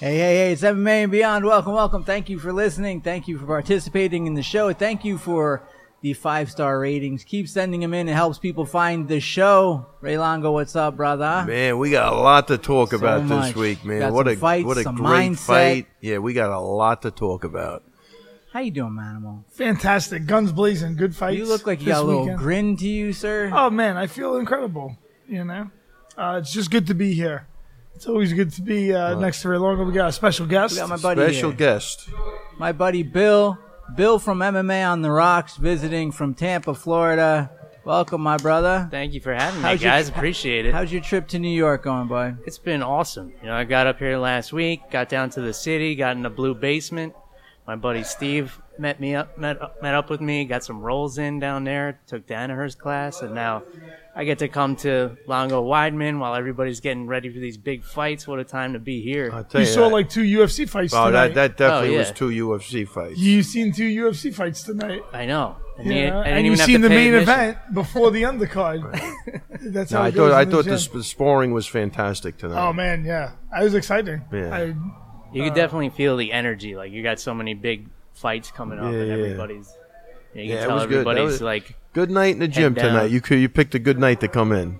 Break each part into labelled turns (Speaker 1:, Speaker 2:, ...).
Speaker 1: Hey, hey, hey, it's MMA and Beyond. Welcome, welcome. Thank you for listening. Thank you for participating in the show. Thank you for the five star ratings. Keep sending them in. It helps people find the show. Ray Longo, what's up, brother?
Speaker 2: Man, we got a lot to talk
Speaker 1: So
Speaker 2: about
Speaker 1: much.
Speaker 2: this week, man.
Speaker 1: Got
Speaker 2: what
Speaker 1: some
Speaker 2: a
Speaker 1: fights,
Speaker 2: what a
Speaker 1: some
Speaker 2: great
Speaker 1: mindset.
Speaker 2: fight. Yeah, we got a lot to talk about.
Speaker 1: How you doing, Manimal?
Speaker 3: Fantastic. Guns blazing. Good fights.
Speaker 1: You look like you
Speaker 3: this
Speaker 1: got a little
Speaker 3: weekend.
Speaker 1: grin to you, sir.
Speaker 3: Oh, man. I feel incredible. You know? Uh, it's just good to be here. It's always good to be uh, next to Ray Longo. We got a special guest.
Speaker 1: We got my buddy
Speaker 2: Special
Speaker 1: here.
Speaker 2: guest.
Speaker 1: my buddy Bill. Bill from MMA on the Rocks, visiting from Tampa, Florida. Welcome, my brother.
Speaker 4: Thank you for having me,
Speaker 1: How's your-
Speaker 4: guys. Appreciate it.
Speaker 1: How's your trip to New York going, boy?
Speaker 4: It's been awesome. You know, I got up here last week, got down to the city, got in the blue basement. My buddy Steve met me up, met up, met up with me, got some rolls in down there, took Danaher's class, and now I get to come to Longo Wideman while everybody's getting ready for these big fights. What a time to be here!
Speaker 2: I tell
Speaker 3: You
Speaker 2: you,
Speaker 3: saw
Speaker 2: that.
Speaker 3: like two UFC fights
Speaker 2: oh,
Speaker 3: tonight.
Speaker 2: that that definitely
Speaker 4: Oh,
Speaker 2: was
Speaker 4: yeah.
Speaker 2: two UFC fights.
Speaker 3: you seen two UFC fights tonight.
Speaker 4: I know. I
Speaker 3: You
Speaker 4: didn't- I
Speaker 3: know?
Speaker 4: didn't
Speaker 3: And you
Speaker 4: even have
Speaker 3: seen the
Speaker 4: to pay
Speaker 3: main
Speaker 4: admission.
Speaker 3: event before the undercard. That's how
Speaker 2: I
Speaker 3: it goes
Speaker 2: thought I
Speaker 3: in the
Speaker 2: thought the,
Speaker 3: gym.
Speaker 2: sp- sparring was fantastic tonight.
Speaker 3: Oh, man. Yeah. That was exciting.
Speaker 2: Yeah.
Speaker 3: I,
Speaker 4: You
Speaker 2: Uh.
Speaker 4: could definitely feel the energy. Like you got so many big fights coming up,
Speaker 2: Yeah,
Speaker 4: and
Speaker 2: yeah.
Speaker 4: everybody's. You can
Speaker 2: Yeah, it
Speaker 4: tell
Speaker 2: was good. That
Speaker 4: everybody's
Speaker 2: was-
Speaker 4: like
Speaker 2: Good night in the gym
Speaker 4: down.
Speaker 2: tonight. You could, you picked a good night to come in.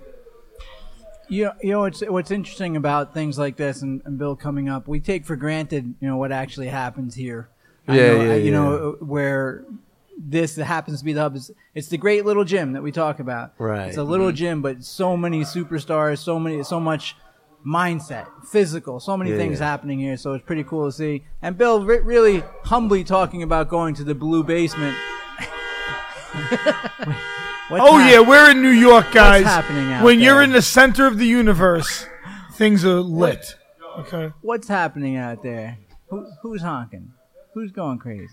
Speaker 1: You know, you know what's what's interesting about things like this and, and Bill coming up, we take for granted, you know, what actually happens here. I
Speaker 2: Yeah,
Speaker 1: know,
Speaker 2: yeah,
Speaker 1: I- You
Speaker 2: yeah.
Speaker 1: know where this happens to be the hub is it's the great little gym that we talk about.
Speaker 2: Right. mm-hmm.
Speaker 1: It's a little gym, but so many superstars, so many, so much mindset, physical, so many
Speaker 2: Yeah,
Speaker 1: things
Speaker 2: yeah.
Speaker 1: happening here. So it's pretty cool to see. And Bill re- really humbly talking about going to the blue basement. What's
Speaker 3: Oh
Speaker 1: hap-
Speaker 3: yeah, we're in New York, guys.
Speaker 1: happening out
Speaker 3: when you're
Speaker 1: there?
Speaker 3: in the center of the universe, things are lit. Okay.
Speaker 1: what's happening out there? Who, who's honking? Who's going crazy?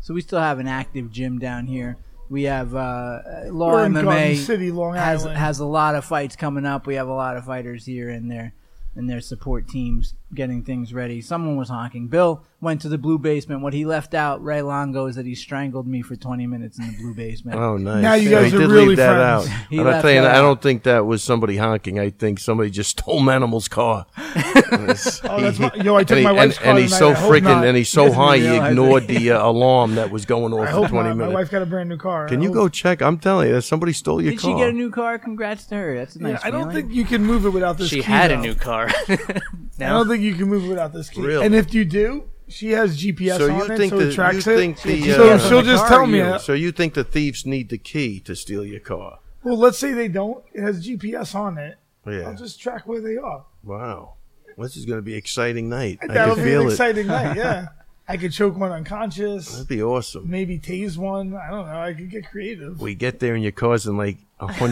Speaker 1: So we still have an active gym down here. We have uh, Law
Speaker 3: We're in Garden
Speaker 1: MMA
Speaker 3: City, Long
Speaker 1: has
Speaker 3: Island.
Speaker 1: has a lot of fights coming up. We have a lot of fighters here and their and their support teams getting things ready. Someone was honking. Bill went to the blue basement. What he left out, Ray Longo, is that he strangled me for 20 minutes in the blue basement.
Speaker 2: Oh, nice.
Speaker 3: Now you
Speaker 2: Yeah,
Speaker 3: guys
Speaker 2: he
Speaker 3: are
Speaker 2: did
Speaker 3: really
Speaker 2: leave that
Speaker 3: friends.
Speaker 2: out.
Speaker 1: He
Speaker 2: and I
Speaker 1: left
Speaker 2: tell you,
Speaker 1: that
Speaker 2: I
Speaker 1: out.
Speaker 2: don't think that was somebody honking. I think somebody just stole Manimal's car.
Speaker 3: Oh, that's my, yo, I took
Speaker 2: and, he-
Speaker 3: my wife's
Speaker 2: and-
Speaker 3: car
Speaker 2: and he's
Speaker 3: tonight.
Speaker 2: so
Speaker 3: I hope
Speaker 2: freaking
Speaker 3: not.
Speaker 2: and he's so high he
Speaker 1: realize it.
Speaker 2: ignored the uh, alarm that was going off
Speaker 3: I
Speaker 2: for
Speaker 3: hope
Speaker 2: 20
Speaker 3: not. My
Speaker 2: minutes.
Speaker 3: wife got a brand new car.
Speaker 2: Can
Speaker 3: I
Speaker 2: you
Speaker 3: hope-
Speaker 2: go check? I'm telling you, somebody stole your
Speaker 1: Did
Speaker 2: car.
Speaker 1: she get a new car? Congrats to her. That's a
Speaker 3: Yeah,
Speaker 1: nice.
Speaker 3: I don't
Speaker 1: feeling.
Speaker 3: think you can move it without this.
Speaker 4: she
Speaker 3: key,
Speaker 4: had a
Speaker 3: though.
Speaker 4: new car.
Speaker 3: I
Speaker 4: now
Speaker 3: don't think you can move it without this key.
Speaker 2: Really?
Speaker 3: And if you do, she has GPS
Speaker 2: So
Speaker 3: on
Speaker 2: you
Speaker 3: it,
Speaker 2: think
Speaker 3: so
Speaker 2: the-
Speaker 3: it tracks
Speaker 2: you
Speaker 3: it.
Speaker 2: think the,
Speaker 3: so
Speaker 2: uh,
Speaker 3: she'll just
Speaker 1: Car
Speaker 3: tell me.
Speaker 1: you-
Speaker 3: uh,
Speaker 2: so you think the thieves need the key to steal your car?
Speaker 3: Well, let's say they don't. It has GPS on it.
Speaker 2: Yeah.
Speaker 3: I'll just track where they are.
Speaker 2: wow. This is going to be an exciting night. I
Speaker 3: That'll
Speaker 2: can
Speaker 3: be an
Speaker 2: feel it.
Speaker 3: exciting night. Yeah. I could choke one unconscious.
Speaker 2: That'd be awesome.
Speaker 3: Maybe tase one. I don't know. I could get creative.
Speaker 2: We get there and your car's in like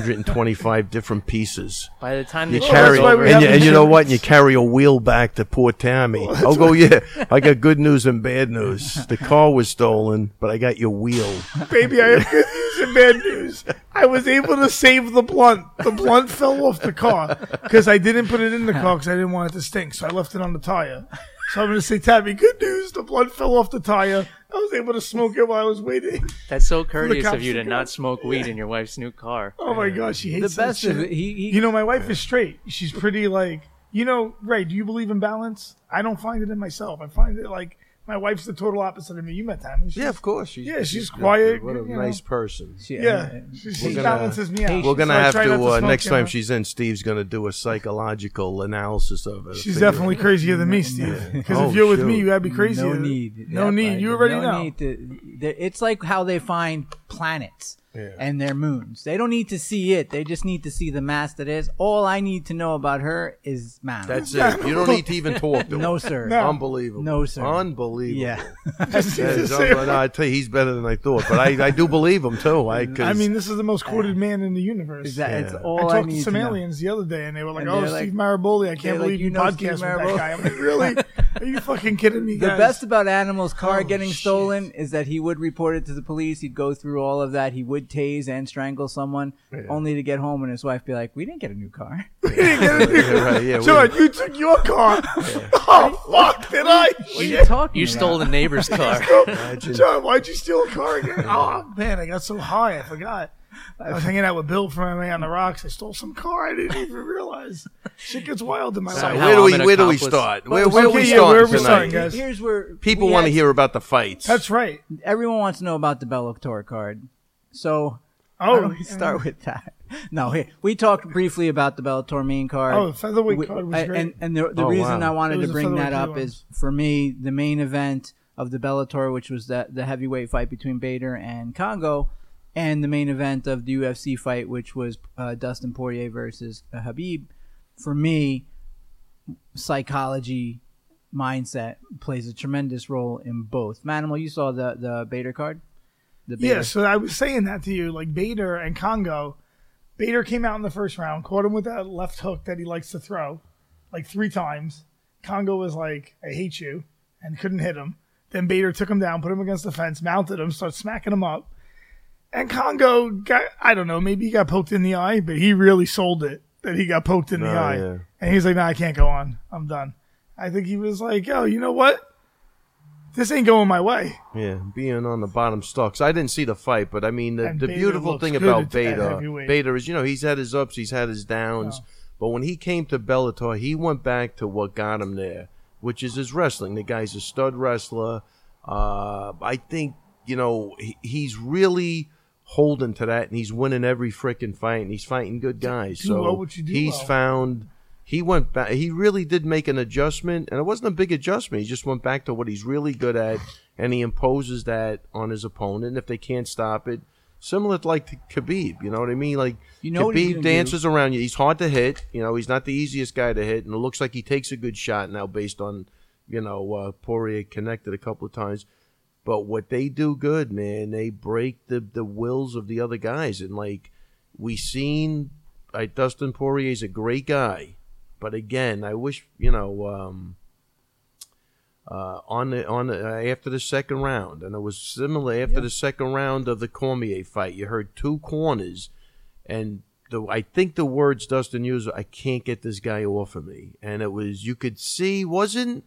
Speaker 2: 125 different pieces.
Speaker 4: by the time
Speaker 2: You
Speaker 4: the
Speaker 2: carry,
Speaker 3: that's why
Speaker 4: show's
Speaker 3: we
Speaker 4: over,
Speaker 2: and,
Speaker 3: have
Speaker 2: you, and you know what? And you
Speaker 3: insurance.
Speaker 2: carry a wheel back to poor Tammy. oh, go yeah. I got good news and bad news. The car was stolen, but I got your wheel.
Speaker 3: Baby, I have good news and bad news. I was able to save the blunt. The blunt fell off the car because I didn't put it in the car because I didn't want it to stink. So I left it on the tire. So I'm going to say, Tabby, good news. The blunt fell off the tire. I was able to smoke it while I was waiting.
Speaker 4: that's so courteous
Speaker 3: cops
Speaker 4: of you
Speaker 3: to
Speaker 4: to
Speaker 3: go.
Speaker 4: not smoke weed in your wife's new car.
Speaker 3: Oh my gosh, she
Speaker 1: the
Speaker 3: hates that
Speaker 1: best of
Speaker 3: shit.
Speaker 1: it. He, he
Speaker 3: You know, my wife is straight. She's pretty like, you know, Ray, do you believe in balance? I don't find it in myself. I find it like my wife's the total opposite of me. You met Tammy. She's-
Speaker 2: Yeah, of course. She's,
Speaker 3: Yeah, she's quiet,
Speaker 2: What a
Speaker 3: you know.
Speaker 2: nice person.
Speaker 1: she-
Speaker 3: Yeah, she, she
Speaker 2: gonna-
Speaker 3: balances me out.
Speaker 2: We're gonna
Speaker 3: So I
Speaker 2: have
Speaker 3: try
Speaker 2: to,
Speaker 3: not
Speaker 2: uh,
Speaker 3: smoke,
Speaker 2: next
Speaker 3: you
Speaker 2: time
Speaker 3: know.
Speaker 2: she's in. Steve's gonna do a psychological analysis of it.
Speaker 3: She's
Speaker 2: Figure it
Speaker 3: definitely crazier than me, Steve. Because
Speaker 2: Oh,
Speaker 3: if you're with me,
Speaker 2: shoot.
Speaker 3: you gotta be crazy.
Speaker 1: No need.
Speaker 3: No
Speaker 1: Yeah,
Speaker 3: need.
Speaker 1: like,
Speaker 3: You already
Speaker 1: no
Speaker 3: know.
Speaker 1: Need to, there- it's like how they find planets and their moons. They don't need to see it. They just need to see the mass that is. All I need to know about her is mass.
Speaker 2: That's it. You don't need to even talk to
Speaker 1: no,
Speaker 2: him.
Speaker 1: sir.
Speaker 3: No.
Speaker 2: Unbelievable.
Speaker 1: No, sir.
Speaker 2: Unbelievable.
Speaker 1: Yeah.
Speaker 3: Just-
Speaker 2: That is
Speaker 3: just say-
Speaker 2: unbelievable. No, I tell you, he's better than I thought, but I, I do believe him too. I, 'cause
Speaker 3: I mean, this is the most quoted man in the universe.
Speaker 1: Is that, It's
Speaker 2: Yeah.
Speaker 3: I
Speaker 1: all I,
Speaker 3: talked
Speaker 1: need
Speaker 3: to some
Speaker 1: to know.
Speaker 3: aliens the other day, and they were like,
Speaker 1: And
Speaker 3: "Oh,
Speaker 1: they're
Speaker 3: Steve
Speaker 1: like-
Speaker 3: Maraboli, I can't
Speaker 1: like,
Speaker 3: believe
Speaker 1: "You
Speaker 3: you,
Speaker 1: know Steve
Speaker 3: podcast with that
Speaker 1: Maraboli."
Speaker 3: guy." I'm like, "Really? Are you fucking kidding me,
Speaker 1: The
Speaker 3: guys?"
Speaker 1: best about Animal's car
Speaker 3: Oh,
Speaker 1: getting
Speaker 3: shit.
Speaker 1: stolen is that he would report it to the police. He'd go through all of that. He would tase and strangle someone, only to get home and his wife be like, "We didn't get a new car."
Speaker 2: yeah, right, yeah, we-
Speaker 3: John, you took your car. oh fuck! Did I?
Speaker 1: What are
Speaker 3: Shit.
Speaker 1: you talking?
Speaker 4: You
Speaker 1: about?
Speaker 4: stole the neighbor's car.
Speaker 3: John, why'd you steal a car again? Oh man, I got so high, I forgot. I was hanging out with Bill from MMA on the Rocks. I stole some car. I didn't even realize. Shit gets wild in my
Speaker 4: Somehow
Speaker 3: life.
Speaker 2: where do
Speaker 4: I'm
Speaker 2: we
Speaker 4: an
Speaker 2: where do we
Speaker 4: accomplice.
Speaker 2: start? Where, where
Speaker 3: Okay,
Speaker 2: we
Speaker 3: yeah,
Speaker 2: start
Speaker 3: where are we
Speaker 2: tonight?
Speaker 3: starting, guys?
Speaker 1: Here's where
Speaker 2: People
Speaker 1: we
Speaker 2: want to
Speaker 1: had-
Speaker 2: hear about the fights.
Speaker 3: That's right.
Speaker 1: Everyone wants to know about the Bellator card. So why
Speaker 3: Oh,
Speaker 1: don't we start with that? No, here- we talked briefly about the Bellator main card.
Speaker 3: Oh, the featherweight
Speaker 1: We-
Speaker 3: card was
Speaker 1: I-
Speaker 3: great.
Speaker 1: And, and the, the
Speaker 2: Oh,
Speaker 1: reason
Speaker 2: wow.
Speaker 1: I
Speaker 3: It
Speaker 1: wanted
Speaker 3: was
Speaker 1: to
Speaker 3: the
Speaker 1: bring that
Speaker 3: featherweight
Speaker 1: up
Speaker 3: one.
Speaker 1: is for me the main event of the Bellator, which was that the heavyweight fight between Bader and Congo, and the main event of the UFC fight, which was uh, Dustin Poirier versus uh, Habib. For me, psychology mindset plays a tremendous role in both. Manimal, you saw the the Bader card. The
Speaker 3: Yeah, so I was saying that to you, like Bader and Congo. Bader came out in the first round, caught him with that left hook that he likes to throw, like three times. Congo was like, "I hate you," and couldn't hit him. Then Bader took him down, put him against the fence, mounted him, started smacking him up. And Congo got—I don't know—maybe he got poked in the eye, but he really sold it that he got poked in the
Speaker 2: Oh,
Speaker 3: eye.
Speaker 2: yeah.
Speaker 3: And he's like, "No, I can't go on. I'm done." I think he was like, "Yo, you know what? This ain't going my way."
Speaker 2: Yeah, being on the bottom stocks. I didn't see the fight, but I mean, the,
Speaker 3: And
Speaker 2: the
Speaker 3: Bader
Speaker 2: beautiful
Speaker 3: looks
Speaker 2: thing
Speaker 3: good
Speaker 2: about
Speaker 3: at- at
Speaker 2: Beta,
Speaker 3: heavyweight.
Speaker 2: Beta is, you know, he's had his ups, he's had his downs, but when he came to Bellator, he went back to what got him there, which is his wrestling. The guy's a stud wrestler. Uh, I think, you know, he, he's really holding to that, and he's winning every freaking fight, and he's fighting good guys.
Speaker 3: do
Speaker 2: so
Speaker 3: well what you do
Speaker 2: he's
Speaker 3: well.
Speaker 2: found. He went back. He really did make an adjustment, and it wasn't a big adjustment. He just went back to what he's really good at, and he imposes that on his opponent. And if they can't stop it, similar to like to Khabib, you know what I mean? Like
Speaker 1: You know what he's
Speaker 2: Khabib
Speaker 1: gonna
Speaker 2: dances around you. He's hard to hit. You know, he's not the easiest guy to hit, and it looks like he takes a good shot now based on you know uh, Poirier connected a couple of times. But what they do good, man, they break the the wills of the other guys, and like we seen, I Dustin Poirier's a great guy, but again, I wish you know. um uh, on the on the, uh, after the second round, and it was similar after the second round of the Cormier fight. You heard two corners, and the I think the words Dustin used, "I can't get this guy off of me," and it was you could see wasn't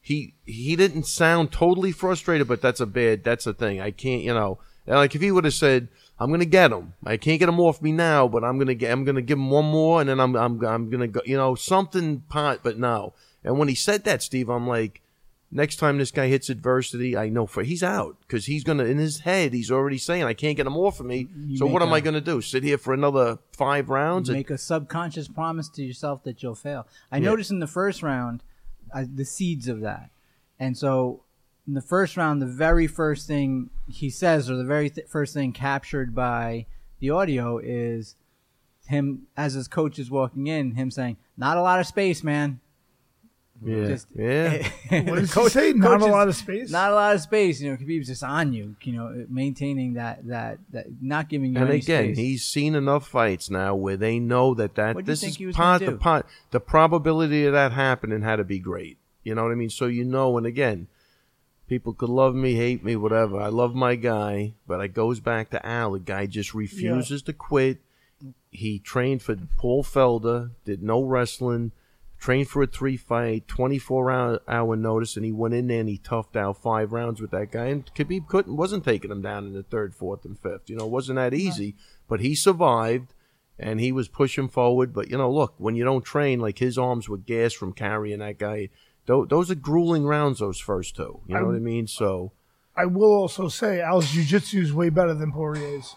Speaker 2: he he didn't sound totally frustrated, but that's a bad that's a thing. I can't you know and like if he would have said. I'm gonna get him. I can't get him off me now, but I'm gonna get. I'm gonna give him one more, and then I'm I'm I'm gonna go. You know, something pot, but no. And when he said that, Steve, I'm like, next time this guy hits adversity, I know for he's out because he's gonna in his head he's already saying I can't get him off of me. so
Speaker 1: make
Speaker 2: what am
Speaker 1: a-
Speaker 2: I gonna do? Sit here for another five rounds? And,
Speaker 1: make a subconscious promise to yourself that you'll fail. I noticed in the first round uh, the seeds of that, and so in the first round, the very first thing he says, or the very th- first thing captured by the audio, is him as his coach is walking in, him saying, "Not a lot of space, man."
Speaker 2: yeah,
Speaker 1: just-
Speaker 2: yeah.
Speaker 3: What
Speaker 1: The
Speaker 3: does he
Speaker 1: coach-
Speaker 3: say? Not
Speaker 1: coach
Speaker 3: a
Speaker 1: is-
Speaker 3: lot of space.
Speaker 1: Not a lot of space, you know. Khabib's just on you, you know, maintaining that that that not giving you
Speaker 2: and
Speaker 1: any
Speaker 2: again,
Speaker 1: space.
Speaker 2: he's seen enough fights now where they know that that
Speaker 1: What do you
Speaker 2: this
Speaker 1: think
Speaker 2: is
Speaker 1: he was
Speaker 2: pot,
Speaker 1: gonna
Speaker 2: the
Speaker 1: do?
Speaker 2: pot, the probability of that happening had to be great. You know what I mean? So you know, and again, people could love me, hate me, whatever. I love my guy, but it goes back to Al. The guy just refuses to quit. He trained for Paul Felder, did no wrestling, trained for a three fight, 24 hour, hour notice, and he went in there and he toughed out five rounds with that guy. And Khabib couldn't, wasn't taking him down in the third, fourth, and fifth. You know, it wasn't that easy, but he survived and he was pushing forward. But, you know, look, when you don't train, like his arms were gassed from carrying that guy. Tho- Those are grueling rounds, those first two. You know what I mean? So.
Speaker 3: I will also say Al's jiu-jitsu is way better than Poirier's.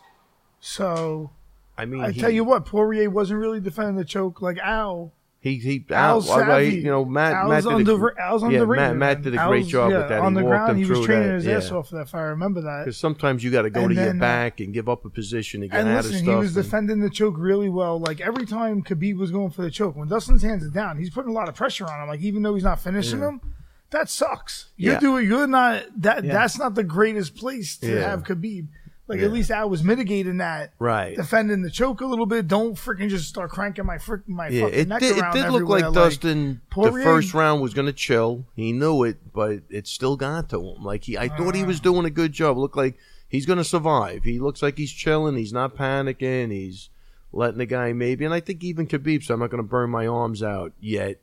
Speaker 3: So
Speaker 2: I mean,
Speaker 3: I
Speaker 2: he,
Speaker 3: tell you what, Poirier wasn't really defending the choke like Al.
Speaker 2: he he
Speaker 3: Al
Speaker 2: Al, I- I-
Speaker 3: savvy.
Speaker 2: you know Matt
Speaker 3: Al's
Speaker 2: Matt did a,
Speaker 3: under- Al's
Speaker 2: yeah,
Speaker 3: underrated,
Speaker 2: Matt, Matt did a
Speaker 3: man.
Speaker 2: great
Speaker 3: Al's-
Speaker 2: job
Speaker 3: yeah,
Speaker 2: with that.
Speaker 3: On
Speaker 2: he
Speaker 3: the
Speaker 2: walked
Speaker 3: ground,
Speaker 2: him
Speaker 3: he was
Speaker 2: through
Speaker 3: training
Speaker 2: that.
Speaker 3: his
Speaker 2: yeah.
Speaker 3: ass off of that fight. I remember that.
Speaker 2: Because sometimes you got to go
Speaker 3: And
Speaker 2: to your
Speaker 3: then, uh,
Speaker 2: back and give up a position to get
Speaker 3: And
Speaker 2: out of
Speaker 3: listen,
Speaker 2: stuff.
Speaker 3: he was
Speaker 2: and-
Speaker 3: defending the choke really well. Like every time Khabib was going for the choke, when Dustin's hands are down, he's putting a lot of pressure on him. Like even though he's not finishing him, that sucks. You're
Speaker 2: Yeah.
Speaker 3: doing. You're not. That that's not the greatest place to
Speaker 2: Yeah.
Speaker 3: have Khabib. Like
Speaker 2: Yeah.
Speaker 3: at least Al was mitigating that.
Speaker 2: right.
Speaker 3: defending the choke a little bit. Don't freaking just start cranking my frick my
Speaker 2: Yeah,
Speaker 3: fucking
Speaker 2: it
Speaker 3: neck
Speaker 2: did, it
Speaker 3: around
Speaker 2: did look
Speaker 3: everywhere,
Speaker 2: like, Dustin the
Speaker 3: Poirier-
Speaker 2: first round was going to chill. He knew it, but it still got to him. Like he, I thought he was
Speaker 3: Ah.
Speaker 2: doing a good job. Looked like he's going to survive. He looks like he's chilling. He's not panicking. He's letting the guy maybe. And I think even Khabib said, "I'm not going to burn my arms out yet,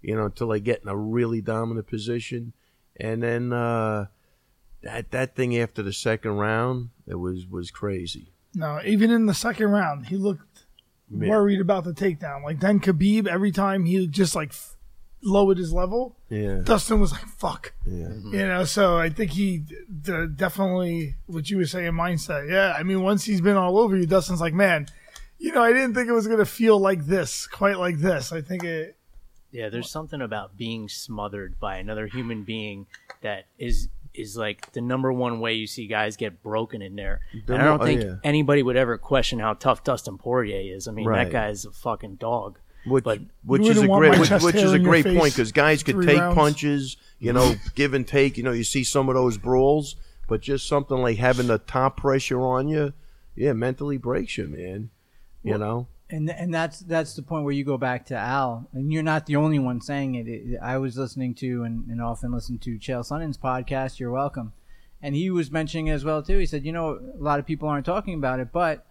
Speaker 2: you know, until I get in a really dominant position." And then uh, that that thing after the second round, it was was crazy.
Speaker 3: No, even in the second round, he looked
Speaker 2: Yeah.
Speaker 3: worried about the takedown. Like then Khabib, every time he just like f- lowered his level,
Speaker 2: Yeah,
Speaker 3: Dustin was like, "Fuck,"
Speaker 2: yeah.
Speaker 3: you know. So I think he d- d- definitely what you were saying mindset. Yeah, I mean, once he's been all over you, Dustin's like, "Man, you know, I didn't think it was gonna feel like this, quite like this." I think it.
Speaker 4: Yeah, there's something about being smothered by another human being that is is like the number one way you see guys get broken in there. and I
Speaker 2: mo-
Speaker 4: don't
Speaker 2: oh,
Speaker 4: think
Speaker 2: yeah.
Speaker 4: anybody would ever question how tough Dustin Poirier is. I mean,
Speaker 2: Right.
Speaker 4: that guy's a fucking dog.
Speaker 2: Which,
Speaker 4: But
Speaker 2: which
Speaker 3: you
Speaker 2: is a
Speaker 3: wouldn't want my
Speaker 2: great which,
Speaker 3: chest
Speaker 2: which
Speaker 3: hair
Speaker 2: is a
Speaker 3: in your
Speaker 2: great
Speaker 3: face
Speaker 2: point because guys could
Speaker 3: three
Speaker 2: take
Speaker 3: rounds.
Speaker 2: punches, you know, give and take. You know, you see some of those brawls, but just something like having the top pressure on you, yeah, mentally breaks you, man. You know,
Speaker 1: and and that's that's the point where you go back to Al, and you're not the only one saying it. It- I was listening to and, and often listen to Chael Sonnen's podcast. You're welcome, and he was mentioning it as well too. He said, you know, a lot of people aren't talking about it, but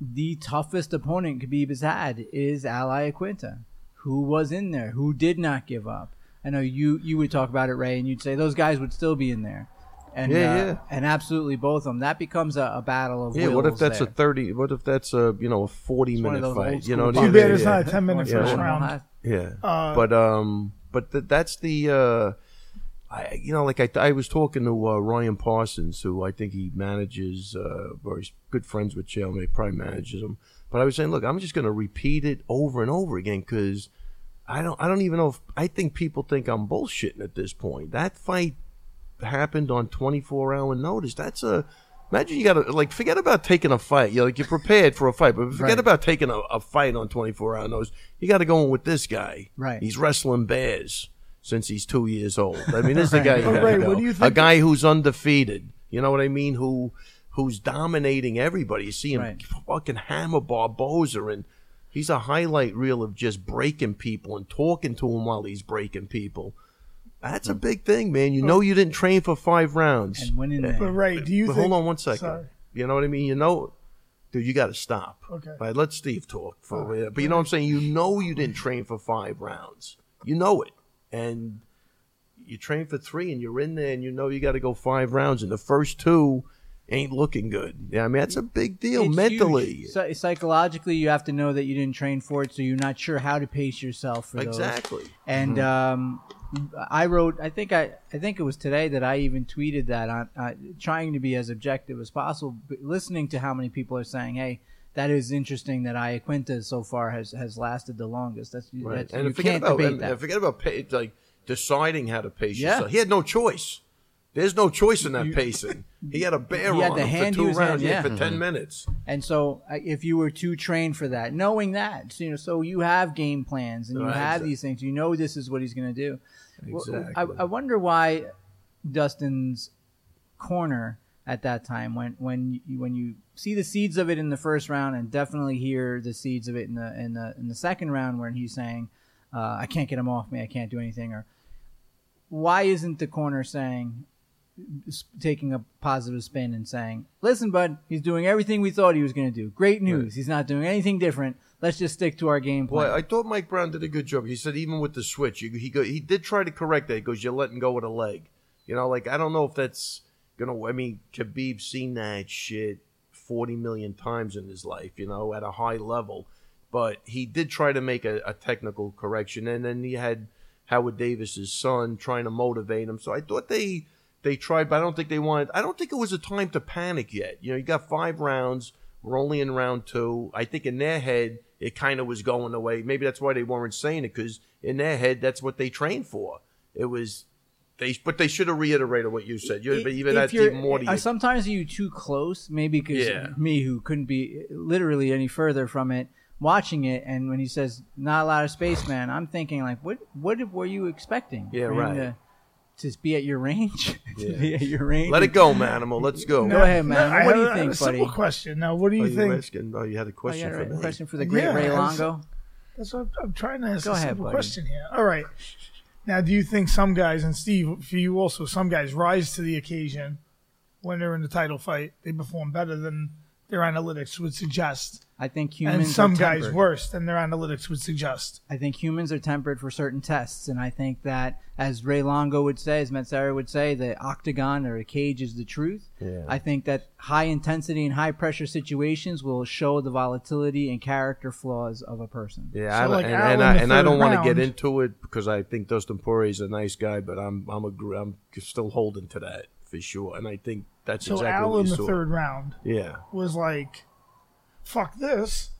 Speaker 1: the toughest opponent Khabib has had is Ali Aquinta, who was in there, who did not give up. I know you you would talk about it, Ray, and you'd say those guys would still be in there. And,
Speaker 2: Yeah,
Speaker 1: uh,
Speaker 2: yeah.
Speaker 1: and absolutely both of them. That becomes a, a battle of
Speaker 2: yeah. What if
Speaker 1: wills
Speaker 2: that's
Speaker 1: there.
Speaker 2: a thirty? What if that's a you know a forty
Speaker 1: It's one of
Speaker 2: minute
Speaker 1: those old
Speaker 2: fight? You know,
Speaker 1: school
Speaker 2: what I
Speaker 3: Too
Speaker 2: mean?
Speaker 1: Yeah,
Speaker 3: bad it's
Speaker 1: yeah.
Speaker 3: not a ten minute
Speaker 2: Yeah.
Speaker 3: first
Speaker 2: Yeah.
Speaker 3: round.
Speaker 2: Yeah.
Speaker 3: Uh,
Speaker 2: but um, but th- that's the uh, I you know like I I was talking to uh, Ryan Parsons who I think he manages uh, or he's good friends with Chael, maybe probably manages him. But I was saying, look, I'm just going to repeat it over and over again because I don't I don't even know if I think people think I'm bullshitting at this point. That fight happened on 24 hour notice. That's a imagine you got to like forget about taking a fight. You're like you're prepared for a fight, but forget
Speaker 1: Right.
Speaker 2: about taking a, a fight on 24 hour notice. You got to go in with this guy.
Speaker 1: Right.
Speaker 2: He's wrestling bears since he's two years old. I mean, this is the guy. You
Speaker 3: But
Speaker 2: gotta
Speaker 3: Ray,
Speaker 2: go.
Speaker 3: what do you
Speaker 2: A
Speaker 3: think-
Speaker 2: guy who's undefeated. You know what I mean? Who who's dominating everybody? You see him
Speaker 1: Right.
Speaker 2: fucking hammer Barboza and. He's a highlight reel of just breaking people and talking to him while he's breaking people. That's a big thing, man. You know you didn't train for five rounds.
Speaker 1: and went in there.
Speaker 3: But Ray, do you
Speaker 2: but
Speaker 3: think?
Speaker 2: hold on one second.
Speaker 3: Sorry.
Speaker 2: You know what I mean? You know, dude, you got to stop.
Speaker 3: Okay.
Speaker 2: All right, let Steve talk for a minute. But you know what I'm saying? You know you didn't train for five rounds. You know it. And you train for three and you're in there and you know you got to go five rounds and the first two ain't looking good. Yeah, I mean, that's a big deal
Speaker 1: It's
Speaker 2: mentally.
Speaker 1: huge. Psy- psychologically, you have to know that you didn't train for it, so you're not sure how to pace yourself for those.
Speaker 2: Exactly. Mm-hmm.
Speaker 1: And um, I wrote, I think I, I think it was today that I even tweeted that on uh, trying to be as objective as possible, but listening to how many people are saying, "Hey, that is interesting that Iaquinta so far has has lasted the longest." That's, that's
Speaker 2: and
Speaker 1: you
Speaker 2: forget
Speaker 1: can't
Speaker 2: about
Speaker 1: debate
Speaker 2: and,
Speaker 1: that.
Speaker 2: and forget about pa- like deciding how to pace
Speaker 1: Yeah.
Speaker 2: yourself. He had no choice. There's no choice in that pacing. He had a bear
Speaker 1: He had
Speaker 2: on
Speaker 1: the
Speaker 2: him
Speaker 1: hand
Speaker 2: for
Speaker 1: he
Speaker 2: two
Speaker 1: was
Speaker 2: rounds,
Speaker 1: in,
Speaker 2: yeah,
Speaker 1: yeah.
Speaker 2: for ten minutes.
Speaker 1: And so, I- if you were too trained for that, knowing that, so, you know, so you have game plans and you
Speaker 2: Right,
Speaker 1: have
Speaker 2: exact-
Speaker 1: these things, you know this is what he's going to do. Well, I,
Speaker 2: Exactly.
Speaker 1: I wonder why Dustin's corner at that time, when when you, when you see the seeds of it in the first round, and definitely hear the seeds of it in the in the in the second round, when he's saying, uh, "I can't get him off me, I can't do anything," or why isn't the corner saying, s- taking a positive spin and saying, "Listen, bud, he's doing everything we thought he was going to do. Great news. He's not doing anything different. Let's just stick to our game plan."
Speaker 2: Boy, I thought Mike Brown did a good job. He said even with the switch, you, he go, he did try to correct that. He goes, "You're letting go with a leg." You know, like I don't know if that's gonna. I mean, Khabib's seen that shit forty million times in his life. You know, at a high level, but he did try to make a, a technical correction, and then he had Howard Davis's son trying to motivate him. So I thought they they tried, but I don't think they wanted. I don't think it was a time to panic yet. You know, you got five rounds. We're only in round two. I think in their head, it kind of was going away. Maybe that's why they weren't saying it because in their head, that's what they trained for. It was they, but they should have reiterated what you said. You,
Speaker 1: I-
Speaker 2: but even
Speaker 1: if
Speaker 2: that's
Speaker 1: you're-
Speaker 2: even more to
Speaker 1: uh,
Speaker 2: you.
Speaker 1: Sometimes you too close, maybe because
Speaker 2: Yeah.
Speaker 1: me, who couldn't be literally any further from it, watching it, and when he says "not a lot of space, man," I'm thinking like, what what were you expecting?
Speaker 2: Yeah,
Speaker 1: For him
Speaker 2: right.
Speaker 1: To, to be at your range, to
Speaker 2: Yeah.
Speaker 1: be at your range. Oh,
Speaker 2: Let it go, manimal. Let's go.
Speaker 1: Go ahead, man.
Speaker 3: I
Speaker 1: what do
Speaker 3: have
Speaker 1: you
Speaker 3: a- I have
Speaker 1: think,
Speaker 3: a simple
Speaker 1: buddy?
Speaker 3: question. Now, what do
Speaker 2: Oh,
Speaker 3: you
Speaker 2: you were
Speaker 3: think?
Speaker 2: asking. Oh, you had
Speaker 1: Oh,
Speaker 2: a
Speaker 1: you had a
Speaker 2: question for
Speaker 1: right-
Speaker 2: me.
Speaker 1: question for the great
Speaker 3: Yeah,
Speaker 1: Ray
Speaker 3: I was-
Speaker 1: Longo.
Speaker 3: That's what I'm, I'm trying to ask
Speaker 1: Go
Speaker 3: a
Speaker 1: ahead,
Speaker 3: simple
Speaker 1: buddy.
Speaker 3: question here. All right. Now, do you think some guys, and Steve, for you also, some guys rise to the occasion when they're in the title fight? They perform better than their analytics would suggest.
Speaker 1: I think humans
Speaker 3: and some
Speaker 1: are
Speaker 3: guys
Speaker 1: tempered.
Speaker 3: worse than their analytics would suggest.
Speaker 1: I think humans are tempered for certain tests, and I think that, as Ray Longo would say, as Metzger would say, the octagon or a cage is the truth.
Speaker 2: Yeah.
Speaker 1: I think that high intensity and high pressure situations will show the volatility and character flaws of a person.
Speaker 2: Yeah,
Speaker 3: So,
Speaker 2: I, don't-
Speaker 3: like,
Speaker 2: and,
Speaker 3: Al
Speaker 2: and
Speaker 3: in
Speaker 2: I,
Speaker 3: the
Speaker 2: and I
Speaker 3: third
Speaker 2: don't want to get
Speaker 3: round.
Speaker 2: into it because I think Dustin Poirier is a nice guy, but I'm I'm a gr- I'm still holding to that for sure, and I think that's
Speaker 3: So
Speaker 2: exactly
Speaker 3: Al
Speaker 2: what
Speaker 3: in
Speaker 2: you
Speaker 3: the
Speaker 2: saw.
Speaker 3: third round
Speaker 2: Yeah,
Speaker 3: was like, "Fuck this,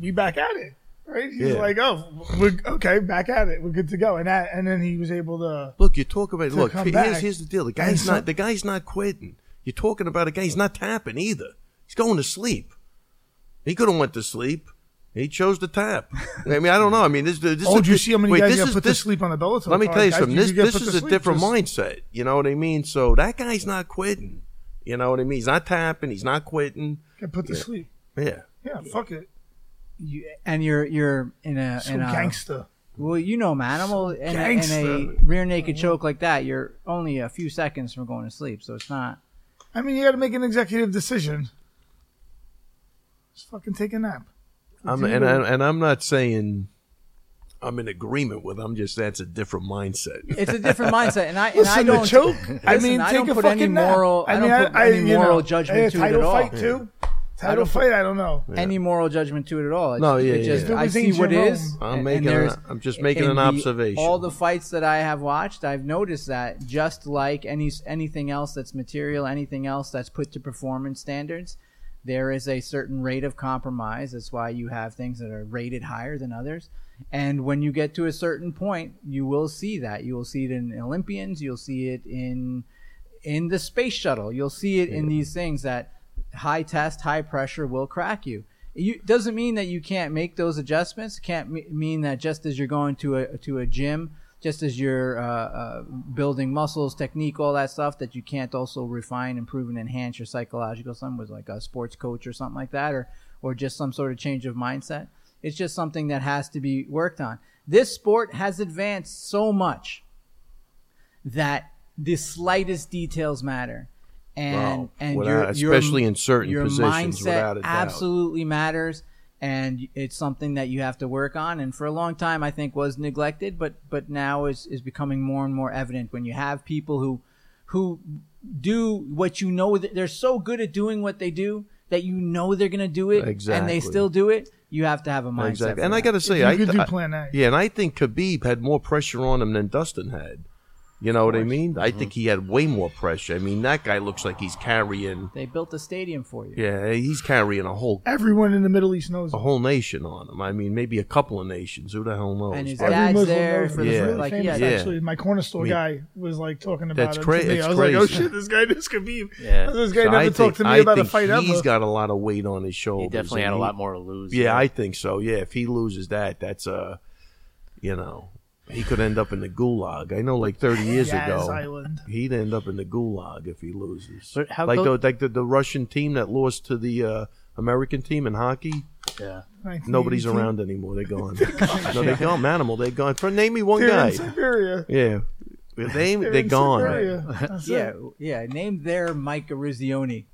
Speaker 3: we back at it." Right? He's
Speaker 2: Yeah.
Speaker 3: like, "Oh, we're okay, back at it. We're good to go." And that, and then he was able to.
Speaker 2: look, you talk about
Speaker 3: To
Speaker 2: look.
Speaker 3: come
Speaker 2: Here's,
Speaker 3: back.
Speaker 2: here's the deal: the
Speaker 3: And
Speaker 2: guy's
Speaker 3: so-
Speaker 2: not the guy's not quitting. You're talking about a guy. He's not tapping either. He's going to sleep. He could have went to sleep. He chose to tap. I mean, I don't know. I mean, this. this
Speaker 3: Oh,
Speaker 2: is,
Speaker 3: did you see how many
Speaker 2: wait,
Speaker 3: guys
Speaker 2: this
Speaker 3: got
Speaker 2: is-
Speaker 3: put
Speaker 2: this,
Speaker 3: to sleep on the Bellator?
Speaker 2: Let me
Speaker 3: card,
Speaker 2: tell you
Speaker 3: guys?
Speaker 2: something.
Speaker 3: You
Speaker 2: This
Speaker 3: could get
Speaker 2: this
Speaker 3: put
Speaker 2: is
Speaker 3: to
Speaker 2: a
Speaker 3: sleep
Speaker 2: different
Speaker 3: just-
Speaker 2: mindset. You know what I mean? So that guy's not quitting. You know what I mean? He's not tapping. He's not quitting.
Speaker 3: Get put to
Speaker 2: Yeah.
Speaker 3: sleep.
Speaker 2: Yeah.
Speaker 3: Yeah, fuck it.
Speaker 1: You, and you're you're in a
Speaker 3: So
Speaker 1: in a
Speaker 3: gangster.
Speaker 1: well, you know, man, animal in a, in a
Speaker 3: gangster.
Speaker 1: rear naked choke like that, you're only a few seconds from going to sleep, so it's not.
Speaker 3: I mean, you got to make an executive decision. Just fucking take a nap.
Speaker 2: I'm and I, and I'm not saying I'm in agreement with. I'm just that's a different mindset.
Speaker 1: It's a different mindset, and I and I
Speaker 3: Listen, the
Speaker 1: don't
Speaker 3: choke. I
Speaker 1: Listen,
Speaker 3: mean,
Speaker 1: I
Speaker 3: take
Speaker 1: don't
Speaker 3: a
Speaker 1: put
Speaker 3: fucking
Speaker 1: any
Speaker 3: nap.
Speaker 1: moral- I
Speaker 3: mean,
Speaker 1: don't put any moral judgment
Speaker 3: eh,
Speaker 1: to it
Speaker 3: title
Speaker 1: at all.
Speaker 3: fight too. Title
Speaker 1: don't put-
Speaker 3: fight. I don't know.
Speaker 1: any moral judgment to it at all. It's
Speaker 2: No, yeah,
Speaker 1: it just,
Speaker 2: yeah.
Speaker 1: I
Speaker 3: It was
Speaker 1: see what
Speaker 3: ancient
Speaker 1: is.
Speaker 2: I'm
Speaker 1: and- and
Speaker 2: making an-
Speaker 1: there's-
Speaker 2: I'm just making
Speaker 1: in
Speaker 2: an
Speaker 1: the-
Speaker 2: observation.
Speaker 1: All the fights that I have watched, I've noticed that just like any anything else that's material, anything else that's put to performance standards, there is a certain rate of compromise. That's why you have things that are rated higher than others. And when you get to a certain point, you will see that. You will see it in Olympians. You'll see it in in the space shuttle. You'll see it in these things that high test, high pressure will crack you. You doesn't mean that you can't make those adjustments. Can't me- mean that just as you're going to a to a gym, just as you're uh, uh, building muscles, technique, all that stuff, that you can't also refine, improve, and enhance your psychological. Some was like a sports coach or something like that, or or just some sort of change of mindset. It's just something that has to be worked on. This sport has advanced so much that the slightest details matter. And
Speaker 2: Wow.
Speaker 1: and
Speaker 2: Without-
Speaker 1: your, your-
Speaker 2: especially in certain
Speaker 1: your
Speaker 2: positions,
Speaker 1: mindset
Speaker 2: without a doubt.
Speaker 1: absolutely matters, and it's something that you have to work on. And for a long time, I think was neglected, but but now is is becoming more and more evident when you have people who who do what you know that they're so good at doing what they do that you know they're going to do it, and
Speaker 2: Exactly.
Speaker 1: they still do it. You have to have a mindset.
Speaker 2: Exactly.
Speaker 1: for
Speaker 2: And I
Speaker 1: that.
Speaker 2: got to say,
Speaker 3: You
Speaker 2: I,
Speaker 3: could do
Speaker 2: I-
Speaker 3: Plan A.
Speaker 2: yeah, and I think Khabib had more pressure on him than Dustin had. You know what I mean?
Speaker 3: Mm-hmm.
Speaker 2: I think he had way more pressure. I mean, that guy looks like he's carrying.
Speaker 1: they built a stadium for you.
Speaker 2: Yeah, he's carrying a whole
Speaker 3: Everyone in the Middle East knows.
Speaker 2: a
Speaker 3: it.
Speaker 2: whole nation on him. I mean, maybe a couple of nations. Who the hell knows?
Speaker 1: And his
Speaker 2: But-
Speaker 3: Every
Speaker 1: dad's
Speaker 3: Muslim
Speaker 1: there
Speaker 3: knows
Speaker 1: for
Speaker 3: it.
Speaker 2: the
Speaker 3: It's really
Speaker 1: like,
Speaker 3: famous,
Speaker 2: yeah.
Speaker 3: actually. My corner store
Speaker 2: Me-
Speaker 3: guy was like talking about
Speaker 2: That's
Speaker 3: it.
Speaker 2: cra-
Speaker 3: to me.
Speaker 2: it's
Speaker 3: I was like, oh
Speaker 2: crazy.
Speaker 3: shit, this guy just could be.
Speaker 4: Yeah.
Speaker 3: This guy
Speaker 2: So
Speaker 3: never
Speaker 2: I
Speaker 3: talked
Speaker 2: think,
Speaker 3: to me
Speaker 2: I
Speaker 3: about a
Speaker 2: think
Speaker 3: fight ever.
Speaker 2: He's got a lot of weight on his shoulders.
Speaker 4: He definitely had
Speaker 2: and
Speaker 4: a
Speaker 2: he-
Speaker 4: lot more to lose.
Speaker 2: Yeah, I think so. Yeah, if he loses that, that's a, you know, he could end up in the gulag. I know, like thirty years
Speaker 3: Yaz
Speaker 2: ago,
Speaker 3: Island.
Speaker 2: he'd end up in the gulag if he loses.
Speaker 4: But how
Speaker 2: like
Speaker 4: go-
Speaker 2: the like the, the Russian team that lost to the uh, American team in hockey.
Speaker 4: yeah.
Speaker 2: Nobody's
Speaker 3: 1918.
Speaker 2: around anymore. They're gone. no, they're gone. Manimal, they're gone. For, name me one
Speaker 3: They're in
Speaker 2: guy.
Speaker 3: Siberia.
Speaker 2: Yeah, they
Speaker 3: They're
Speaker 2: they're
Speaker 3: in
Speaker 2: gone.
Speaker 3: Siberia. That's it.
Speaker 1: Yeah, yeah. Name their Mike Orizioni.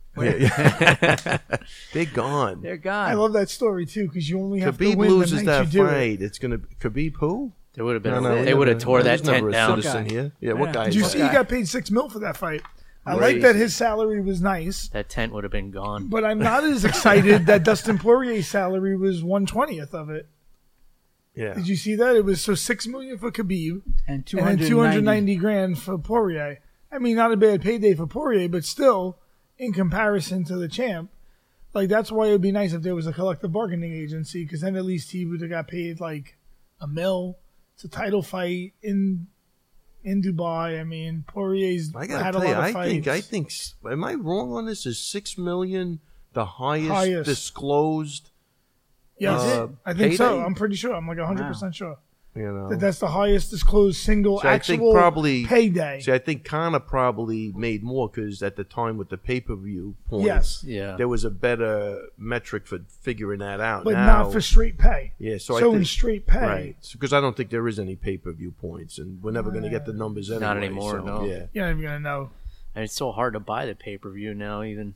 Speaker 2: They're gone.
Speaker 1: They're gone.
Speaker 3: I love that story too because you only have to
Speaker 2: Khabib
Speaker 3: win
Speaker 2: loses
Speaker 3: the night
Speaker 2: that
Speaker 3: you do it.
Speaker 2: fight. It's gonna Khabib who?
Speaker 4: They would have been.
Speaker 2: No, no,
Speaker 4: they
Speaker 2: no,
Speaker 4: would have
Speaker 2: no,
Speaker 4: tore
Speaker 2: no,
Speaker 4: that
Speaker 2: there's never
Speaker 4: tent
Speaker 2: a
Speaker 4: down.
Speaker 2: citizen
Speaker 1: Okay.
Speaker 2: here. Yeah, what
Speaker 1: Yeah.
Speaker 2: guy?
Speaker 3: Did
Speaker 2: is
Speaker 3: you
Speaker 2: that?
Speaker 3: see he got paid six mil for that fight? I like
Speaker 4: Crazy.
Speaker 3: that his salary was nice,
Speaker 4: That tent would have been gone.
Speaker 3: but I'm not as excited that Dustin Poirier's salary was one twentieth of it.
Speaker 2: Yeah.
Speaker 3: Did you see that? It was so six million for Khabib
Speaker 1: and two
Speaker 3: and then
Speaker 1: hundred
Speaker 3: two hundred
Speaker 1: ninety.
Speaker 3: ninety grand for Poirier. I mean, not a bad payday for Poirier, but still, in comparison to the champ, like that's why it would be nice if there was a collective bargaining agency because then at least he would have got paid like a mil. It's a title fight in in Dubai. I mean, Poirier's
Speaker 2: I
Speaker 3: had
Speaker 2: gotta
Speaker 3: a
Speaker 2: tell you,
Speaker 3: lot of
Speaker 2: I
Speaker 3: fights.
Speaker 2: think I think s- am I wrong on this? Is six million the highest,
Speaker 3: Highest.
Speaker 2: disclosed?
Speaker 3: yes,
Speaker 2: uh,
Speaker 3: I think so.
Speaker 2: payday?
Speaker 3: I'm pretty sure. I'm like 100 percent sure
Speaker 2: You know.
Speaker 3: that that's the highest disclosed single
Speaker 2: So I
Speaker 3: actual
Speaker 2: think probably-
Speaker 3: payday.
Speaker 2: See, I think Connor probably made more because at the time with the pay per view points,
Speaker 3: Yes.
Speaker 4: Yeah.
Speaker 2: there was a better metric for figuring that out.
Speaker 3: but
Speaker 2: now,
Speaker 3: not for straight pay.
Speaker 2: Yeah, so I
Speaker 3: in
Speaker 2: think-
Speaker 3: straight pay,
Speaker 2: right because I don't think there is any pay per view points, and we're never going to get the numbers anyway.
Speaker 4: Not anymore,
Speaker 2: so,
Speaker 4: no.
Speaker 2: Yeah.
Speaker 3: you're not even gonna know.
Speaker 4: And it's so hard to buy the pay per view now. Even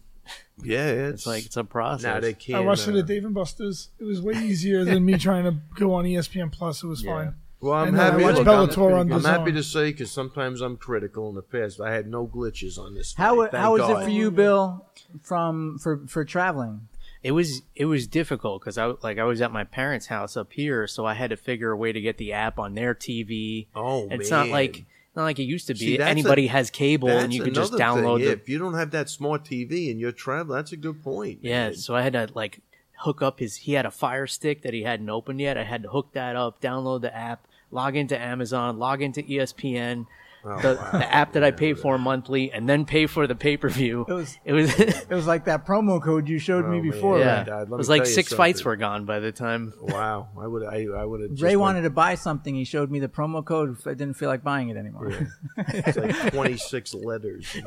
Speaker 2: Yeah, it's,
Speaker 4: It's like it's a process.
Speaker 2: now they can't.
Speaker 3: I watched it
Speaker 2: uh,
Speaker 3: at Dave and Buster's. It was way easier than me trying to go on E ESPN Plus. It was
Speaker 4: Yeah.
Speaker 3: fine.
Speaker 2: Well, I'm
Speaker 3: And then I
Speaker 2: happy.
Speaker 3: watched
Speaker 2: look,
Speaker 3: Bellator
Speaker 2: I'm,
Speaker 3: on uh,
Speaker 2: I'm
Speaker 3: DAZN.
Speaker 2: happy to say because sometimes I'm critical. In the past, I had no glitches on this.
Speaker 1: How
Speaker 2: fight, thank
Speaker 1: how is it
Speaker 2: God.
Speaker 1: for you, Bill? From for for traveling.
Speaker 4: it was it was difficult because I w- like I was at my parents' house up here, so I had to figure a way to get the app on their TV.
Speaker 2: Oh,
Speaker 4: it's
Speaker 2: man.
Speaker 4: not like not like it used to be.
Speaker 2: See, that's
Speaker 4: Anybody
Speaker 2: a-
Speaker 4: has cable, and
Speaker 2: That's
Speaker 4: you could just
Speaker 2: another thing,
Speaker 4: download
Speaker 2: yeah,
Speaker 4: the
Speaker 2: If you don't have that smart TV and you're traveling, that's a good point.
Speaker 4: Yeah,
Speaker 2: man.
Speaker 4: so I had to like hook up his. He had a Fire Stick that he hadn't opened yet. I had to hook that up, download the app, log into Amazon, log into E ESPN,
Speaker 2: Oh,
Speaker 4: the, the app that I pay for monthly, and then pay for the pay per view.
Speaker 1: It was-
Speaker 4: it was
Speaker 1: It was like that promo code you showed me
Speaker 2: Oh, man.
Speaker 1: before.
Speaker 4: yeah.
Speaker 1: Ray.
Speaker 2: Dad, let
Speaker 4: it
Speaker 2: me
Speaker 4: was
Speaker 2: tell
Speaker 4: like
Speaker 2: you
Speaker 4: six fights
Speaker 2: something.
Speaker 4: were gone by the time.
Speaker 2: Wow, I would. I, I would have.
Speaker 1: Ray wanted to buy something. He showed me the promo code. I didn't feel like buying it anymore.
Speaker 2: it's like 26 letters and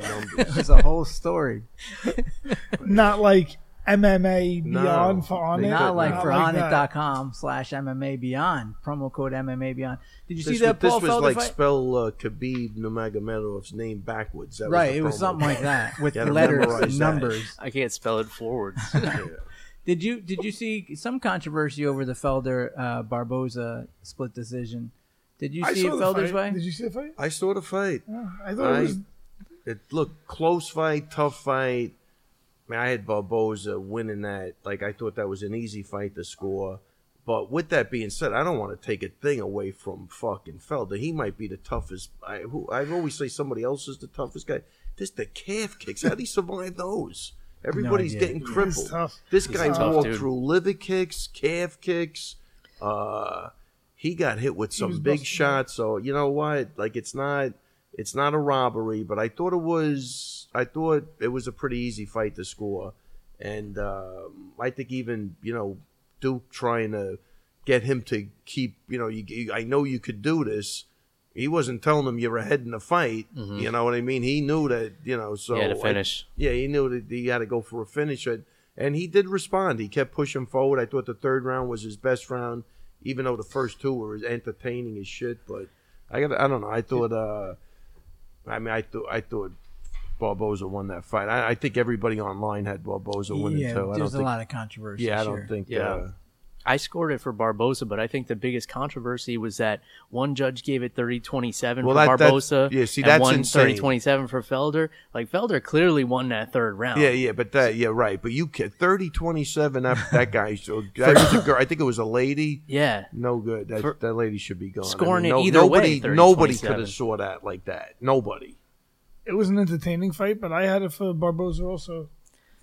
Speaker 2: numbers.
Speaker 1: It's a whole story.
Speaker 3: Not like MMA
Speaker 2: No.
Speaker 3: Beyond for on
Speaker 2: They
Speaker 3: it.
Speaker 2: Yeah,
Speaker 1: Not like
Speaker 2: not
Speaker 1: for
Speaker 3: like that.
Speaker 1: onnit.com slash MMA Beyond. Promo code MMA Beyond. Did you
Speaker 2: This,
Speaker 1: see that
Speaker 2: was-
Speaker 1: Paul
Speaker 2: this was
Speaker 1: Felder
Speaker 2: like
Speaker 1: fight?
Speaker 2: spell uh, Khabib Nurmagomedov's name backwards. That was
Speaker 1: right,
Speaker 2: the
Speaker 1: it was
Speaker 2: promo.
Speaker 1: something like that with
Speaker 2: You had to
Speaker 1: letters
Speaker 2: memorize
Speaker 1: and
Speaker 2: that.
Speaker 1: numbers.
Speaker 4: I can't spell it forwards.
Speaker 1: Did you did you see some controversy over the Felder uh, Barboza split decision? Did you
Speaker 3: I
Speaker 1: see
Speaker 3: saw the
Speaker 1: Felder's
Speaker 3: fight.
Speaker 1: way?
Speaker 3: Did you see the fight?
Speaker 2: I saw the fight.
Speaker 3: I thought it was.
Speaker 2: it looked close fight, tough fight. Man, I had Barboza winning that. Like I thought that was an easy fight to score. But with that being said, I don't want to take a thing away from fucking Felder. He might be the toughest. I who, I always say somebody else is the toughest guy. This the calf kicks. How do he survive those? Everybody's
Speaker 1: idea.
Speaker 2: getting crippled.
Speaker 3: tough.
Speaker 2: This guy
Speaker 4: tough,
Speaker 2: walked
Speaker 4: dude.
Speaker 2: through liver kicks, calf kicks. Uh, he got hit with some
Speaker 3: was
Speaker 2: big
Speaker 3: busted.
Speaker 2: shots. So you know what? Like it's not it's not a robbery, but I thought it was. I thought it was a pretty easy fight to score, and um I think even you know Duke trying to get him to keep. You know, you, you- I know you could do this. He wasn't telling him you were ahead in the fight. You know what I mean? He knew that. You know, so
Speaker 4: Mm-hmm. He had to
Speaker 2: I-
Speaker 4: finish.
Speaker 2: yeah, he knew that he had to go for a finish, and and he did respond. He kept pushing forward. I thought the third round was his best round, even though the first two were entertaining as shit. But I got, I don't know. I thought, uh, I mean, I thought, I thought Barboza won that fight. I, I think everybody online had Barboza winning
Speaker 1: yeah,
Speaker 2: too. I
Speaker 1: there
Speaker 2: don't
Speaker 1: was a
Speaker 2: think.
Speaker 1: lot of controversy.
Speaker 2: Yeah, I
Speaker 1: sure.
Speaker 2: don't think.
Speaker 4: Yeah.
Speaker 2: Uh,
Speaker 4: I scored it for Barbosa, but I think the biggest controversy was that one judge gave it 30-27
Speaker 2: Well,
Speaker 4: for
Speaker 2: that- that-
Speaker 4: Barbosa
Speaker 2: yeah, see,
Speaker 4: and
Speaker 2: that's
Speaker 4: one
Speaker 2: insane.
Speaker 4: 30-27 for Felder. Like Felder clearly won that third round.
Speaker 2: yeah, yeah, but that, yeah, right. But you, ca- 30 27, that, that guy, so that was a girl, I think it was a lady.
Speaker 4: Yeah.
Speaker 2: No good. That,
Speaker 4: For-
Speaker 2: that lady should be gone.
Speaker 4: Scoring it
Speaker 2: no-
Speaker 4: either way,
Speaker 2: nobody,
Speaker 4: 30,
Speaker 2: Nobody
Speaker 4: 27.
Speaker 2: could have saw that like that. Nobody.
Speaker 3: It was an entertaining fight, but I had it for Barboza also.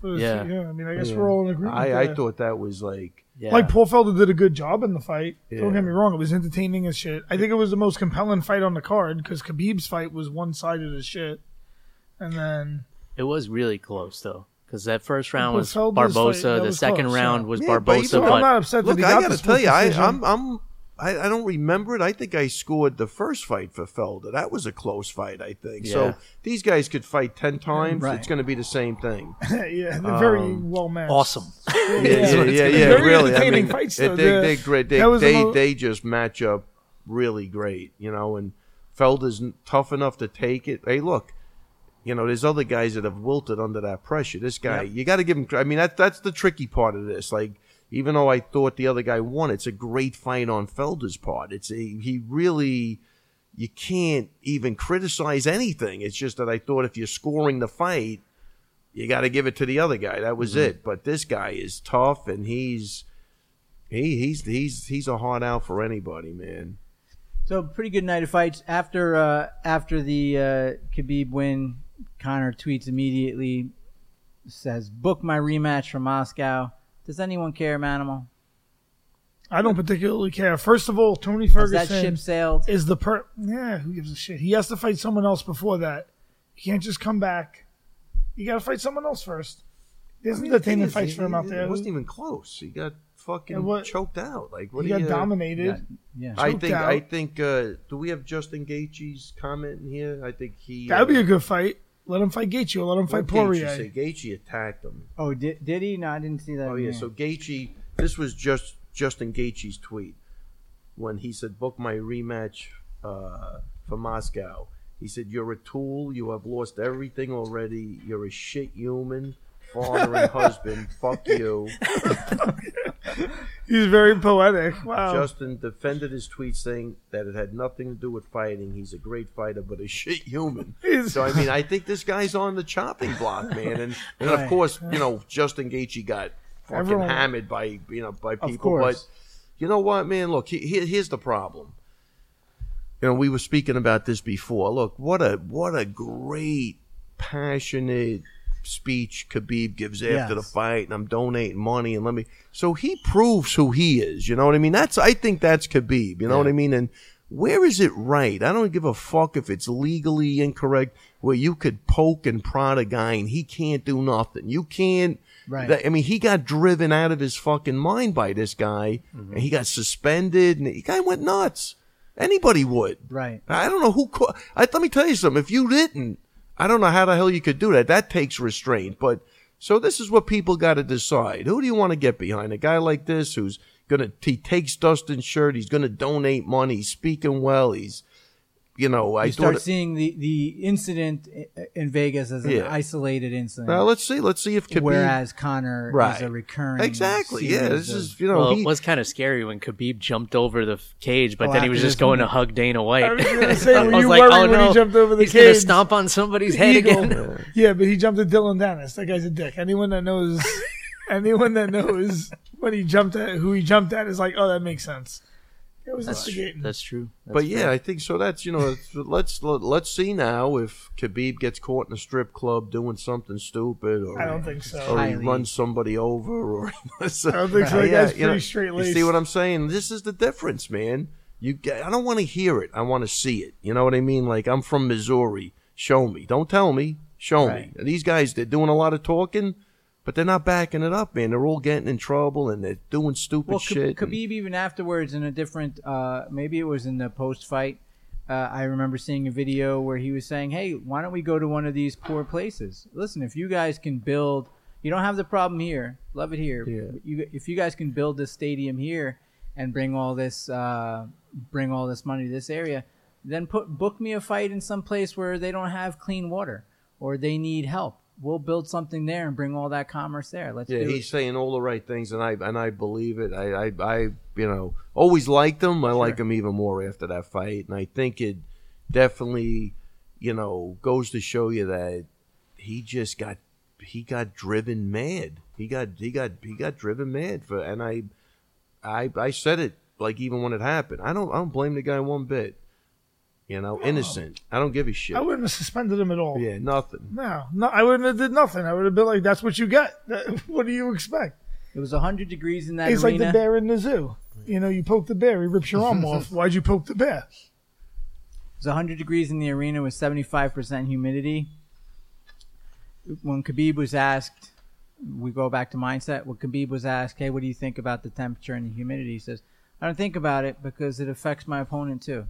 Speaker 3: For the-
Speaker 4: Yeah.
Speaker 3: I mean, I guess we're all in agreement.
Speaker 2: I,
Speaker 3: there.
Speaker 2: I thought that was like
Speaker 4: yeah.
Speaker 3: Like Paul Felder did a good job in the fight. Don't
Speaker 2: Yeah.
Speaker 3: get me wrong; it was entertaining as shit. I think it was the most compelling fight on the card because Khabib's fight was one sided as shit, and then
Speaker 4: It was really close though, because that first round
Speaker 3: But
Speaker 4: was
Speaker 3: Felder's fight-
Speaker 4: Barbosa.
Speaker 3: that
Speaker 4: the
Speaker 3: was
Speaker 4: second
Speaker 3: close,
Speaker 4: round
Speaker 3: yeah.
Speaker 4: was
Speaker 2: Yeah, but
Speaker 4: Barbosa.
Speaker 2: you know,
Speaker 4: But,
Speaker 3: I'm not upset that
Speaker 2: Look,
Speaker 3: he
Speaker 2: I
Speaker 3: got
Speaker 2: gotta
Speaker 3: the
Speaker 2: tell
Speaker 3: split
Speaker 2: you, I,
Speaker 3: decision.
Speaker 2: I'm, I'm, I, I don't remember it. I think I scored the first fight for Felder. That was a close fight, I think.
Speaker 4: Yeah.
Speaker 2: So these guys could fight ten times.
Speaker 1: Right.
Speaker 2: It's going to be the same thing.
Speaker 3: yeah, they're very well matched.
Speaker 4: awesome.
Speaker 3: Yeah,
Speaker 2: yeah, yeah, yeah,
Speaker 3: Very
Speaker 2: really. I
Speaker 3: entertaining
Speaker 2: mean,
Speaker 3: fights,
Speaker 2: it-
Speaker 3: though.
Speaker 2: they,
Speaker 3: The-
Speaker 2: they, great. They,
Speaker 3: that was the
Speaker 2: they,
Speaker 3: mo-
Speaker 2: they just match up really great, you know. And Felder's n- tough enough to take it. Hey, look, you know, there's other guys that have wilted under that pressure. This guy, you got to give him. cre- I mean, that that's the tricky part of this. Like, even though I thought the other guy won, it's a great fight on Felder's part. It's a, he really. You can't even criticize anything. It's just that I thought if you're scoring the fight, you got to give it to the other guy. That was
Speaker 3: Mm-hmm.
Speaker 2: it. But this guy is tough, and he's he he's he's he's a hard out for anybody, man.
Speaker 1: So pretty good night of fights. After uh, after the uh, Khabib win, Connor tweets immediately, says, "Book my rematch from Moscow." Does anyone care, Manimal?
Speaker 3: I don't particularly care. First of all, Tony
Speaker 1: Has that
Speaker 3: Ferguson
Speaker 1: ship sailed?
Speaker 3: is the per. Yeah, who gives a shit? He has to fight someone else before that. He can't just come back. You got to fight someone else first. There's entertaining fights for him out there.
Speaker 2: It wasn't even close. He got fucking
Speaker 3: And what-
Speaker 2: choked out. Like what uh,
Speaker 3: He
Speaker 2: do
Speaker 3: got
Speaker 2: you,
Speaker 3: dominated.
Speaker 1: Yeah, yeah.
Speaker 2: I
Speaker 3: choked
Speaker 2: think
Speaker 3: out.
Speaker 2: I think uh, do we have Justin Gaethje's comment in here? I think he uh,
Speaker 3: That would be a good fight. Let him fight Gaethje. Or let him fight Poirier.
Speaker 2: Gaethje, Gaethje attacked him.
Speaker 1: Oh, did, did he? No, I didn't see that.
Speaker 2: Oh
Speaker 1: in
Speaker 2: yeah,
Speaker 1: there.
Speaker 2: so Gaethje. This was just Justin Gaethje's tweet when he said, "Book my rematch uh, for Moscow." He said, "You're a tool. You have lost everything already. You're a shit human. father and husband. Fuck you.
Speaker 3: He's very poetic.
Speaker 1: Um,
Speaker 3: Wow.
Speaker 2: Justin defended his tweet saying that it had nothing to do with fighting. He's a great fighter, but a shit human.
Speaker 3: He's-
Speaker 2: So I mean, I think this guy's on the chopping block, man. And and of
Speaker 1: Right.
Speaker 2: course, you know, Justin Gaethje got fucking
Speaker 3: Everyone-
Speaker 2: hammered by you know by people. But
Speaker 1: course.
Speaker 2: you know what, man? Look, he, he- here's the problem. You know, we were speaking about this before. Look, what a what a great passionate speech Khabib gives after the
Speaker 1: Yes.
Speaker 2: fight, and I'm donating money, and let me. So he proves who he is. You know what I mean? That's I think that's Khabib. You know what I mean? And where is it right? I don't give a fuck if it's legally incorrect. Where you could poke and prod a guy, and he can't do nothing. You can't.
Speaker 1: Right.
Speaker 2: that- I mean, he got driven out of his fucking mind by this guy, and he got suspended, and the guy went nuts. Anybody would.
Speaker 1: Right.
Speaker 2: I don't know who. Co- I, let me tell you something. If you didn't, I don't know how the hell you could do that. That takes restraint. But so this is what people got to decide. Who do you want to get behind? A guy like this who's gonna he takes Dustin's shirt. He's gonna donate money. He's speaking well. He's you know I
Speaker 1: You start
Speaker 2: thought-
Speaker 1: seeing the, the incident i- in Vegas as an
Speaker 2: Yeah.
Speaker 1: isolated incident,
Speaker 2: Now let's see. Let's see if Khabib.
Speaker 1: whereas Connor
Speaker 2: right.
Speaker 1: is a recurring.
Speaker 2: exactly. Yeah.
Speaker 1: series
Speaker 2: This
Speaker 1: of-
Speaker 2: is you know
Speaker 4: Well,
Speaker 2: he-
Speaker 4: it was kind of scary when Khabib jumped over the f- cage, but
Speaker 1: Oh,
Speaker 4: then he was
Speaker 1: after
Speaker 4: just
Speaker 1: this
Speaker 4: going to
Speaker 1: one.
Speaker 4: hug Dana White.
Speaker 3: I was gonna say,
Speaker 4: I
Speaker 3: were
Speaker 4: was
Speaker 3: you
Speaker 4: like,
Speaker 3: worried
Speaker 4: oh
Speaker 3: when
Speaker 4: no,
Speaker 3: he jumped over the
Speaker 4: he's gonna
Speaker 3: cage?
Speaker 4: stomp on somebody's head again.
Speaker 3: Yeah, but he jumped at Dylan Dennis. That guy's a dick. Anyone that knows, anyone that knows when he jumped at who he jumped at is like, oh, that makes sense. It was
Speaker 4: That's true.
Speaker 3: instigating.
Speaker 4: That's true.
Speaker 2: but yeah, I think so. That's you know, let's let's see now if Khabib gets caught in a strip club doing something stupid, or
Speaker 3: I don't think so.
Speaker 2: or he
Speaker 1: Highly.
Speaker 2: runs somebody over, or I
Speaker 3: don't think so. That guy's pretty straight-laced.
Speaker 2: You see what I'm saying? This is the difference, man. You, get- I don't want to hear it. I want to see it. You know what I mean? Like I'm from Missouri. Show me. Don't tell me. Show me.
Speaker 1: Right.
Speaker 2: And these guys, they're doing a lot of talking, but they're not backing it up, man. They're all getting in trouble and they're doing stupid
Speaker 1: well, K-
Speaker 2: shit. and-
Speaker 1: Khabib even afterwards in a different, uh, maybe it was in the post fight. Uh, I remember seeing a video where he was saying, "Hey, why don't we go to one of these poor places? Listen, if you guys can build, you don't have the problem here. Love it here.
Speaker 2: Yeah.
Speaker 1: But You, if you guys can build this stadium here and bring all this, uh, bring all this money to this area, then put book me a fight in some place where they don't have clean water or they need help. We'll build something there and bring all that commerce there. Let's
Speaker 2: Yeah,
Speaker 1: do
Speaker 2: he's
Speaker 1: it.
Speaker 2: saying all the right things, and I and I believe it. I I, I you know always liked him. I like him even more after that fight, and I think it definitely you know goes to show you that he just got he got driven mad. He got he got he got driven mad for, and I I I said it like even when it happened. I don't I don't blame the guy one bit. You know, innocent. I don't give a shit.
Speaker 3: I wouldn't have suspended him at all.
Speaker 2: Yeah, nothing.
Speaker 3: No, no, I wouldn't have did nothing. I would have been like, that's what you get. That- what do you expect?
Speaker 1: It was 100 degrees in that
Speaker 3: It's like
Speaker 1: arena.
Speaker 3: the bear in the zoo. You know, you poke the bear, he rips your arm off. Why'd you poke the bear?
Speaker 1: It was 100 degrees in the arena with 75% humidity. When Khabib was asked, we go back to mindset. When Khabib was asked, hey, what do you think about the temperature and the humidity? He says, I don't think about it because it affects my opponent too.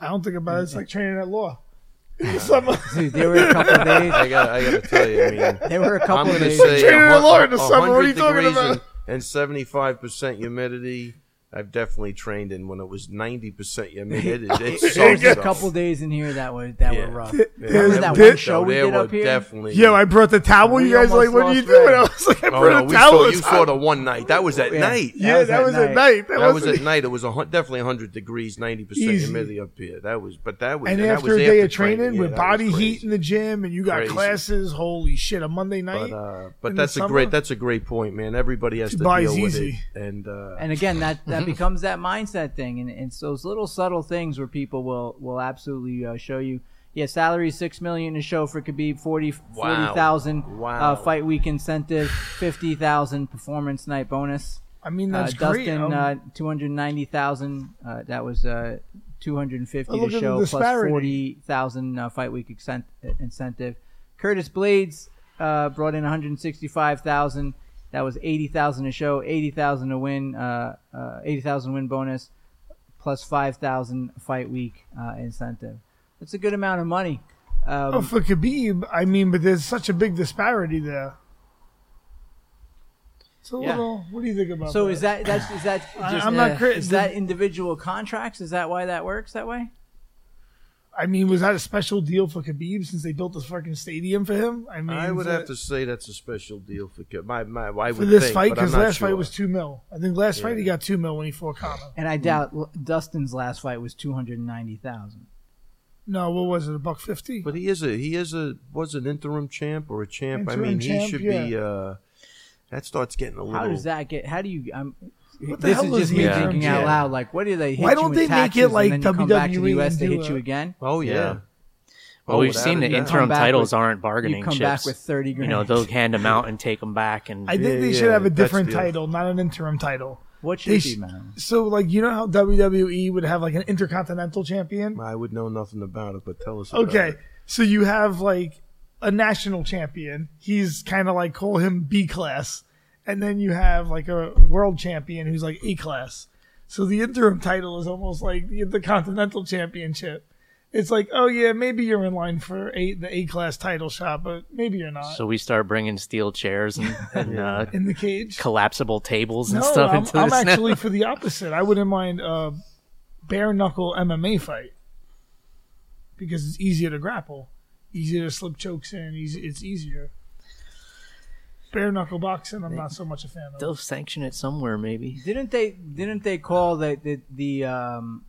Speaker 3: I don't think about it. It's like training at law. Some-
Speaker 1: Dude, there were a couple of days.
Speaker 2: I got I got to tell you. I mean.
Speaker 1: There were a couple of
Speaker 2: I'm gonna
Speaker 1: days.
Speaker 2: say
Speaker 3: Training
Speaker 2: a
Speaker 3: at
Speaker 2: hun-
Speaker 3: law in the
Speaker 2: a
Speaker 3: summer, what are you
Speaker 2: hundred
Speaker 3: talking
Speaker 2: degrees
Speaker 3: about?
Speaker 2: and- And seventy-five percent humidity. I've definitely trained in when it was ninety percent humidity. It, it
Speaker 1: there was
Speaker 2: sucks,
Speaker 1: a
Speaker 2: though.
Speaker 1: couple of days in here that were that
Speaker 2: Yeah.
Speaker 1: were rough.
Speaker 2: Yeah,
Speaker 1: Remember
Speaker 3: There's-
Speaker 1: that
Speaker 3: there-
Speaker 1: one show we
Speaker 2: there
Speaker 1: did
Speaker 2: were
Speaker 1: up here?
Speaker 2: definitely.
Speaker 3: Yo, I brought the towel.
Speaker 1: We
Speaker 3: you guys
Speaker 1: almost
Speaker 3: like, what are you
Speaker 1: lost Ray.
Speaker 3: doing? I was like, I
Speaker 2: oh,
Speaker 3: brought
Speaker 2: no,
Speaker 3: a
Speaker 2: we
Speaker 3: towel.
Speaker 2: saw, you
Speaker 3: it's
Speaker 2: saw
Speaker 3: hot.
Speaker 2: the one night. That was at
Speaker 1: Yeah.
Speaker 2: night.
Speaker 1: Yeah.
Speaker 3: yeah, that, was, at night. That,
Speaker 2: That was
Speaker 3: wasn't-
Speaker 2: at night. It was a, hun- definitely hundred degrees, ninety percent
Speaker 3: Easy.
Speaker 2: humidity up here. That was, but that was.
Speaker 3: And
Speaker 2: that was
Speaker 3: after a day
Speaker 2: after
Speaker 3: of training,
Speaker 2: yeah,
Speaker 3: with
Speaker 2: that
Speaker 3: body
Speaker 2: was
Speaker 3: heat
Speaker 2: crazy.
Speaker 3: in the gym, and you got
Speaker 2: Crazy.
Speaker 3: classes, holy shit! A Monday night,
Speaker 2: But, uh, but
Speaker 3: in the
Speaker 2: that's a
Speaker 3: summer?
Speaker 2: great that's a great point, man. Everybody has to
Speaker 3: Dubai's
Speaker 2: deal with
Speaker 3: easy.
Speaker 2: it, and uh,
Speaker 1: and again that that becomes that mindset thing and it's those little subtle things where people will will absolutely uh, show you yeah salary is six million to show for khabib 40
Speaker 2: Wow.
Speaker 1: 40000
Speaker 2: Wow.
Speaker 1: uh, fight week incentive 50000 performance night bonus
Speaker 3: I mean,
Speaker 1: uh,
Speaker 3: that's great.
Speaker 1: dustin
Speaker 3: Um,
Speaker 1: uh, 290000 uh, that was uh, 250
Speaker 3: Oh,
Speaker 1: to
Speaker 3: look at the
Speaker 1: show plus
Speaker 3: disparity.
Speaker 1: 40000 uh, fight week accent- incentive curtis blades uh, brought in 165000 that was 80000 to show 80000 to win uh, uh, 80000 win bonus plus 5000 fight week uh, incentive that's a good amount of money um,
Speaker 3: oh, for Khabib, I mean, but there's such a big disparity there. It's a
Speaker 1: Yeah.
Speaker 3: little. What do you think about?
Speaker 1: so
Speaker 3: that?
Speaker 1: is that that's is that
Speaker 3: Oh, I-
Speaker 1: just,
Speaker 3: I'm not
Speaker 1: uh,
Speaker 3: crit-
Speaker 1: is that individual contracts is that why that works that way
Speaker 3: I mean, was that a special deal for Khabib since they built this fucking stadium for him? I mean,
Speaker 2: I would
Speaker 3: is
Speaker 2: have
Speaker 3: it-
Speaker 2: to say that's a special deal for Khabib. My, my, I
Speaker 3: for
Speaker 2: would
Speaker 3: this
Speaker 2: think,
Speaker 3: fight
Speaker 2: but I'm
Speaker 3: because
Speaker 2: not
Speaker 3: last fight
Speaker 2: sure.
Speaker 3: was two mil. I think last fight he
Speaker 2: Yeah.
Speaker 3: got two mil when he fought Connor.
Speaker 1: And I doubt l- Dustin's last fight was two hundred ninety thousand.
Speaker 3: No, what was it? A buck fifty.
Speaker 2: But he is a he is a was an interim champ or a champ. I
Speaker 3: Interim
Speaker 2: mean, he
Speaker 3: champ,
Speaker 2: should be.
Speaker 3: yeah.
Speaker 2: uh That starts getting a little.
Speaker 1: How does that get? How do you? I'm,
Speaker 3: the
Speaker 1: this
Speaker 3: hell
Speaker 1: is
Speaker 3: was
Speaker 1: just
Speaker 3: he
Speaker 1: me
Speaker 4: doing?
Speaker 1: thinking
Speaker 2: Yeah.
Speaker 1: out loud. Like, what do they hit
Speaker 3: Why don't
Speaker 1: you
Speaker 3: they
Speaker 1: with
Speaker 3: make it
Speaker 1: taxes
Speaker 3: like
Speaker 1: and then you come back to the
Speaker 3: WWE
Speaker 1: U.S. They
Speaker 3: and
Speaker 1: hit
Speaker 3: do
Speaker 1: you
Speaker 3: a-
Speaker 1: again?
Speaker 2: Oh yeah.
Speaker 4: Yeah.
Speaker 2: Oh,
Speaker 4: Well, we've
Speaker 2: without
Speaker 4: seen
Speaker 2: a
Speaker 4: the
Speaker 2: doubt.
Speaker 1: Come
Speaker 4: interim
Speaker 1: back
Speaker 4: titles
Speaker 1: with-
Speaker 4: aren't
Speaker 1: You
Speaker 4: bargaining
Speaker 1: come
Speaker 4: chips.
Speaker 1: back with thirty
Speaker 4: you
Speaker 1: grand.
Speaker 4: know, they'll hand them out and take them back. And
Speaker 3: I think
Speaker 2: Yeah,
Speaker 3: they
Speaker 2: yeah,
Speaker 3: should have a
Speaker 2: that's
Speaker 3: different
Speaker 2: the-
Speaker 3: title, not an interim title.
Speaker 1: what
Speaker 3: they
Speaker 1: should be,
Speaker 3: sh-
Speaker 1: man?
Speaker 3: So, like, you know how WWE would have like an intercontinental champion?
Speaker 2: I would know nothing about it, but tell us. about
Speaker 3: Okay,
Speaker 2: it.
Speaker 3: so you have like a national champion. He's kind of like call him B class, and then you have like a world champion who's like A class. So the interim title is almost like the, the continental championship. It's like, oh yeah, maybe you're in line for a, the A class title shot, but maybe you're not
Speaker 4: so we start bringing steel chairs and, and uh,
Speaker 3: in the cage.
Speaker 4: collapsible tables and
Speaker 3: No,
Speaker 4: stuff
Speaker 3: I'm,
Speaker 4: into
Speaker 3: I'm
Speaker 4: this. now.
Speaker 3: actually for the opposite. I wouldn't mind a bare knuckle MMA fight because it's easier to grapple, easier to slip chokes in. Easy, it's easier. Bare knuckle boxing, I'm not so much a fan of.
Speaker 4: They'll sanction it somewhere, maybe.
Speaker 1: Didn't they? Didn't they call the the the um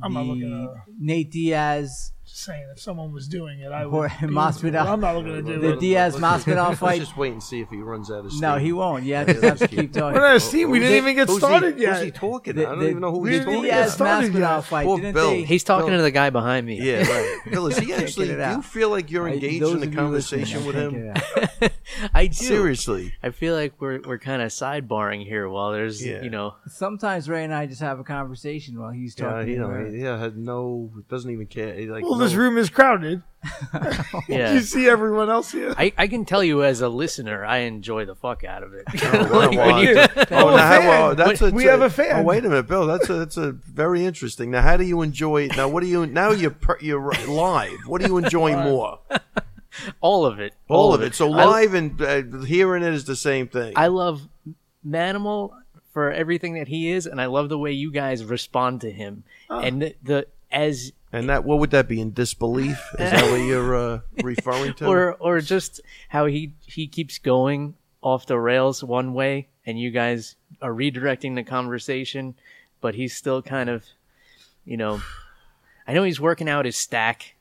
Speaker 3: I'm not looking at
Speaker 1: the
Speaker 3: her.
Speaker 1: Nate Diaz
Speaker 3: Just saying, if someone was doing it, I
Speaker 1: Or
Speaker 3: would. be-
Speaker 1: Masvidal.
Speaker 3: I'm not looking to do
Speaker 1: The
Speaker 3: it.
Speaker 1: D- Diaz
Speaker 2: Let's just-
Speaker 1: Masvidal fight-
Speaker 2: Let's just wait and see if he runs out of steam.
Speaker 1: No, he won't. Yeah, just have to keep talking.
Speaker 3: We're not a team. We
Speaker 2: Who's
Speaker 3: didn't
Speaker 2: he-
Speaker 3: even get
Speaker 2: who's he-
Speaker 3: started
Speaker 2: Who's he
Speaker 3: yet.
Speaker 2: talking?
Speaker 1: The-
Speaker 2: I don't
Speaker 1: the-
Speaker 2: even know who
Speaker 1: the
Speaker 2: he's talking
Speaker 1: Diaz
Speaker 2: about.
Speaker 3: started
Speaker 1: Masvidal
Speaker 3: yet.
Speaker 1: fight.
Speaker 2: Poor
Speaker 1: Didn't
Speaker 2: Bill.
Speaker 1: they?
Speaker 4: He's talking
Speaker 2: No.
Speaker 4: to the guy behind me.
Speaker 2: Yeah, right. Bill, is he actually?
Speaker 1: it
Speaker 2: Do
Speaker 1: out.
Speaker 2: you feel like you're
Speaker 1: I-
Speaker 2: engaged
Speaker 1: those
Speaker 2: in a
Speaker 1: of you listening,
Speaker 2: conversation
Speaker 1: I
Speaker 2: with
Speaker 1: can't
Speaker 2: him?
Speaker 1: get it out.
Speaker 4: I do.
Speaker 2: Seriously,
Speaker 4: I feel like we're we're kind of sidebarring here while there's
Speaker 2: Yeah.
Speaker 4: you know
Speaker 1: Sometimes Ray and I just have a conversation while he's
Speaker 2: yeah,
Speaker 1: talking.
Speaker 2: you
Speaker 1: to
Speaker 2: know,
Speaker 1: her.
Speaker 2: he he has no, doesn't even care. He, Like,
Speaker 3: Well,
Speaker 2: no,
Speaker 3: this room is crowded.
Speaker 4: yeah.
Speaker 3: You see everyone else here.
Speaker 4: I, I can tell you as a listener, I enjoy the fuck out of it.
Speaker 2: Well, well,
Speaker 4: Like, when you-
Speaker 2: oh, now,
Speaker 3: a fan.
Speaker 2: well, that's a,
Speaker 3: We
Speaker 2: it's
Speaker 3: have a fan.
Speaker 2: Oh, wait a minute, Bill. That's a, that's a very interesting. Now, how do you enjoy it? Now, what do you? Now you're per- you're live. What do you enjoy more?
Speaker 4: all of it,
Speaker 2: All of it. So
Speaker 4: I-
Speaker 2: live and uh, hearing it is the same thing.
Speaker 4: I love Manimal for everything that he is, and I love the way you guys respond to him. And the, the as
Speaker 2: and that what would that be in disbelief? Is that what you're uh, referring to?
Speaker 4: or or just how he he keeps going off the rails one way, and you guys are redirecting the conversation, but he's still kind of, you know, I know he's working out his stack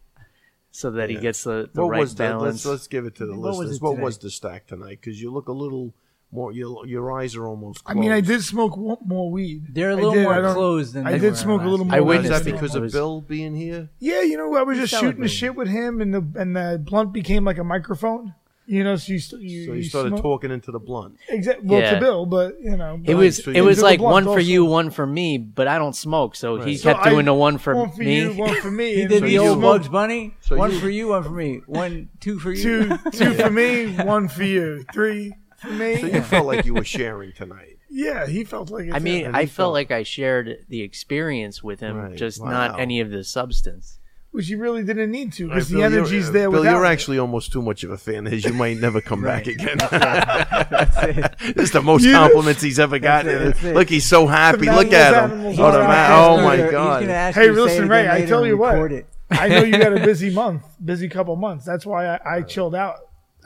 Speaker 4: so that he gets the, the
Speaker 2: what
Speaker 4: right
Speaker 2: was that? Let's,
Speaker 4: balance.
Speaker 2: let's give it to the
Speaker 1: What was
Speaker 2: listeners.
Speaker 1: it
Speaker 2: what
Speaker 1: today?
Speaker 2: was the stack tonight? Because you look a little more. Your your eyes are almost.
Speaker 3: I
Speaker 2: Closed.
Speaker 3: mean, I did smoke one, more weed.
Speaker 1: They're a
Speaker 3: I
Speaker 1: little
Speaker 3: did, I
Speaker 1: more
Speaker 3: don't-
Speaker 1: closed than
Speaker 3: I
Speaker 1: they
Speaker 3: did
Speaker 1: were
Speaker 3: smoke a
Speaker 1: last
Speaker 3: little
Speaker 1: night.
Speaker 3: more.
Speaker 4: I
Speaker 3: than
Speaker 2: Is
Speaker 4: witnessed
Speaker 2: that
Speaker 3: did.
Speaker 4: it.
Speaker 2: because
Speaker 4: I
Speaker 2: of
Speaker 4: was-
Speaker 2: Bill being here?
Speaker 3: Yeah, you know, I was just shooting the
Speaker 1: celebrating.
Speaker 3: shit with him, and the and the blunt became like a microphone. You know, so you st- you,
Speaker 2: So you started
Speaker 3: smoke-
Speaker 2: talking into the blunt.
Speaker 3: Exa- well,
Speaker 4: Yeah.
Speaker 3: to Bill, but you know,
Speaker 4: It
Speaker 3: but-
Speaker 4: was
Speaker 2: so
Speaker 4: it
Speaker 2: you
Speaker 4: was
Speaker 3: do the
Speaker 4: like one
Speaker 3: blunt also.
Speaker 4: for you, one for me, but I don't smoke, so he
Speaker 2: Right.
Speaker 3: So
Speaker 4: kept doing
Speaker 3: I-
Speaker 4: the one for,
Speaker 3: one for
Speaker 4: me.
Speaker 3: you, one for me.
Speaker 1: He
Speaker 3: and
Speaker 1: did
Speaker 3: so
Speaker 1: the
Speaker 3: you
Speaker 1: old
Speaker 3: smoked
Speaker 1: Bugs Bunny.
Speaker 2: so
Speaker 1: one
Speaker 2: you-
Speaker 1: for you, one for me. One, two for you.
Speaker 3: two, two for me, one for you, three for me.
Speaker 2: So you felt like you were sharing tonight.
Speaker 3: yeah, he felt like it
Speaker 4: I
Speaker 3: too.
Speaker 4: mean,
Speaker 2: and
Speaker 4: I
Speaker 2: he
Speaker 4: felt
Speaker 2: felt-
Speaker 4: like I shared the experience with him,
Speaker 2: Right.
Speaker 4: just
Speaker 2: Wow.
Speaker 4: not any of the substance.
Speaker 3: which he really didn't need to because
Speaker 2: Bill,
Speaker 3: the
Speaker 2: you're- uh,
Speaker 3: energy's there.
Speaker 2: Bill,
Speaker 3: without
Speaker 2: you're
Speaker 3: it.
Speaker 2: actually almost too much of a fan. As you might never come back
Speaker 1: Right.
Speaker 2: again.
Speaker 1: That's it.
Speaker 2: this is the most
Speaker 3: You-
Speaker 2: compliments he's ever
Speaker 1: it,
Speaker 2: gotten.
Speaker 1: that's it.
Speaker 2: Look, he's so happy.
Speaker 3: The
Speaker 2: Look
Speaker 3: man
Speaker 2: at
Speaker 3: was
Speaker 2: him.
Speaker 3: animals
Speaker 2: Oh, the
Speaker 3: all
Speaker 2: man-
Speaker 3: around.
Speaker 2: oh my
Speaker 1: He's
Speaker 2: god.
Speaker 1: gonna ask
Speaker 3: Hey,
Speaker 1: you to say
Speaker 3: listen,
Speaker 1: it
Speaker 3: Ray.
Speaker 1: again
Speaker 3: I
Speaker 1: later
Speaker 3: tell
Speaker 1: and
Speaker 3: you
Speaker 1: record
Speaker 3: what,
Speaker 1: it.
Speaker 3: I know you got a busy month, busy couple months. That's why I, I chilled out.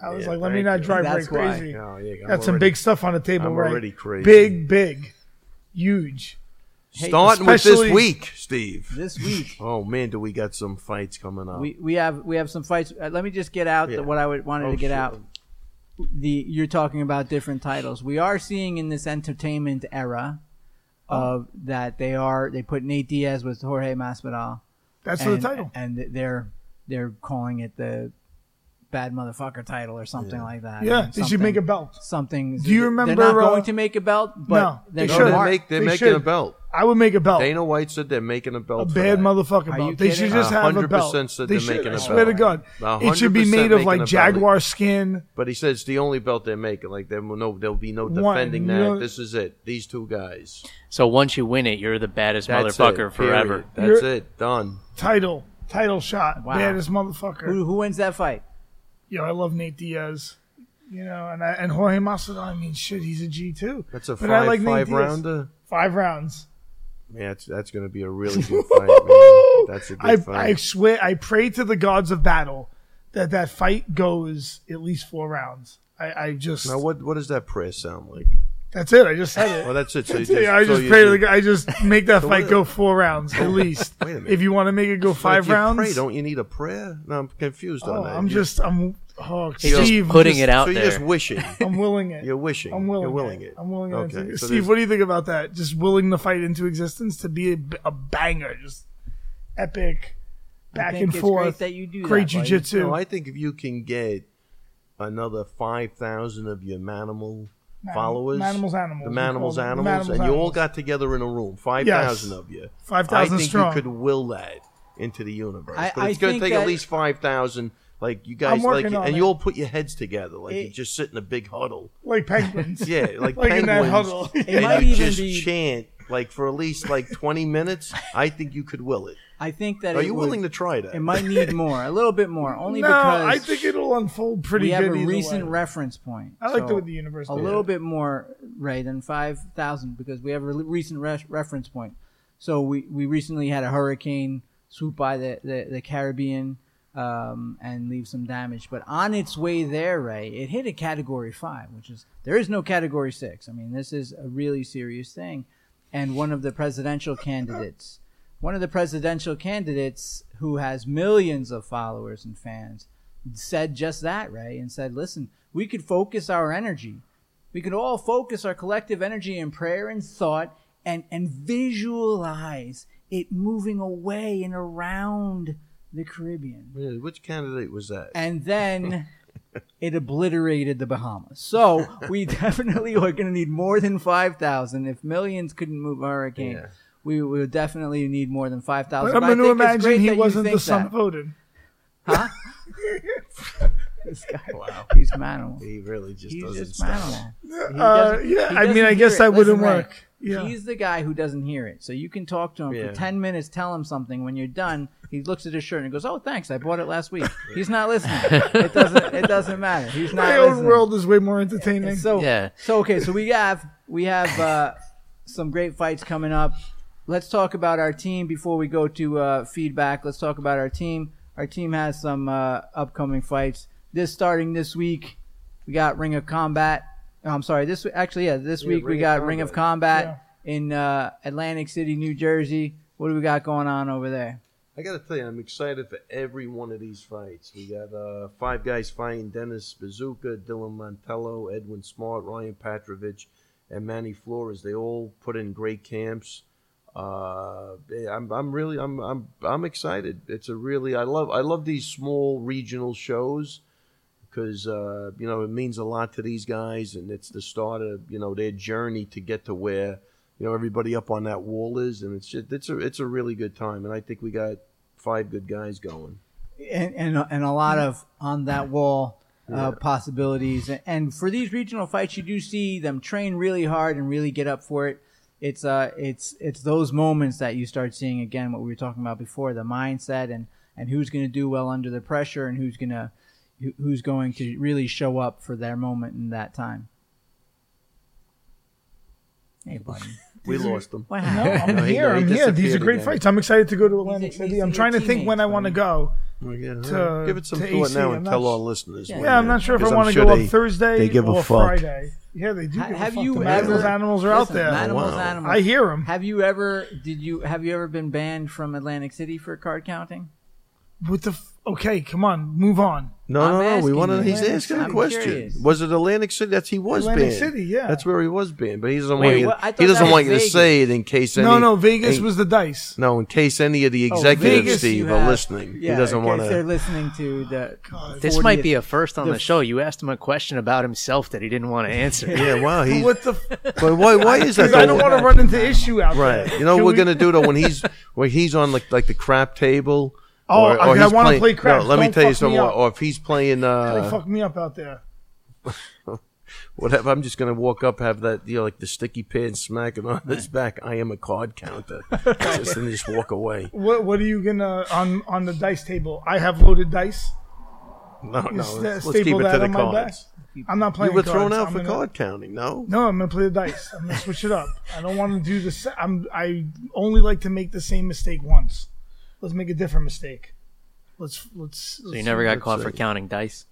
Speaker 3: I was
Speaker 2: Yeah,
Speaker 3: like, let me
Speaker 2: thank
Speaker 3: not
Speaker 2: you.
Speaker 3: drive Ray
Speaker 1: That's why.
Speaker 3: crazy.
Speaker 2: Oh, Uh, yeah, I'm
Speaker 3: Got some
Speaker 2: already-
Speaker 3: big stuff on the table,
Speaker 2: I'm
Speaker 3: Ray.
Speaker 2: already crazy.
Speaker 3: Big, big, huge.
Speaker 2: Starting with this
Speaker 3: especially-
Speaker 2: week, Steve.
Speaker 1: This week
Speaker 2: Oh man, do we got some fights coming up?
Speaker 1: we, we have we have some fights. Uh, let me just get out
Speaker 2: Yeah.
Speaker 1: the, what I would, wanted
Speaker 2: Oh,
Speaker 1: to get
Speaker 2: sure.
Speaker 1: out. The you're talking about different titles. We are seeing in this entertainment era
Speaker 2: Oh.
Speaker 1: of that they are they put Nate Diaz with Jorge Masvidal.
Speaker 3: That's
Speaker 1: and,
Speaker 3: for the title.
Speaker 1: And they're they're calling it the bad motherfucker title or something like that.
Speaker 3: Yeah,
Speaker 1: And
Speaker 3: they should make a
Speaker 1: something-
Speaker 3: belt.
Speaker 1: Something.
Speaker 3: Do you
Speaker 1: They're
Speaker 3: remember,
Speaker 1: not
Speaker 3: uh,
Speaker 1: going to make a belt, but
Speaker 3: No,
Speaker 1: they're
Speaker 3: they
Speaker 1: gonna
Speaker 2: no,
Speaker 3: should.
Speaker 2: they
Speaker 1: mark-
Speaker 2: make, they're
Speaker 3: They
Speaker 2: making a
Speaker 3: should.
Speaker 2: belt.
Speaker 3: I would make a belt.
Speaker 2: Dana White said they're making a belt.
Speaker 3: a
Speaker 2: for
Speaker 3: bad
Speaker 2: that.
Speaker 3: motherfucking
Speaker 1: Are you
Speaker 3: belt. They should
Speaker 1: kidding?
Speaker 3: just have a
Speaker 2: 100%
Speaker 3: belt.
Speaker 2: said
Speaker 3: they
Speaker 2: they're
Speaker 3: should.
Speaker 2: making a
Speaker 3: I
Speaker 2: belt.
Speaker 3: swear to God, it should be
Speaker 2: 100%
Speaker 3: made of
Speaker 2: making a
Speaker 3: like
Speaker 2: belt.
Speaker 3: jaguar skin.
Speaker 2: But he says the only belt they're making, like there will no, there'll be no
Speaker 3: One,
Speaker 2: defending
Speaker 3: you
Speaker 2: that.
Speaker 3: know-
Speaker 2: this is it. These two guys.
Speaker 4: So once you win it, you're the baddest
Speaker 2: That's
Speaker 4: motherfucker
Speaker 2: it,
Speaker 4: forever.
Speaker 2: period. That's it. Done.
Speaker 3: Title, title shot.
Speaker 1: Wow.
Speaker 3: Baddest motherfucker.
Speaker 1: who, who wins that fight?
Speaker 3: Yo, I love Nate Diaz. You know, and I, and Jorge Masvidal. I mean, shit, he's a G two.
Speaker 2: That's a
Speaker 3: But I
Speaker 2: five
Speaker 3: like Nate
Speaker 2: five
Speaker 3: Diaz.
Speaker 2: rounder.
Speaker 3: Five rounds.
Speaker 2: Man, that's, that's going to be a really good fight. man. That's a good
Speaker 3: I, I
Speaker 2: fight.
Speaker 3: swear, I pray to the gods of battle that that fight goes at least four rounds. I, I just
Speaker 2: now, what what does that prayer sound like?
Speaker 3: that's it. I just said
Speaker 2: Well,
Speaker 3: it.
Speaker 2: that's it. So you just,
Speaker 3: Yeah, I
Speaker 2: so
Speaker 3: just
Speaker 2: you
Speaker 3: pray to
Speaker 2: do-
Speaker 3: the. go- I just make that
Speaker 2: So
Speaker 3: fight
Speaker 2: wait a-
Speaker 3: go four rounds at least.
Speaker 2: Wait a minute.
Speaker 3: If you want to make it go
Speaker 2: But if
Speaker 3: five
Speaker 2: you
Speaker 3: rounds,
Speaker 2: Pray, don't you need a prayer? No, I'm confused
Speaker 3: oh,
Speaker 2: on that.
Speaker 3: I'm
Speaker 2: You-
Speaker 3: just I'm oh,
Speaker 4: He's
Speaker 3: Steve,
Speaker 4: just putting it out
Speaker 2: so
Speaker 4: there.
Speaker 2: you're just wishing.
Speaker 3: I'm willing it.
Speaker 2: You're wishing.
Speaker 3: I'm willing.
Speaker 2: You're willing it.
Speaker 3: I'm willing
Speaker 2: Okay,
Speaker 3: it.
Speaker 2: so
Speaker 3: Steve,
Speaker 2: there's-
Speaker 3: what do you think about that? Just willing the fight into existence to be a, a banger, just epic, back
Speaker 1: I
Speaker 3: and
Speaker 1: think it's
Speaker 3: forth,
Speaker 1: Great that you do
Speaker 3: great
Speaker 1: that, buddy.
Speaker 3: jujitsu.
Speaker 2: No, I think if you can get another five thousand of your manimal
Speaker 3: Man-
Speaker 2: followers,
Speaker 3: Manimal's animals.
Speaker 2: the
Speaker 3: we
Speaker 2: Manimals
Speaker 3: call them.
Speaker 2: animals,
Speaker 3: Manimal's
Speaker 2: and you all
Speaker 3: animals.
Speaker 2: got together in a room, five thousand of you.
Speaker 3: five
Speaker 2: I
Speaker 3: thousand
Speaker 2: think
Speaker 3: strong.
Speaker 2: you could will that into the universe,
Speaker 1: I-
Speaker 2: but
Speaker 1: I
Speaker 2: it's going
Speaker 1: think
Speaker 2: to take
Speaker 1: that-
Speaker 2: at least five thousand. Like you guys,
Speaker 3: I'm
Speaker 2: like,
Speaker 3: working on
Speaker 2: and
Speaker 3: it.
Speaker 2: you all put your heads together, like you
Speaker 1: It-
Speaker 2: just sit in a big huddle.
Speaker 3: like penguins.
Speaker 2: Yeah, like,
Speaker 3: like in that
Speaker 2: penguins.
Speaker 3: huddle.
Speaker 1: It might
Speaker 2: and you
Speaker 1: even
Speaker 2: just
Speaker 1: be-
Speaker 2: chant like for at least like 20 minutes i think you could will it
Speaker 1: I think that
Speaker 2: are
Speaker 1: it
Speaker 2: you
Speaker 1: would-
Speaker 2: willing to try that
Speaker 1: It might need more, a little bit more, only
Speaker 3: no,
Speaker 1: because
Speaker 3: I think it'll unfold pretty
Speaker 1: we have
Speaker 3: good
Speaker 1: a
Speaker 3: either
Speaker 1: recent
Speaker 3: way.
Speaker 1: reference point.
Speaker 3: I like
Speaker 1: So
Speaker 3: the way the universe.
Speaker 1: a
Speaker 3: did
Speaker 1: little
Speaker 3: it.
Speaker 1: bit more, Ray, than five thousand because we have a re- recent re- reference point. So we, we recently had a hurricane swoop by the the, the Caribbean um, and leave some damage. But on its way there, Ray, it hit a Category Five, which is there is no Category Six. I mean, this is a really serious thing. And one of the presidential candidates, one of the presidential candidates who has millions of followers and fans, said just that, Ray, and said, "Listen, we could focus our energy we could all focus our collective energy in prayer and thought and, and visualize it moving away and around the Caribbean.
Speaker 2: Yeah, which candidate was that
Speaker 1: And then it obliterated the Bahamas. So we definitely are going to need more than 5,000. If millions couldn't move a hurricane,
Speaker 2: Yeah.
Speaker 1: we would definitely need more than 5,000.
Speaker 3: But I'm
Speaker 1: But I
Speaker 3: going to
Speaker 1: think it's great
Speaker 3: imagine he
Speaker 1: that you
Speaker 3: wasn't the
Speaker 1: think that.
Speaker 3: son voted.
Speaker 1: Huh? this guy, he's manimal.
Speaker 2: he really just
Speaker 1: He's
Speaker 2: doesn't
Speaker 1: just
Speaker 2: stop
Speaker 1: manimal.
Speaker 3: Uh,
Speaker 1: doesn't-
Speaker 3: yeah,
Speaker 1: he
Speaker 3: I mean,
Speaker 1: doesn't
Speaker 3: I
Speaker 1: hear
Speaker 3: guess
Speaker 1: it.
Speaker 3: that wouldn't
Speaker 1: Listen, Ray,
Speaker 3: work. Yeah.
Speaker 1: He's the guy who doesn't hear it. So you can talk to him
Speaker 2: Yeah.
Speaker 1: for 10 minutes, tell him something. When you're done, he looks at his shirt and goes, "Oh, thanks. I bought it last week." He's not listening. it doesn't it doesn't matter. He's not
Speaker 3: My
Speaker 1: listening.
Speaker 3: own world is way more entertaining.
Speaker 1: So
Speaker 4: Yeah.
Speaker 1: So okay, so we have we have uh, some great fights coming up. Let's talk about our team before we go to uh, feedback. Let's talk about our team. Our team has some uh, upcoming fights. This starting this week, we got Ring of Combat. oh, I'm sorry, this actually yeah, this
Speaker 2: Yeah,
Speaker 1: week we
Speaker 2: Ring of
Speaker 1: got Ring of Combat in uh, Atlantic City, New Jersey. What do we got going on over there?
Speaker 2: i gotta tell you i'm excited for every one of these fights we got uh five guys fighting dennis bazooka dylan montello edwin smart ryan petrovich and manny flores they all put in great camps uh they- i'm, I'm really I'm, I'm i'm excited it's a really i love i love these small regional shows because uh, you know it means a lot to these guys, and it's the start of you know their journey to get to where you know everybody up on that wall is, and it's just, it's a it's a really good time, and I think we got five good guys going.
Speaker 1: and and, and a lot of on that wall uh, possibilities. And for these regional fights, you do see them train really hard and really get up for it. It's uh, it's it's those moments that you start seeing again what we were talking about before the mindset and and who's going to do well under the pressure and who's gonna who- who's going to really show up for their moment in that time. Hey, buddy.
Speaker 2: We lost them.
Speaker 1: What
Speaker 3: No,
Speaker 1: happened?
Speaker 3: I'm
Speaker 2: No, he-
Speaker 3: here.
Speaker 2: no, he
Speaker 3: I'm here. These are
Speaker 2: disappeared
Speaker 3: great
Speaker 2: again.
Speaker 3: fights. I'm excited to go to Atlantic
Speaker 1: he's
Speaker 3: City.
Speaker 1: your
Speaker 3: I'm trying to think when I
Speaker 1: teammate,
Speaker 3: want to
Speaker 1: buddy.
Speaker 3: go.
Speaker 2: Well, yeah,
Speaker 3: To-
Speaker 2: give it some
Speaker 3: to
Speaker 2: thought
Speaker 3: AC,
Speaker 2: now and
Speaker 3: I'm not
Speaker 2: tell
Speaker 3: s-
Speaker 2: our listeners.
Speaker 1: Yeah.
Speaker 2: when
Speaker 3: Yeah, I'm
Speaker 2: they-
Speaker 3: not sure if I
Speaker 2: 'cause I'm
Speaker 3: want to
Speaker 2: sure
Speaker 3: go
Speaker 2: they-
Speaker 3: on Thursday
Speaker 2: they give a
Speaker 3: or
Speaker 2: fuck.
Speaker 3: Friday. Yeah, they do.
Speaker 1: Ha-
Speaker 3: give a
Speaker 1: have
Speaker 3: fuck.
Speaker 1: you
Speaker 3: The
Speaker 1: ever-
Speaker 3: Manimal's animals are out
Speaker 1: Listen,
Speaker 3: there.
Speaker 1: Manimal's
Speaker 2: Wow.
Speaker 1: animals.
Speaker 3: I hear them.
Speaker 1: Have you ever did you have you ever been banned from Atlantic City for card counting?
Speaker 3: What the? F- okay, come on, move on.
Speaker 2: No,
Speaker 1: I'm
Speaker 2: no, no. We
Speaker 1: asking
Speaker 2: want to.
Speaker 1: you.
Speaker 2: He's
Speaker 1: I'm
Speaker 2: asking a
Speaker 1: curious.
Speaker 2: question. Was it Atlantic City? That's he was
Speaker 3: Atlantic
Speaker 2: banned.
Speaker 3: City, yeah.
Speaker 2: that's where he was banned. But he doesn't want
Speaker 4: Wait,
Speaker 1: what? I
Speaker 2: you.
Speaker 1: thought
Speaker 2: He doesn't
Speaker 1: that
Speaker 2: want
Speaker 1: was
Speaker 2: you to
Speaker 1: Vegas.
Speaker 2: say it in case. Any,
Speaker 3: No, no, Vegas
Speaker 2: in-
Speaker 3: was the dice.
Speaker 2: No, in case any of the executives,
Speaker 3: Vegas,
Speaker 2: Steve,
Speaker 1: Oh, you
Speaker 2: are
Speaker 1: have-
Speaker 2: listening,
Speaker 1: yeah,
Speaker 2: he doesn't
Speaker 1: in
Speaker 2: want
Speaker 1: case They're
Speaker 2: to.
Speaker 1: listening to the.
Speaker 4: This might be
Speaker 1: 40th
Speaker 4: a first on the show. You asked him a question about himself that he didn't want to answer.
Speaker 2: Yeah, wow. He's,
Speaker 3: What the? F-
Speaker 2: But why? Why is that?
Speaker 3: I
Speaker 2: though?
Speaker 3: don't want to run into issue out
Speaker 2: Right.
Speaker 3: there.
Speaker 2: You know what
Speaker 3: Can
Speaker 2: we're
Speaker 3: we-
Speaker 2: gonna do though when he's when he's on like like the crap table.
Speaker 3: Oh, I- I
Speaker 2: he's
Speaker 3: wanna
Speaker 2: playing-
Speaker 3: play craps.
Speaker 2: No, let me
Speaker 3: Don't
Speaker 2: tell you
Speaker 3: fuck me
Speaker 2: something.
Speaker 3: up.
Speaker 2: Or if he's playing
Speaker 3: They
Speaker 2: uh,
Speaker 3: fuck me up out there.
Speaker 2: whatever, I'm just gonna walk up, have that you know like the sticky pad smacking on his back. I am a card counter. just and just walk away.
Speaker 3: What What are you gonna on on the dice table? I have loaded dice.
Speaker 2: No, no.
Speaker 3: Just, uh,
Speaker 2: Let's, let's
Speaker 3: staple
Speaker 2: keep it
Speaker 3: that
Speaker 2: to the
Speaker 3: on my
Speaker 2: cards.
Speaker 3: I'm not
Speaker 2: You
Speaker 3: playing.
Speaker 2: were thrown
Speaker 3: cards.
Speaker 2: out
Speaker 3: I'm
Speaker 2: for
Speaker 3: gonna-
Speaker 2: card counting. No.
Speaker 3: No, I'm gonna play the dice. I'm gonna switch it up. I don't want to do this. I'm. I only like to make the same mistake once. Let's make a different mistake. Let's let's.
Speaker 4: So you never got caught for
Speaker 2: see.
Speaker 4: counting dice.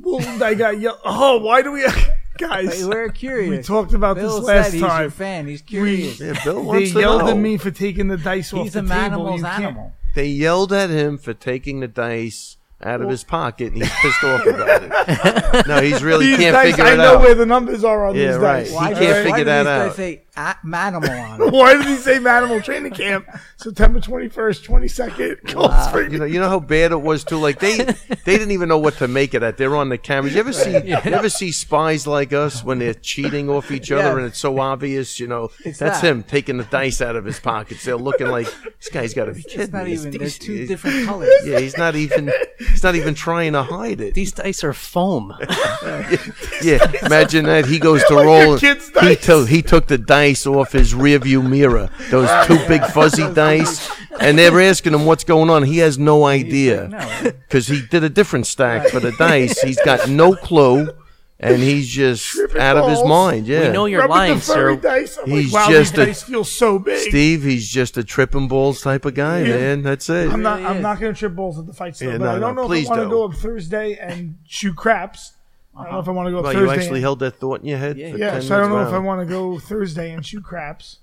Speaker 3: Well, I got yell. Oh, why do we, guys?
Speaker 1: Hey, we're curious.
Speaker 3: We talked about
Speaker 1: Bill
Speaker 3: this last
Speaker 1: said he's
Speaker 3: time.
Speaker 1: your fan. He's curious.
Speaker 2: Yeah, Bill
Speaker 3: They
Speaker 2: wants to
Speaker 3: yelled
Speaker 2: know.
Speaker 3: at me for taking the dice off
Speaker 1: He's
Speaker 3: the
Speaker 1: a
Speaker 3: table.
Speaker 1: manimal's
Speaker 3: You can't-
Speaker 1: animal.
Speaker 2: They yelled at him for taking the dice out of his pocket, and he's pissed off about it. No, he's really
Speaker 3: These
Speaker 2: can't
Speaker 3: dice,
Speaker 2: figure
Speaker 3: I
Speaker 2: it
Speaker 3: know
Speaker 2: out.
Speaker 3: where the numbers are on
Speaker 2: Yeah,
Speaker 3: these
Speaker 2: right.
Speaker 3: dice.
Speaker 2: Why can't
Speaker 3: All right?
Speaker 2: figure
Speaker 1: why
Speaker 2: that
Speaker 1: did these
Speaker 2: out.
Speaker 1: guys say "Ah, manimal on it?
Speaker 3: Why did he say animal training camp? September 21st, 22nd, Cold Spring.
Speaker 2: You know, you know how bad it was too. Like they, they didn't even know what to make of that. They're on the cameras. You ever see, you ever see spies like us when they're cheating off each other
Speaker 1: Yeah.
Speaker 2: and it's so obvious. You know,
Speaker 1: It's
Speaker 2: that's
Speaker 1: that.
Speaker 2: him taking the dice out of his pockets. They're looking like this guy's got to be kidding
Speaker 1: It's not
Speaker 2: me. It's
Speaker 1: even. They're
Speaker 2: these-
Speaker 1: two
Speaker 2: it's-
Speaker 1: different colors.
Speaker 2: Yeah, he's not even. He's not even trying to hide it.
Speaker 4: These dice are foam.
Speaker 2: Yeah, imagine that. He goes to roll.
Speaker 3: your kid's
Speaker 2: He
Speaker 3: dice.
Speaker 2: took he took the dice off his rearview mirror. Those two big fuzzy dice, and they're asking him what's going on. He has no
Speaker 1: no.
Speaker 2: idea because he did a different stack for the dice. He's got no clue, and he's just out of his
Speaker 3: balls.
Speaker 2: mind. Yeah,
Speaker 4: We know you're
Speaker 3: Rubbing
Speaker 4: lying,
Speaker 3: the furry
Speaker 4: sir.
Speaker 3: dice. I'm
Speaker 2: He's
Speaker 3: like, wow,
Speaker 2: just
Speaker 3: these
Speaker 2: a-
Speaker 3: dice feel so big.
Speaker 2: Steve. He's just a tripping balls type of guy, man. That's it.
Speaker 3: I'm not.
Speaker 1: really
Speaker 3: I'm
Speaker 1: is.
Speaker 3: not going to trip balls at the fight still,
Speaker 2: Yeah,
Speaker 3: but
Speaker 2: no,
Speaker 3: I don't
Speaker 2: no,
Speaker 3: know if
Speaker 2: please
Speaker 3: I want to
Speaker 2: don't.
Speaker 3: go up Thursday and shoot craps. I don't know if I want to go up
Speaker 2: well, you
Speaker 3: Thursday.
Speaker 2: actually
Speaker 3: and-
Speaker 2: held that thought in your head. for
Speaker 3: yeah,
Speaker 2: 10
Speaker 3: so I don't know
Speaker 2: minutes.
Speaker 3: if I
Speaker 2: Wow.
Speaker 3: want to go Thursday and shoot craps.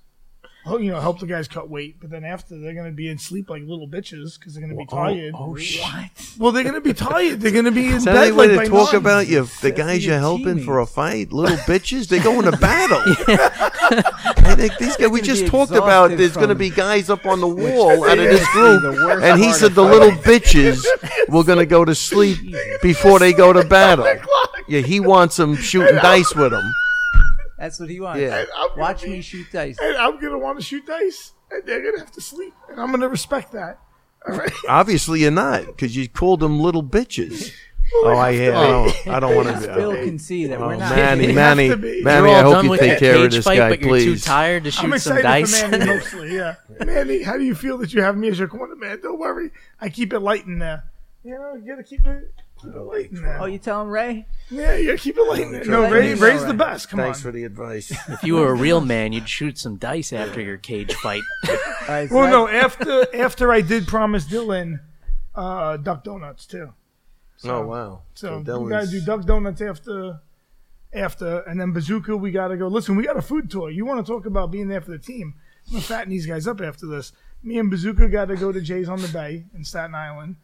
Speaker 3: Oh, you know, help the guys cut weight, but then after they're going to be in sleep like little bitches because they're going to be tired.
Speaker 2: Oh, oh shit.
Speaker 1: What?
Speaker 3: Well, they're going to be tired. They're going to be in
Speaker 2: Is that any
Speaker 3: bed
Speaker 2: way
Speaker 3: like
Speaker 2: to
Speaker 3: by
Speaker 2: talk
Speaker 3: nine.
Speaker 2: about you? The
Speaker 1: That's
Speaker 2: guys
Speaker 1: your
Speaker 2: you're helping for a
Speaker 1: teammates.
Speaker 2: fight, little bitches, they're going to battle. I think these guys. We
Speaker 1: gonna
Speaker 2: just
Speaker 1: be
Speaker 2: talked about.
Speaker 1: exhausted
Speaker 2: There's going to
Speaker 1: from-
Speaker 2: be guys up on the wall out of
Speaker 1: is
Speaker 2: this group,
Speaker 1: the worst
Speaker 2: and he
Speaker 1: part
Speaker 2: said
Speaker 1: of
Speaker 2: the little bitches were going to go to sleep before they go to battle. Yeah, he wants them shooting dice with him.
Speaker 1: That's what he wants.
Speaker 2: Yeah.
Speaker 3: I'm gonna
Speaker 1: Watch
Speaker 3: be-
Speaker 1: me shoot dice.
Speaker 3: And I'm going to want to shoot dice, and they're going to have to sleep, and I'm going to respect that. All right.
Speaker 2: Obviously, you're not because you called them little bitches. Oh, I yeah, I don't, I don't want to.
Speaker 1: Bill can see that
Speaker 2: Oh,
Speaker 1: we're not.
Speaker 2: Manny,
Speaker 3: It has
Speaker 2: Manny,
Speaker 3: to be.
Speaker 2: Manny, I hope you take
Speaker 4: that
Speaker 2: care of
Speaker 4: cage
Speaker 2: this
Speaker 4: fight,
Speaker 2: guy,
Speaker 4: but you're too
Speaker 2: please.
Speaker 4: tired to
Speaker 3: I'm
Speaker 4: shoot some
Speaker 3: excited
Speaker 4: dice.
Speaker 3: for Mandy mostly, yeah. Mandy, how do you feel that you have me as your corner man? Don't worry. I keep it light in there. You know, you gotta keep it, keep it light in there.
Speaker 1: Oh, you tell him, Ray?
Speaker 3: yeah, you gotta keep it light in there. No, Ray,
Speaker 1: Thanks.
Speaker 3: Ray's the best. Come
Speaker 2: Thanks
Speaker 3: on.
Speaker 2: for the advice.
Speaker 4: if you were a real man, you'd shoot some dice after your cage fight.
Speaker 1: All right, so
Speaker 3: Well, no,
Speaker 1: that's-
Speaker 3: after after I did promise Dylan uh, Duck Donuts, too.
Speaker 2: Oh wow!
Speaker 3: So
Speaker 2: that
Speaker 3: we gotta
Speaker 2: was-
Speaker 3: do Duck Donuts after, after, and then Bazooka. We gotta go. Listen, we got a food tour. You want to talk about being there for the team? I'm gonna fatten these guys up after this. Me and Bazooka gotta go to Jay's on the Bay in Staten Island.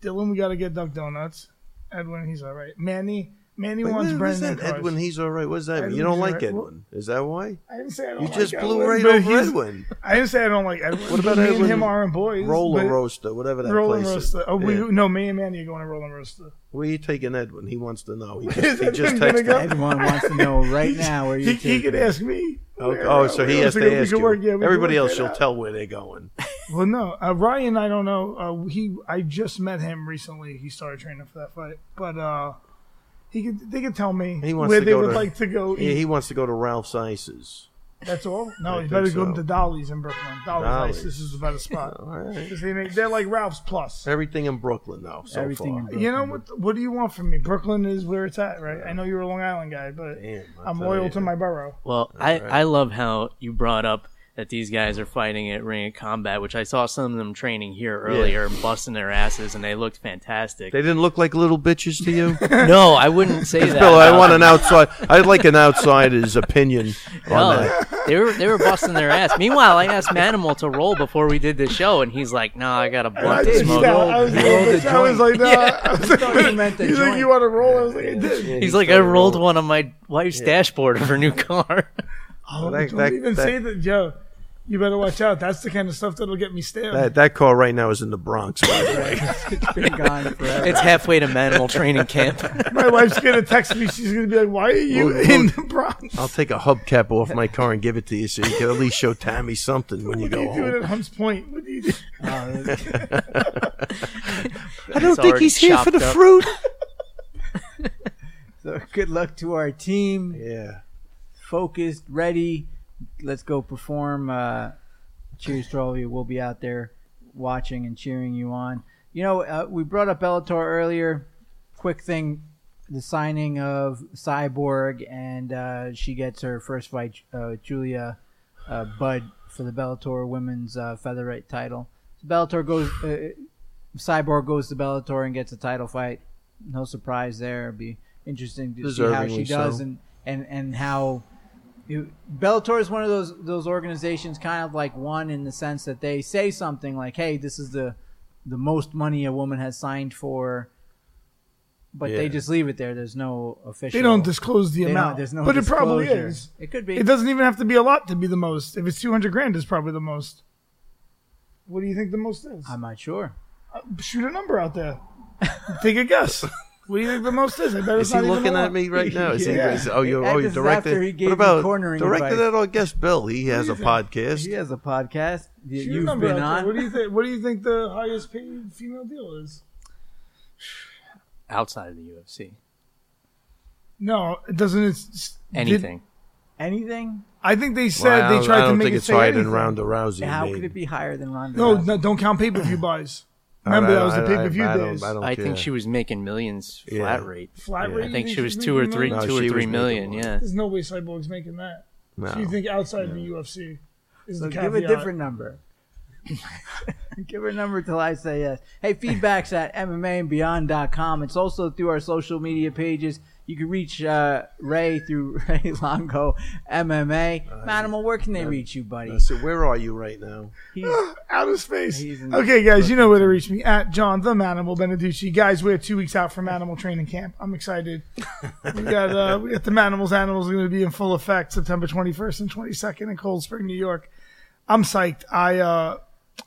Speaker 3: Dylan, we gotta get Duck Donuts. Edwin, he's all right. Manny, Manny
Speaker 2: Wait,
Speaker 3: wants
Speaker 2: what- what's
Speaker 3: Brandon.
Speaker 2: that? Edwin, he's all right. What's that? mean?
Speaker 3: Edwin,
Speaker 2: you don't
Speaker 3: he's
Speaker 2: like
Speaker 3: all right.
Speaker 2: Edwin? Is that why?
Speaker 3: I didn't say I don't
Speaker 2: You
Speaker 3: like
Speaker 2: just blew
Speaker 3: Edwin,
Speaker 2: right
Speaker 3: but
Speaker 2: over
Speaker 3: he's-
Speaker 2: Edwin.
Speaker 3: I didn't say I don't like Edwin.
Speaker 2: What about
Speaker 3: me
Speaker 2: Edwin?
Speaker 3: And him aren't boys.
Speaker 2: Roller
Speaker 3: but-
Speaker 2: roaster, whatever that
Speaker 3: Roller
Speaker 2: place
Speaker 3: Roaster.
Speaker 2: is.
Speaker 3: Oh, we,
Speaker 2: Yeah.
Speaker 3: no, me and Manny are going to Roller Roaster.
Speaker 2: Where are you taking Edwin? He wants to know. He just, he
Speaker 3: Edwin
Speaker 2: just
Speaker 3: gonna
Speaker 2: texted.
Speaker 3: go?
Speaker 2: me.
Speaker 1: Everyone wants to know right now where
Speaker 3: He,
Speaker 1: you're
Speaker 3: he
Speaker 1: taking
Speaker 3: could
Speaker 1: it.
Speaker 3: ask me.
Speaker 2: Okay.
Speaker 3: Where-
Speaker 2: Oh, so he
Speaker 3: where
Speaker 2: has
Speaker 3: we
Speaker 2: to
Speaker 3: could- we
Speaker 2: ask
Speaker 3: could
Speaker 2: you.
Speaker 3: work- yeah, we could
Speaker 2: Everybody
Speaker 3: work
Speaker 2: else,
Speaker 3: that
Speaker 2: you'll
Speaker 3: out.
Speaker 2: tell where they're going.
Speaker 3: Well, no, uh, Ryan. I don't know. Uh, he, I just met him recently. He started training for that fight, but uh, he could, they could tell me
Speaker 2: He wants
Speaker 3: where
Speaker 2: to
Speaker 3: they
Speaker 2: go
Speaker 3: would
Speaker 2: to-
Speaker 3: like to go.
Speaker 2: Yeah,
Speaker 3: eat.
Speaker 2: he wants to go to Ralph's Ices.
Speaker 3: That's all.
Speaker 2: I
Speaker 3: No, you
Speaker 2: think
Speaker 3: better go
Speaker 2: so.
Speaker 3: to Dolly's in Brooklyn. Dolly's,
Speaker 2: Dolly's.
Speaker 3: Ice. This is the better spot.
Speaker 2: All right.
Speaker 3: 'Cause they make they're like Ralph's Plus.
Speaker 2: Everything in Brooklyn now. So
Speaker 1: Everything in
Speaker 2: far.
Speaker 3: You know what? What do you want from me? Brooklyn is where it's at, right? I know you're a Long Island guy, but
Speaker 2: Damn, I
Speaker 3: I'm
Speaker 2: tell
Speaker 3: loyal
Speaker 2: you.
Speaker 3: to my borough.
Speaker 4: Well, I, I love how you brought up that these guys are fighting at Ring of Combat, which I saw some of them training here earlier and busting their asses, and they looked fantastic.
Speaker 2: They didn't look like little bitches to you.
Speaker 4: no, I wouldn't say that. Uh,
Speaker 2: Bill, I
Speaker 4: about
Speaker 2: want
Speaker 4: them.
Speaker 2: an outside. I'd like an outsider's opinion on that.
Speaker 4: No, they were they were busting their ass. Meanwhile, I asked Manimal to roll before we did the show, and he's like, "No, I got a
Speaker 3: I
Speaker 4: blunt to
Speaker 3: did.
Speaker 1: did.
Speaker 3: Yeah,
Speaker 4: smoke."
Speaker 3: I was,
Speaker 1: You rolled a
Speaker 3: I was like, nah. I was like,
Speaker 1: thought you meant the
Speaker 3: you think
Speaker 1: joint.
Speaker 3: you want to roll? I was like, I did.
Speaker 2: Yeah,
Speaker 4: He's like, "I
Speaker 2: started
Speaker 4: rolled
Speaker 2: rolling.
Speaker 4: one on my wife's dashboard of her new car."
Speaker 3: Oh,
Speaker 2: that-
Speaker 3: don't
Speaker 2: that-
Speaker 3: even
Speaker 2: that-
Speaker 3: say that, Joe. You better watch out. That's the kind of stuff that'll get me stabbed.
Speaker 2: That, that car right now is in the Bronx. By the way.
Speaker 1: It's been gone forever.
Speaker 4: it's halfway to Manimal training camp.
Speaker 3: My wife's gonna text me. She's gonna be like, "Why are you
Speaker 2: Well,
Speaker 3: in the Bronx?
Speaker 2: I'll take a hubcap off my car and give it to you, so you can at least show Tammy something when you
Speaker 3: What are
Speaker 2: go
Speaker 3: you doing
Speaker 2: home.
Speaker 3: at Hunts Point? What do you do?
Speaker 1: Oh,
Speaker 2: I
Speaker 4: It's think already he's here for chopped the up.
Speaker 2: fruit.
Speaker 1: so good luck to our team.
Speaker 2: Yeah.
Speaker 1: Focused, ready. Let's go perform. Uh, cheers to all of you. We'll be out there watching and cheering you on. You know, uh, we brought up Bellator earlier. quick thing the signing of Cyborg, and uh, she gets her first fight, uh, Julia uh, Budd, for the Bellator women's uh, featherweight title. So Bellator goes, uh, Cyborg goes to Bellator and gets a title fight. No surprise there. It'd be interesting to see how she
Speaker 2: Deservingly so.
Speaker 1: does and, and, and how. You, Bellator is one of those those organizations, kind of like one in the sense that they say something like, "Hey, this is the the most money a woman has signed for," but they
Speaker 2: Yeah.
Speaker 1: just leave it there. There's no official.
Speaker 3: They don't disclose the
Speaker 1: they don't-
Speaker 3: amount,
Speaker 1: there's no
Speaker 3: but it probably
Speaker 1: disclosure.
Speaker 3: is.
Speaker 1: It could be.
Speaker 3: It doesn't even have to be a lot to be the most. If it's two hundred grand, it's probably the most. What do you think the most is? Uh,
Speaker 1: I'm not sure.
Speaker 3: Shoot a number out there. Take a guess. what do you think the most is? I bet it's
Speaker 2: Is he
Speaker 3: not even
Speaker 2: looking
Speaker 3: a lot.
Speaker 2: at me right now? Is
Speaker 3: Yeah.
Speaker 2: he, is, oh, you're,
Speaker 1: That
Speaker 2: oh, you're
Speaker 1: is
Speaker 2: directed.
Speaker 1: after he gave
Speaker 2: what
Speaker 1: me
Speaker 2: about
Speaker 1: cornering
Speaker 2: directed
Speaker 1: advice.
Speaker 2: at our guest Bill? He has a podcast.
Speaker 1: He has a podcast that
Speaker 3: Shoot a
Speaker 1: you've
Speaker 3: number
Speaker 1: been
Speaker 3: out there. What
Speaker 1: on.
Speaker 3: do you think? What do you think the highest paid female deal is?
Speaker 4: outside of the UFC.
Speaker 3: No, it doesn't. It's, it's-
Speaker 4: Anything.
Speaker 1: Anything?
Speaker 3: I think they said
Speaker 2: Well, I
Speaker 3: they
Speaker 2: don't-
Speaker 3: tried
Speaker 2: I don't
Speaker 3: to make
Speaker 2: think
Speaker 3: it
Speaker 2: it's
Speaker 3: say
Speaker 2: higher
Speaker 3: anything.
Speaker 2: than Ronda Rousey.
Speaker 1: How
Speaker 2: maybe.
Speaker 1: could it be higher than Ronda?
Speaker 3: No,
Speaker 1: Rousey?
Speaker 3: no, don't count pay per view buys.
Speaker 2: I don't-
Speaker 3: Remember that was
Speaker 2: I
Speaker 3: the
Speaker 2: don't-
Speaker 3: pay per view
Speaker 2: I don't-
Speaker 3: days.
Speaker 2: I don't
Speaker 4: I think
Speaker 2: care.
Speaker 4: she was making millions flat
Speaker 2: Yeah.
Speaker 4: rate.
Speaker 3: Flat
Speaker 2: Yeah.
Speaker 3: rate.
Speaker 4: I think
Speaker 3: you
Speaker 4: she was
Speaker 3: she's
Speaker 4: two or
Speaker 3: making
Speaker 4: three,
Speaker 3: money?
Speaker 2: No,
Speaker 4: two
Speaker 2: she
Speaker 4: or
Speaker 2: was
Speaker 4: three
Speaker 2: making
Speaker 4: million.
Speaker 2: more.
Speaker 4: Yeah,
Speaker 3: There's no way Cyborg's making that. So you
Speaker 2: No.
Speaker 3: think outside the UFC is
Speaker 1: So
Speaker 3: the
Speaker 1: give a
Speaker 3: caveat.
Speaker 1: different number. give her a number till I say yes. Hey, feedback's at MMAandbeyond.com. It's also through our social media pages. You can reach uh, Ray through Ray Longo MMA. Manimal, where can they reach you, buddy?
Speaker 2: So where are you right now?
Speaker 1: He's-
Speaker 3: out of space.
Speaker 1: He's in-
Speaker 3: Okay, guys, you know where to reach me at John the Manimal Beneducci. Guys, we're two weeks out from Animal Training Camp. I'm excited. we got uh, we got the Manimals. Animals going to be in full effect September 21st and 22nd in Cold Spring, New York. I'm psyched. I uh,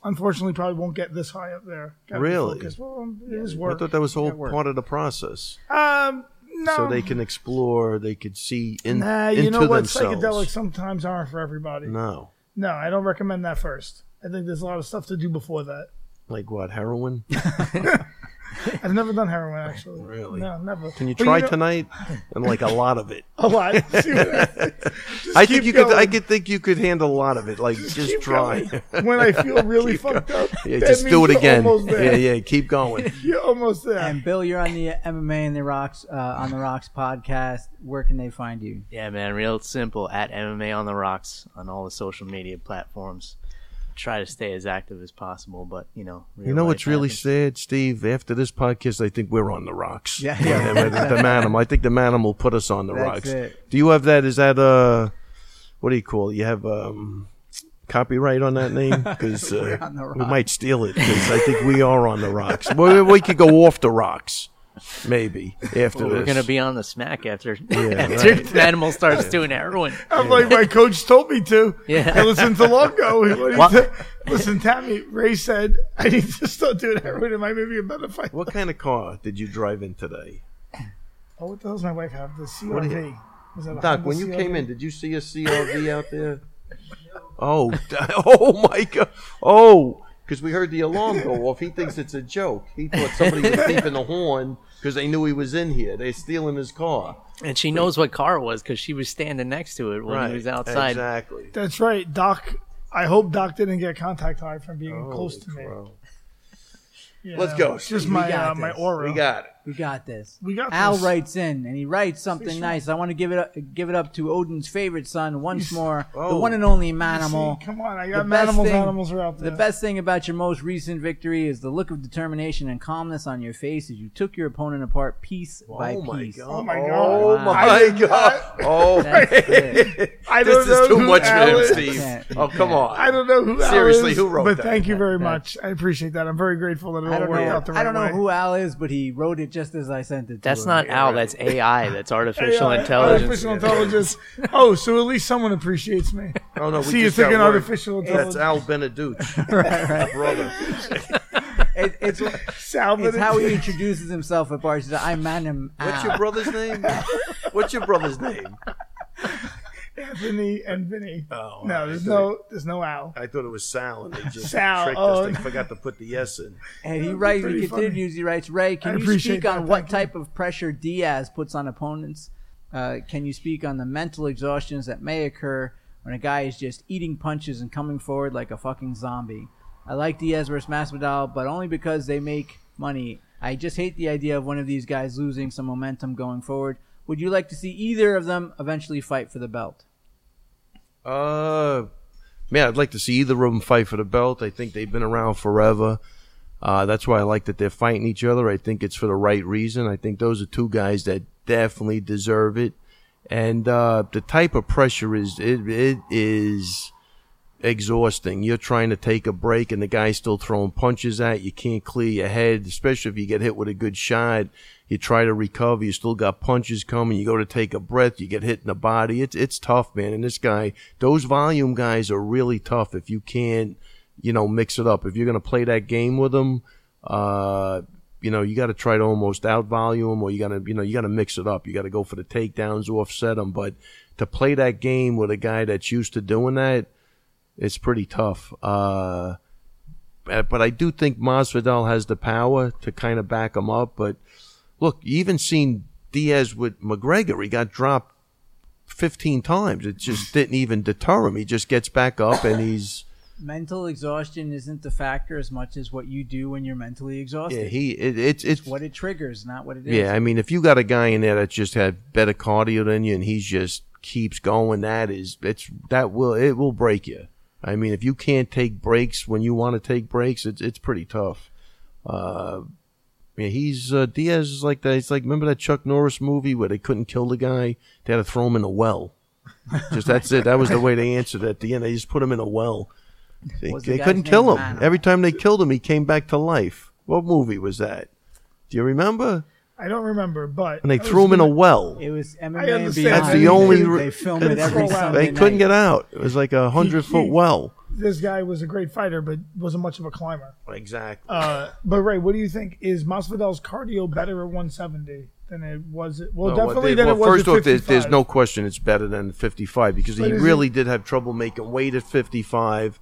Speaker 3: unfortunately probably won't get this high up there. Gotta be
Speaker 2: Really?
Speaker 3: focused. Well, um, it was
Speaker 2: I
Speaker 3: work.
Speaker 2: thought that was whole
Speaker 1: That worked.
Speaker 2: part of the process,
Speaker 3: Um, no.
Speaker 2: so they can explore, they could see in,
Speaker 3: Nah,
Speaker 2: into
Speaker 3: you know what?
Speaker 2: themselves.
Speaker 3: Psychedelics sometimes aren't for everybody. No.
Speaker 2: No,
Speaker 3: I don't recommend that first. I think there's a lot of stuff to do before that.
Speaker 2: like what heroin?
Speaker 3: I've never done heroin actually.
Speaker 2: Really?
Speaker 3: No, never.
Speaker 2: Can you
Speaker 3: But
Speaker 2: try
Speaker 3: know-
Speaker 2: tonight? And like a lot of it.
Speaker 3: a lot. See what I-
Speaker 2: I think
Speaker 3: keep
Speaker 2: you could. I
Speaker 3: going.
Speaker 2: could think you could handle a lot of it. Like just,
Speaker 3: keep
Speaker 2: try.
Speaker 3: going. When I feel really
Speaker 2: Keep
Speaker 3: fucked up,
Speaker 2: Yeah,
Speaker 3: that
Speaker 2: just do
Speaker 3: means
Speaker 2: it
Speaker 3: you're
Speaker 2: again.
Speaker 3: almost
Speaker 2: Yeah,
Speaker 3: there.
Speaker 2: yeah. Keep going.
Speaker 3: You're almost there.
Speaker 1: and Bill, you're on the MMA and the Rocks uh, on the Rocks podcast. Where can they find you?
Speaker 4: yeah, man. Real simple. At MMA on the rocks on all the social media platforms. Try to stay as active as possible, but you know,
Speaker 2: You know what's really sad, Steve? After this podcast, I think we're on the rocks.
Speaker 1: Yeah, yeah.
Speaker 2: the, the Manum. I think the Manum will put us on the
Speaker 1: That's
Speaker 2: rocks.
Speaker 1: it.
Speaker 2: Do you have that? Is that uh, what do you call it? You have um, copyright on that name because uh,
Speaker 1: on the
Speaker 2: we
Speaker 1: rocks.
Speaker 2: might steal it because I think we are on the rocks. we, we could go off the rocks, maybe after
Speaker 4: We're
Speaker 2: this.
Speaker 4: gonna be on the smack after
Speaker 2: Yeah,
Speaker 4: after
Speaker 2: right.
Speaker 4: Animal starts doing heroin.
Speaker 3: I'm like my coach told me to.
Speaker 4: Yeah.
Speaker 3: I listened to Longo. He wanted
Speaker 4: What?
Speaker 3: to- Listen, Tammy. Ray said I need to start doing heroin. It might make me a better fight.
Speaker 2: What kind of car did you drive in today,
Speaker 3: Oh, what the hell's my wife have? The
Speaker 2: do you-
Speaker 3: CRV. Was that a
Speaker 2: Doc?
Speaker 3: Honda
Speaker 2: When you
Speaker 3: CRV?
Speaker 2: came in, did you see a CRV out there? Oh, oh my God! Oh, because we heard the alarm go off. He thinks it's a joke. He thought somebody was beeping the horn because they knew he was in here. They're stealing his car.
Speaker 4: And she knows what car it was because she was standing next to it when he was outside.
Speaker 2: Exactly.
Speaker 3: That's right, Doc. I hope Doc didn't get contact high from being close
Speaker 2: Holy
Speaker 3: to me.
Speaker 2: crow.
Speaker 3: Yeah,
Speaker 2: Oh, Let's go.
Speaker 3: it's Just
Speaker 1: We
Speaker 3: my
Speaker 1: got
Speaker 3: uh, my
Speaker 1: this.
Speaker 3: aura.
Speaker 2: We got it.
Speaker 1: We got this.
Speaker 3: We got
Speaker 1: Al
Speaker 3: this.
Speaker 1: writes in, and he writes something
Speaker 3: sure.
Speaker 1: nice. I want to give it up, give it up to Odin's favorite son once
Speaker 3: You s-
Speaker 1: more, the
Speaker 2: Oh.
Speaker 1: one and only
Speaker 3: See,
Speaker 1: Manimal.
Speaker 3: Come on, I
Speaker 1: The
Speaker 3: got
Speaker 1: best
Speaker 3: animals.
Speaker 1: thing-
Speaker 3: Animals are out there.
Speaker 1: The best thing about your most recent victory is the look of determination and calmness on your face as you took your opponent apart piece by
Speaker 2: oh my
Speaker 1: piece.
Speaker 2: god!
Speaker 3: Oh my
Speaker 2: Oh
Speaker 3: god!
Speaker 2: my god! Oh,
Speaker 1: That's it.
Speaker 3: I don't
Speaker 2: this
Speaker 3: know
Speaker 2: is too
Speaker 3: who
Speaker 2: much for him,
Speaker 3: Alan-
Speaker 1: Yeah,
Speaker 2: Steve.
Speaker 1: you
Speaker 2: Oh come
Speaker 1: can't.
Speaker 2: on!
Speaker 3: I don't know who Al
Speaker 2: Seriously,
Speaker 3: is,
Speaker 2: who wrote
Speaker 3: but
Speaker 2: that?
Speaker 3: thank you very
Speaker 1: That-
Speaker 3: much. I appreciate that. I'm very grateful that it
Speaker 1: I
Speaker 3: all
Speaker 1: don't
Speaker 3: worked
Speaker 1: know.
Speaker 3: out the right
Speaker 1: I don't know
Speaker 3: way.
Speaker 1: who Al is, but he wrote it just as I sent it. to
Speaker 4: That's
Speaker 1: him.
Speaker 4: not Al. That's AI. That's artificial intelligence.
Speaker 3: Artificial intelligence. Oh, so at least someone appreciates me.
Speaker 2: Oh no! We
Speaker 3: See, you
Speaker 2: just
Speaker 3: took
Speaker 2: got
Speaker 3: an
Speaker 2: word.
Speaker 3: artificial
Speaker 2: That's
Speaker 3: intelligence.
Speaker 2: Al Beneduce, my brother.
Speaker 1: It, it's
Speaker 3: Salvin.
Speaker 1: it's how he introduces himself at bars. He's like, I'm Manim Al.
Speaker 2: What's your brother's name? What's your brother's name?
Speaker 3: Anthony and Vinny.
Speaker 2: Oh,
Speaker 3: no, there's no, there's no Al.
Speaker 2: I thought it was Sal, and they just
Speaker 3: Sal,
Speaker 2: tricked
Speaker 3: oh.
Speaker 2: us. They forgot to put the S in.
Speaker 1: And he writes, he
Speaker 3: pretty funny.
Speaker 1: continues, he writes, Ray,
Speaker 3: I
Speaker 1: can you
Speaker 3: appreciate
Speaker 1: speak
Speaker 3: that,
Speaker 1: on what
Speaker 3: thank you.
Speaker 1: type of pressure Diaz puts on opponents? Uh, can you speak on the mental exhaustions that may occur when a guy is just eating punches and coming forward like a fucking zombie? I like Diaz versus Masvidal, but only because they make money. I just hate the idea of one of these guys losing some momentum going forward. Would you like to see either of them eventually fight for the belt?
Speaker 2: Uh, man, I'd like to see either of them fight for the belt. I think they've been around forever. Uh, that's why I like that they're fighting each other. I think it's for the right reason. I think those are two guys that definitely deserve it. And uh, the type of pressure is it, it is exhausting. You're trying to take a break, and the guy's still throwing punches at you. You Can't clear your head, especially if you get hit with a good shot. You try to recover, you still got punches coming. You go to take a breath, you get hit in the body. It's it's tough, man. And this guy, those volume guys are really tough. If you can't, you know, mix it up. If you're gonna play that game with them, uh, you know, you got to try to almost out volume, or you got to, you know, you got to mix it up. You got to go for the takedowns, offset them. But to play that game with a guy that's used to doing that, it's pretty tough. Uh, but but I do think Masvidal has the power to kind of back him up. But look, you even seen Diaz with McGregor. He got dropped 15 times. It just didn't even deter him. He just gets back up and he's
Speaker 1: Mental exhaustion isn't the factor as much as what you do when you're mentally
Speaker 2: yeah,
Speaker 1: exhausted.
Speaker 2: he it, it's it's
Speaker 1: What it triggers, not what it is.
Speaker 2: yeah. I mean, if you got a guy in there that just had better cardio than you and he just keeps going, that is it's that will it will break you. I mean, if you can't take breaks when you want to take breaks, it's it's pretty tough. Uh, yeah, he's uh, Diaz is like that. It's like remember that Chuck Norris movie where they couldn't kill the guy; they had to throw him in a well. Just that's it. That was the way they answered it at the end. They just put him in a well. They,
Speaker 1: Was the
Speaker 2: they
Speaker 1: guy's
Speaker 2: couldn't
Speaker 1: name
Speaker 2: kill him.
Speaker 1: Mano?
Speaker 2: Every time they killed him, he came back to life. What movie was that? Do you remember?
Speaker 3: I don't remember, but
Speaker 2: And they
Speaker 3: I was
Speaker 2: threw him in a
Speaker 3: gonna-
Speaker 2: well.
Speaker 1: It was MMA
Speaker 3: I
Speaker 1: and
Speaker 3: understand.
Speaker 1: Beyond.
Speaker 2: That's the only
Speaker 1: They,
Speaker 2: re-
Speaker 1: they film it every
Speaker 3: They
Speaker 1: Sunday
Speaker 2: They couldn't
Speaker 1: night.
Speaker 2: get out. It was like a hundred
Speaker 3: He-
Speaker 2: foot
Speaker 3: he-
Speaker 2: well.
Speaker 3: This guy was a great fighter, but wasn't much of a climber.
Speaker 2: Exactly.
Speaker 3: Uh, but Ray, what do you think? Is Masvidal's cardio better at 170 than it was? At, well, definitely than it was
Speaker 2: first
Speaker 3: at
Speaker 2: off, there's, there's
Speaker 3: 55.
Speaker 2: no question it's better than 55 because
Speaker 3: But
Speaker 2: he
Speaker 3: is
Speaker 2: really did have trouble making weight at 55,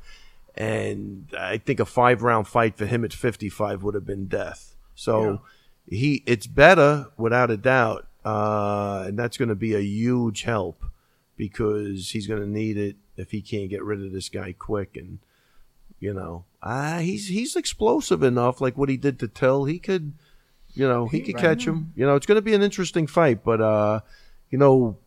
Speaker 2: and I think a five round fight for him at 55 would have been death. So he it's better without a doubt, uh, and that's going to be a huge help because he's going to need it if he can't get rid of this guy quick and. You know, ah, he's he's explosive enough. Like what he did to Till, he could, you know, he could catch him. You know, it's going to be an interesting fight, but uh, you know,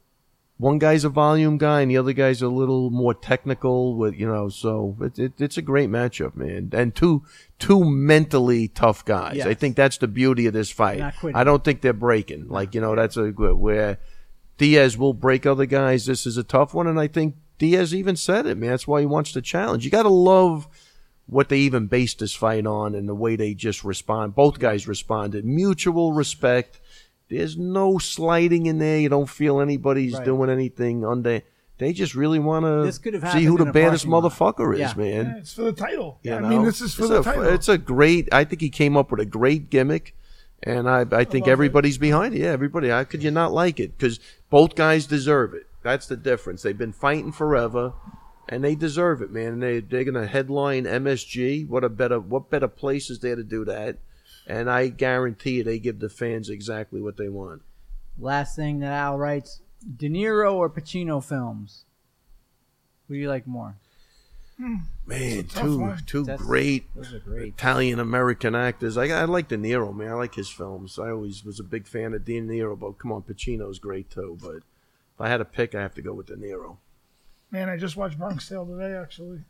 Speaker 2: one guy's a volume guy and the other guy's a little more technical. With you know, so it, it, it's a great matchup, man. And two two mentally tough guys. I
Speaker 1: Yes.
Speaker 2: think that's the beauty of this fight.
Speaker 1: Not quitting.
Speaker 2: I don't think they're breaking. Like you know, that's a where Diaz will break other guys. This is a tough one, and I think Diaz even said it, man. That's why he wants to challenge. You got to love what they even based this fight on and the way they just respond. Both guys responded. Mutual respect. There's no sliding in there. You don't feel anybody's
Speaker 1: Right.
Speaker 2: doing anything under. They just really want
Speaker 1: This could have
Speaker 2: to see
Speaker 1: happened
Speaker 2: who the
Speaker 1: in a
Speaker 2: baddest
Speaker 1: parking lot.
Speaker 2: motherfucker is,
Speaker 1: Yeah.
Speaker 2: man.
Speaker 3: Yeah, it's for the title.
Speaker 2: You
Speaker 3: I
Speaker 2: know?
Speaker 3: mean, this is for
Speaker 2: it's
Speaker 3: the
Speaker 2: a,
Speaker 3: title.
Speaker 2: It's a great. I think he came up with a great gimmick, and I, I think
Speaker 3: love it.
Speaker 2: everybody's behind it. Yeah, everybody. How could you not like it? Because both guys deserve it. That's the difference. They've been fighting forever, and they deserve it, man. And they they're gonna headline MSG. What a better what better place is there to do that? And I guarantee you, they give the fans exactly what they want.
Speaker 1: Last thing that Al writes: De Niro or Pacino films. Who do you like more?
Speaker 2: Man,
Speaker 3: tough
Speaker 2: two
Speaker 3: one.
Speaker 2: two
Speaker 1: That's-
Speaker 2: great
Speaker 1: Those are great.
Speaker 2: Italian American actors. I, I like De Niro, man. I like his films. I always was a big fan of De Niro, but come on, Pacino's great too. But if I had to pick, I have to go with De Niro.
Speaker 3: Man, I just watched Bronx Tale today, actually.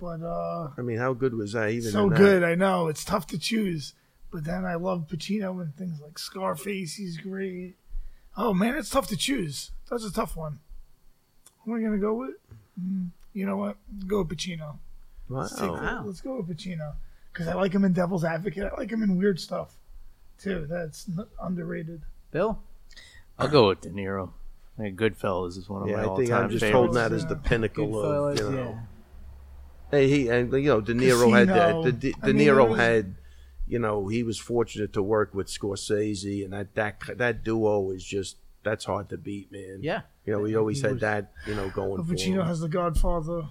Speaker 3: But uh,
Speaker 2: I mean, how good was that? Even
Speaker 3: so
Speaker 2: in that?
Speaker 3: good. I know it's tough to choose, but then I love Pacino and things like Scarface. He's great. Oh man, it's tough to choose. That's a tough one. Who am I gonna go with? Mm, you know what? Go with Pacino. Let's, take-
Speaker 2: Wow.
Speaker 3: let's go with Pacino because I like him in Devil's Advocate. I like him in weird stuff too. That's n- underrated.
Speaker 1: Bill,
Speaker 4: I'll go with De Niro. I think Goodfellas is one of my
Speaker 2: Yeah, I think
Speaker 4: all-time
Speaker 2: I'm just holding
Speaker 4: favorites.
Speaker 2: that as the pinnacle of
Speaker 1: Goodfellas,
Speaker 2: you know.
Speaker 1: yeah.
Speaker 2: Hey, he and you know De Niro had that.
Speaker 3: Casino.
Speaker 2: De, De,
Speaker 3: I mean,
Speaker 2: Niro
Speaker 3: it was-
Speaker 2: had, you know, he was fortunate to work with Scorsese, and that that that duo is just that's hard to beat, man.
Speaker 1: Yeah.
Speaker 2: you know, he always had that, you know, going.
Speaker 3: But
Speaker 2: for him.
Speaker 3: Pacino has The Godfather.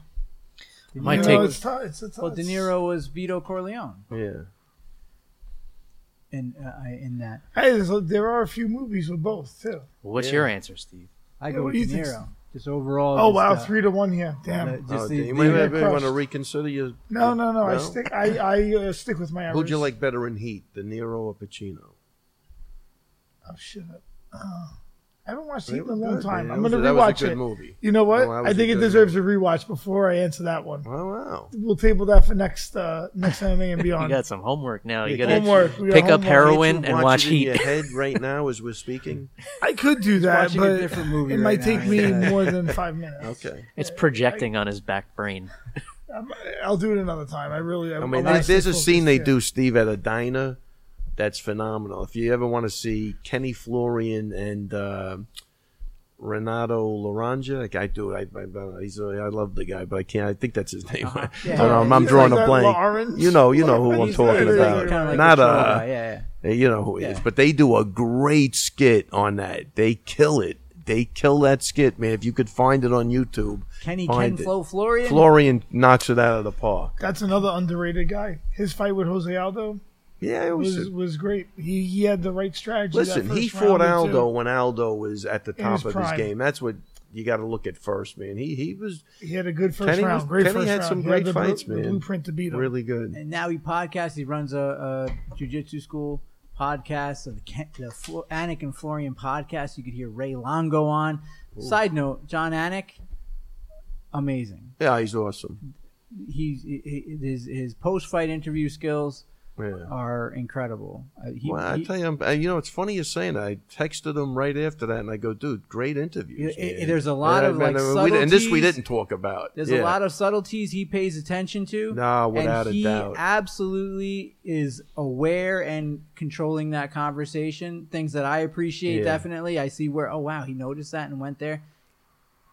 Speaker 4: Might
Speaker 3: You know,
Speaker 4: take-
Speaker 3: it's tough. It's a tough.
Speaker 1: Well, De Niro was Vito Corleone
Speaker 2: yeah.
Speaker 1: in uh, I- in that.
Speaker 3: Hey, there's a- there are a few movies with both too.
Speaker 4: What's
Speaker 2: Yeah.
Speaker 4: your answer, Steve?
Speaker 1: I
Speaker 3: Yeah,
Speaker 1: go with
Speaker 3: what do
Speaker 1: De
Speaker 3: you think,
Speaker 1: Niro. Just overall.
Speaker 3: Oh
Speaker 1: just,
Speaker 3: wow,
Speaker 1: uh,
Speaker 3: three to one here. Damn.
Speaker 1: uh,
Speaker 2: Oh,
Speaker 1: just the-
Speaker 2: you
Speaker 1: the-
Speaker 2: might have-
Speaker 3: crushed.
Speaker 2: want to reconsider your.
Speaker 3: no, no, no. I
Speaker 2: No?
Speaker 3: stick. I I uh, stick with my.
Speaker 2: Who'd you
Speaker 3: average.
Speaker 2: like better in Heat, the Nero or Pacino?
Speaker 3: Oh shit. Uh, I haven't watched
Speaker 2: They
Speaker 3: Heat in
Speaker 2: were
Speaker 3: a long
Speaker 2: good,
Speaker 3: time.
Speaker 2: man.
Speaker 3: I'm
Speaker 2: That
Speaker 3: gonna
Speaker 2: was a- that was a
Speaker 3: rewatch
Speaker 2: good
Speaker 3: it.
Speaker 2: movie.
Speaker 3: You know what?
Speaker 2: No, that was
Speaker 3: I
Speaker 2: a
Speaker 3: think it
Speaker 2: good
Speaker 3: deserves a rewatch before I answer that one.
Speaker 2: Oh wow!
Speaker 3: We'll table that for next uh, next MMA and
Speaker 4: You
Speaker 3: beyond.
Speaker 4: got some homework now. You
Speaker 2: Yeah,
Speaker 4: gotta
Speaker 3: homework. We got
Speaker 4: pick up
Speaker 3: homework.
Speaker 4: heroin
Speaker 2: Can't you
Speaker 4: and watch
Speaker 2: it
Speaker 4: Heat.
Speaker 2: in your head right now as we're speaking.
Speaker 3: I could do that,
Speaker 1: watching a
Speaker 3: but
Speaker 1: different movie
Speaker 3: it
Speaker 1: right
Speaker 3: might
Speaker 1: now,
Speaker 3: take
Speaker 1: I
Speaker 3: me
Speaker 1: guess.
Speaker 3: more than five minutes.
Speaker 2: Okay.
Speaker 4: It's projecting on his back brain.
Speaker 3: I'm, Um, I'll do it another time. I really. I,
Speaker 2: I mean,
Speaker 3: wanna
Speaker 2: there's, there's
Speaker 3: stay
Speaker 2: a scene they
Speaker 3: focused, yeah.
Speaker 2: do, Steve, at a diner. That's phenomenal. If you ever want to see Kenny Florian and uh, Renato Laranja, like I do, I, I, don't know, he's a, I love the guy, but I can't. I think that's his name. I don't know, I'm, I'm
Speaker 3: Uh-huh. He's
Speaker 2: drawing
Speaker 3: like
Speaker 2: a
Speaker 3: that
Speaker 2: blank.
Speaker 3: Lawrence?
Speaker 2: You know, you know who I'm
Speaker 3: He's
Speaker 2: talking
Speaker 3: like-
Speaker 2: about.
Speaker 3: kinda like
Speaker 2: Not
Speaker 1: a.
Speaker 2: uh,
Speaker 1: yeah, yeah.
Speaker 2: you know who it is.
Speaker 1: Yeah.
Speaker 2: But they do a great skit on that. They kill it. They kill that skit, man. If you could find it on YouTube,
Speaker 1: Kenny
Speaker 2: find
Speaker 1: Ken
Speaker 2: it.
Speaker 1: Flo Florian.
Speaker 2: Florian knocks it out of the park.
Speaker 3: That's another underrated guy. His fight with Jose Aldo
Speaker 2: Yeah, it was.
Speaker 3: was was great. He he had the right strategy. that
Speaker 2: Listen, he
Speaker 3: first round
Speaker 2: fought
Speaker 3: or two.
Speaker 2: Aldo when Aldo was at the top
Speaker 3: his
Speaker 2: of
Speaker 3: prime.
Speaker 2: his game. That's what you got to look at first, man. He he was
Speaker 3: He had a good first
Speaker 2: Kenny
Speaker 3: round.
Speaker 2: was-
Speaker 3: great
Speaker 2: Kenny
Speaker 3: first
Speaker 2: had
Speaker 3: round.
Speaker 2: some
Speaker 3: He
Speaker 2: great
Speaker 3: the blu-
Speaker 2: fights,
Speaker 3: the
Speaker 2: man.
Speaker 3: blueprint to beat him.
Speaker 2: really good.
Speaker 1: and now he podcasts. He runs a, a jujitsu school podcast of the, Ken, the Flo, Anik and Florian podcast. You could hear Ray Longo on. Side note: John Anik, amazing.
Speaker 2: Yeah, he's awesome.
Speaker 1: He's he, his his post fight interview skills
Speaker 2: Yeah.
Speaker 1: are incredible. Uh, he,
Speaker 2: Well, I
Speaker 1: he-
Speaker 2: tell you, I'm, uh, you know, it's funny you're saying. that. I texted him right after that, and I go, "Dude, great interviews."
Speaker 1: Yeah, it-
Speaker 2: man."
Speaker 1: there's a lot of, like,
Speaker 2: we didn't- and this we
Speaker 1: subtleties.
Speaker 2: didn't talk about.
Speaker 1: there's
Speaker 2: Yeah.
Speaker 1: a lot of subtleties he pays attention to.
Speaker 2: No, without a
Speaker 1: and he
Speaker 2: doubt.
Speaker 1: absolutely is aware and controlling that conversation. Things that I appreciate
Speaker 2: Yeah.
Speaker 1: definitely. I see where oh wow he noticed that and went there.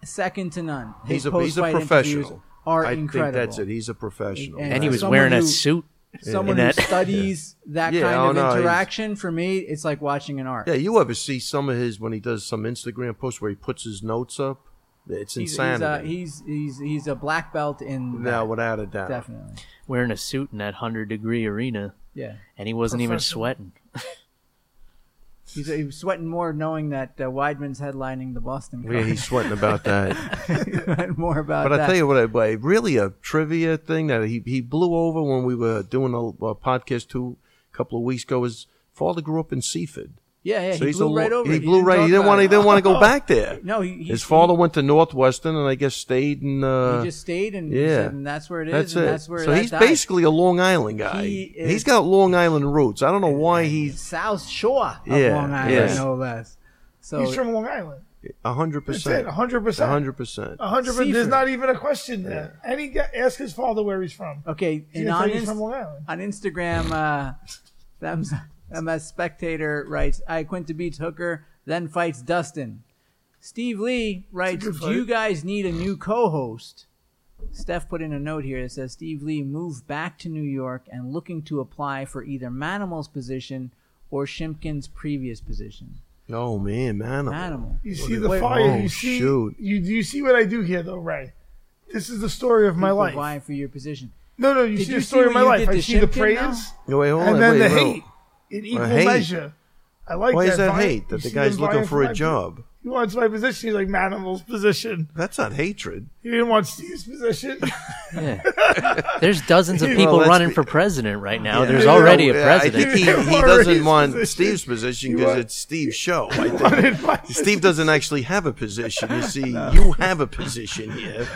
Speaker 1: Second to none. His
Speaker 2: He's a- he's a
Speaker 1: post-fight
Speaker 2: professional.
Speaker 1: interviews Are
Speaker 2: I
Speaker 1: incredible.
Speaker 2: think that's it. He's a professional.
Speaker 1: And
Speaker 4: And he was
Speaker 1: Someone
Speaker 4: wearing
Speaker 1: who-
Speaker 4: a suit.
Speaker 1: Someone
Speaker 4: in
Speaker 1: who
Speaker 4: that-
Speaker 1: studies that
Speaker 2: Yeah,
Speaker 1: kind
Speaker 2: oh,
Speaker 1: of
Speaker 2: no, he's-
Speaker 1: interaction for me, it's like watching an art.
Speaker 2: Yeah, you ever see some of his when he does some Instagram posts where he puts his notes up?
Speaker 1: He's,
Speaker 2: It's
Speaker 1: he's,
Speaker 2: insanity.
Speaker 1: uh, he's he's he's a black belt in
Speaker 2: no,
Speaker 1: that,
Speaker 2: without a doubt.
Speaker 1: definitely.
Speaker 4: wearing a suit in that 100 degree arena
Speaker 1: Yeah.
Speaker 4: and he wasn't even
Speaker 3: Professional.
Speaker 4: sweating
Speaker 1: He's, he was sweating more knowing that uh, Weidman's headlining the Boston.
Speaker 2: Yeah, he's sweating about that.
Speaker 1: Card. more about
Speaker 2: But
Speaker 1: that.
Speaker 2: I tell you what, I, I- really a trivia thing that he, he blew over when we were doing a, a podcast two a couple of weeks ago is father grew up in Seaford.
Speaker 1: yeah, yeah,
Speaker 2: So
Speaker 1: he
Speaker 2: he's
Speaker 1: blew
Speaker 2: a-
Speaker 1: right over.
Speaker 2: He
Speaker 1: it.
Speaker 2: blew right.
Speaker 1: talk
Speaker 2: He didn't
Speaker 1: about
Speaker 2: want.
Speaker 1: it.
Speaker 2: He didn't want to go back there.
Speaker 1: No, he, he,
Speaker 2: His father went to Northwestern, and I guess stayed in.
Speaker 1: He,
Speaker 2: Uh,
Speaker 1: he just stayed, and
Speaker 2: yeah.
Speaker 1: yeah, and that's where it is.
Speaker 2: That's
Speaker 1: and
Speaker 2: it.
Speaker 1: That's where
Speaker 2: so
Speaker 1: that
Speaker 2: he's
Speaker 1: died.
Speaker 2: basically a Long Island guy.
Speaker 1: He
Speaker 2: He
Speaker 1: is-
Speaker 2: has got Long Island roots. I don't know why he's
Speaker 1: South Shore of
Speaker 2: Yeah,
Speaker 1: Long Island,
Speaker 2: yeah.
Speaker 1: no less. So
Speaker 3: He's from Long Island.
Speaker 2: hundred
Speaker 3: That's it.
Speaker 2: percent.
Speaker 3: hundred percent.
Speaker 2: hundred percent.
Speaker 3: A hundred percent. There's
Speaker 1: Seaford.
Speaker 3: not even a question there. Any guy, ask his father where he's from.
Speaker 1: okay,
Speaker 3: He's
Speaker 1: and
Speaker 3: gonna
Speaker 1: on,
Speaker 3: tell you he's
Speaker 1: Inst-
Speaker 3: from Long Island.
Speaker 1: on Instagram, uh, MS, MS Spectator writes, "I Quinta beats Hooker, then fights Dustin." Steve Lee writes,
Speaker 3: good
Speaker 1: "Do you guys need a new co-host?" Steph put in a note here that says Steve Lee moved back to New York and looking to apply for either Manimal's position or Shimpkin's previous position.
Speaker 2: Oh man, man.
Speaker 1: Manimal.
Speaker 3: You see the
Speaker 1: Wait,
Speaker 3: fire.
Speaker 2: oh,
Speaker 3: you see.
Speaker 2: shoot.
Speaker 3: You do you see what I do here though, Ray? This is the story of my
Speaker 1: people
Speaker 3: life.
Speaker 1: vying for your position.
Speaker 3: No, no. You
Speaker 1: Did
Speaker 3: see
Speaker 1: you
Speaker 3: the
Speaker 1: see
Speaker 3: story
Speaker 1: what
Speaker 3: of my
Speaker 1: you
Speaker 3: life.
Speaker 1: did
Speaker 3: I
Speaker 1: to
Speaker 3: see the
Speaker 1: Shimkin
Speaker 3: praise
Speaker 2: No, Oh, wait, hold on.
Speaker 3: and then
Speaker 2: wait,
Speaker 3: the
Speaker 2: wait.
Speaker 3: hate in equal
Speaker 2: hate.
Speaker 3: measure. I like
Speaker 2: Why
Speaker 3: that.
Speaker 2: is that
Speaker 3: Vi-
Speaker 2: hate
Speaker 3: you
Speaker 2: that the
Speaker 3: see
Speaker 2: guy's
Speaker 3: them
Speaker 2: looking
Speaker 3: vying
Speaker 2: for
Speaker 3: my-
Speaker 2: a job?
Speaker 3: He wants my position. He's like Manimal's position.
Speaker 2: That's not hatred.
Speaker 3: He didn't want Steve's position.
Speaker 4: yeah. there's dozens of
Speaker 2: Well,
Speaker 4: people
Speaker 2: let's
Speaker 4: running
Speaker 2: be-
Speaker 4: for president right now
Speaker 2: Yeah.
Speaker 4: Oh, there's
Speaker 2: Yeah,
Speaker 4: already a
Speaker 2: yeah, I
Speaker 4: president
Speaker 2: think he, he
Speaker 3: Or
Speaker 2: doesn't
Speaker 3: his
Speaker 2: want
Speaker 3: position.
Speaker 2: Steve's position
Speaker 3: You
Speaker 2: because
Speaker 3: want-
Speaker 2: it's Steve's show. I think.
Speaker 3: wanted my
Speaker 2: Steve doesn't actually have a position. You see, you have a position here.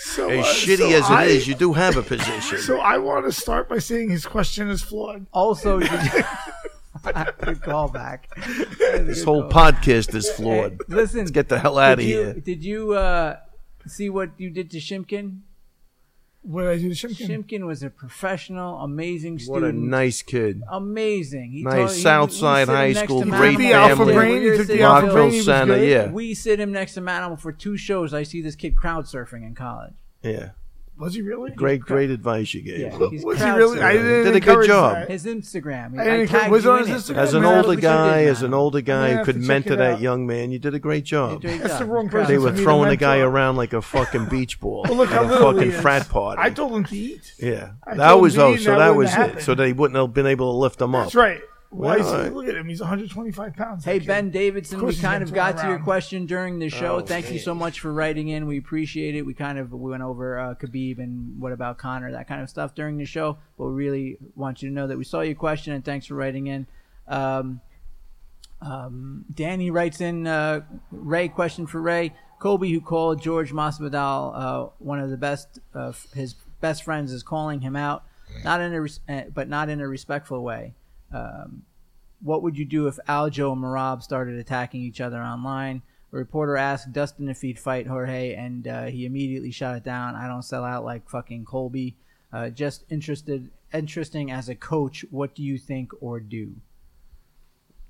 Speaker 3: So,
Speaker 2: As
Speaker 3: uh,
Speaker 2: shitty
Speaker 3: so
Speaker 2: as it is,
Speaker 3: I-
Speaker 2: you do have a position.
Speaker 3: So I want to start by saying his question is flawed.
Speaker 1: Also, did you- good callback.
Speaker 2: this whole podcast is flawed.
Speaker 1: Hey, listen,
Speaker 2: Let's get the hell out of
Speaker 1: did you,
Speaker 2: here.
Speaker 1: Did you uh, see what you did to Shimkin?
Speaker 3: What did I do to Shimkin?
Speaker 1: Shimkin was a professional, amazing
Speaker 2: What
Speaker 1: student.
Speaker 2: a nice kid.
Speaker 1: amazing. He
Speaker 2: nice
Speaker 1: told- he- we sit
Speaker 2: Southside
Speaker 1: him
Speaker 2: High
Speaker 1: next
Speaker 2: School,
Speaker 1: to Manimal.
Speaker 2: great
Speaker 3: The Alpha
Speaker 2: family.
Speaker 3: Brain,
Speaker 1: We
Speaker 3: took
Speaker 1: sit
Speaker 3: the
Speaker 1: him-
Speaker 3: Alpha Brain, he
Speaker 2: Rockville
Speaker 3: was
Speaker 2: Center,
Speaker 3: good.
Speaker 2: yeah,
Speaker 1: We sit him next to Manimal for two shows. I see this kid crowd surfing in college.
Speaker 2: yeah.
Speaker 3: Was he really?
Speaker 2: Great, great advice you gave.
Speaker 1: Yeah,
Speaker 2: Look,
Speaker 1: he's
Speaker 3: Was he
Speaker 1: crowd
Speaker 3: really? I
Speaker 1: surfing.
Speaker 2: He
Speaker 3: didn't
Speaker 2: did a good
Speaker 3: encourage
Speaker 2: job.
Speaker 3: that.
Speaker 1: His Instagram.
Speaker 3: I didn't-
Speaker 1: tagged
Speaker 3: was it
Speaker 1: you
Speaker 3: on
Speaker 1: in
Speaker 3: his
Speaker 1: it.
Speaker 3: Instagram?
Speaker 2: As an
Speaker 3: Man,
Speaker 2: older
Speaker 1: We should have
Speaker 2: guy,
Speaker 1: did
Speaker 2: as an
Speaker 1: Manimal.
Speaker 2: older guy
Speaker 3: have
Speaker 2: who
Speaker 3: to
Speaker 2: could
Speaker 3: check
Speaker 2: mentor
Speaker 3: it
Speaker 2: that
Speaker 3: out.
Speaker 2: young man, you did a great job.
Speaker 1: Great
Speaker 3: That's
Speaker 1: job.
Speaker 3: the wrong
Speaker 1: Crowd
Speaker 3: person.
Speaker 2: They
Speaker 1: surfing.
Speaker 2: were
Speaker 3: Need a
Speaker 2: throwing the guy
Speaker 3: mentor.
Speaker 2: around like a fucking beach ball
Speaker 3: Well, look
Speaker 2: at
Speaker 3: how
Speaker 2: a
Speaker 3: little he
Speaker 2: fucking
Speaker 3: is.
Speaker 2: frat party.
Speaker 3: I told him to eat.
Speaker 2: yeah,
Speaker 3: I
Speaker 2: that
Speaker 3: told
Speaker 2: was
Speaker 3: him to
Speaker 2: oh,
Speaker 3: eat
Speaker 2: so
Speaker 3: and that
Speaker 2: that
Speaker 3: wouldn't
Speaker 2: was
Speaker 3: happen.
Speaker 2: it. So they wouldn't have been able to lift him up.
Speaker 3: That's right. Why is he?
Speaker 2: Well, I-
Speaker 3: Look at him. He's 125 pounds. that
Speaker 1: Hey
Speaker 3: kid.
Speaker 1: Ben Davidson,
Speaker 3: Of
Speaker 1: we
Speaker 3: course he's
Speaker 1: kind
Speaker 3: gonna
Speaker 1: of
Speaker 3: turn
Speaker 1: got to your
Speaker 3: around.
Speaker 1: question during the show.
Speaker 2: Oh,
Speaker 1: Thank you
Speaker 2: man.
Speaker 1: so much for writing in. We appreciate it. We kind of we went over uh, Khabib and what about Connor, that kind of stuff during the show. But we really want you to know that we saw your question and thanks for writing in. Um, um, Danny writes in uh, Ray question for Ray. Kobe, who called George Masvidal uh, one of the best, uh, f- his best friends, is calling him out, not in a res- uh, but not in a respectful way. Um, what would you do if Aljo and Marab started attacking each other online? A reporter asked Dustin if he'd fight Jorge, and uh, he immediately shot it down. I don't sell out like fucking Colby. Uh, just interested, interesting as a coach. What do you think or do?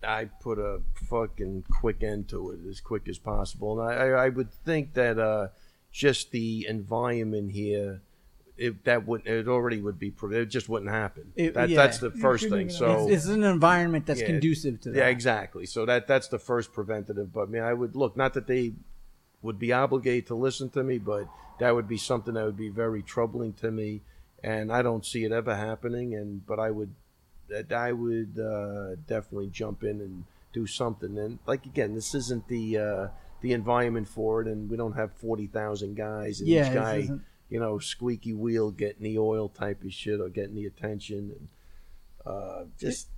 Speaker 2: I put a fucking quick end to it as quick as possible. And I, I, I would think that uh, just the environment here, if that wouldn't, it already would be, pre- it just wouldn't happen.
Speaker 1: It-
Speaker 2: that,
Speaker 1: yeah.
Speaker 2: That's the first
Speaker 3: couldn't
Speaker 2: thing.
Speaker 3: even-
Speaker 2: So
Speaker 1: it's, it's an environment that's
Speaker 2: Yeah.
Speaker 1: conducive to that.
Speaker 2: yeah, exactly. So that that's the first preventative. But I mean, I would look not that they would be obligated to listen to me, but that would be something that would be very troubling to me, and I don't see it ever happening. And but I would, that I would uh, definitely jump in and do something. And like again, this isn't the uh, the environment for it, and we don't have forty thousand guys. And
Speaker 1: Yeah,
Speaker 2: each
Speaker 1: this
Speaker 2: guy,
Speaker 1: isn't-
Speaker 2: you know, squeaky wheel getting the oil type of shit or getting the attention. And, uh, just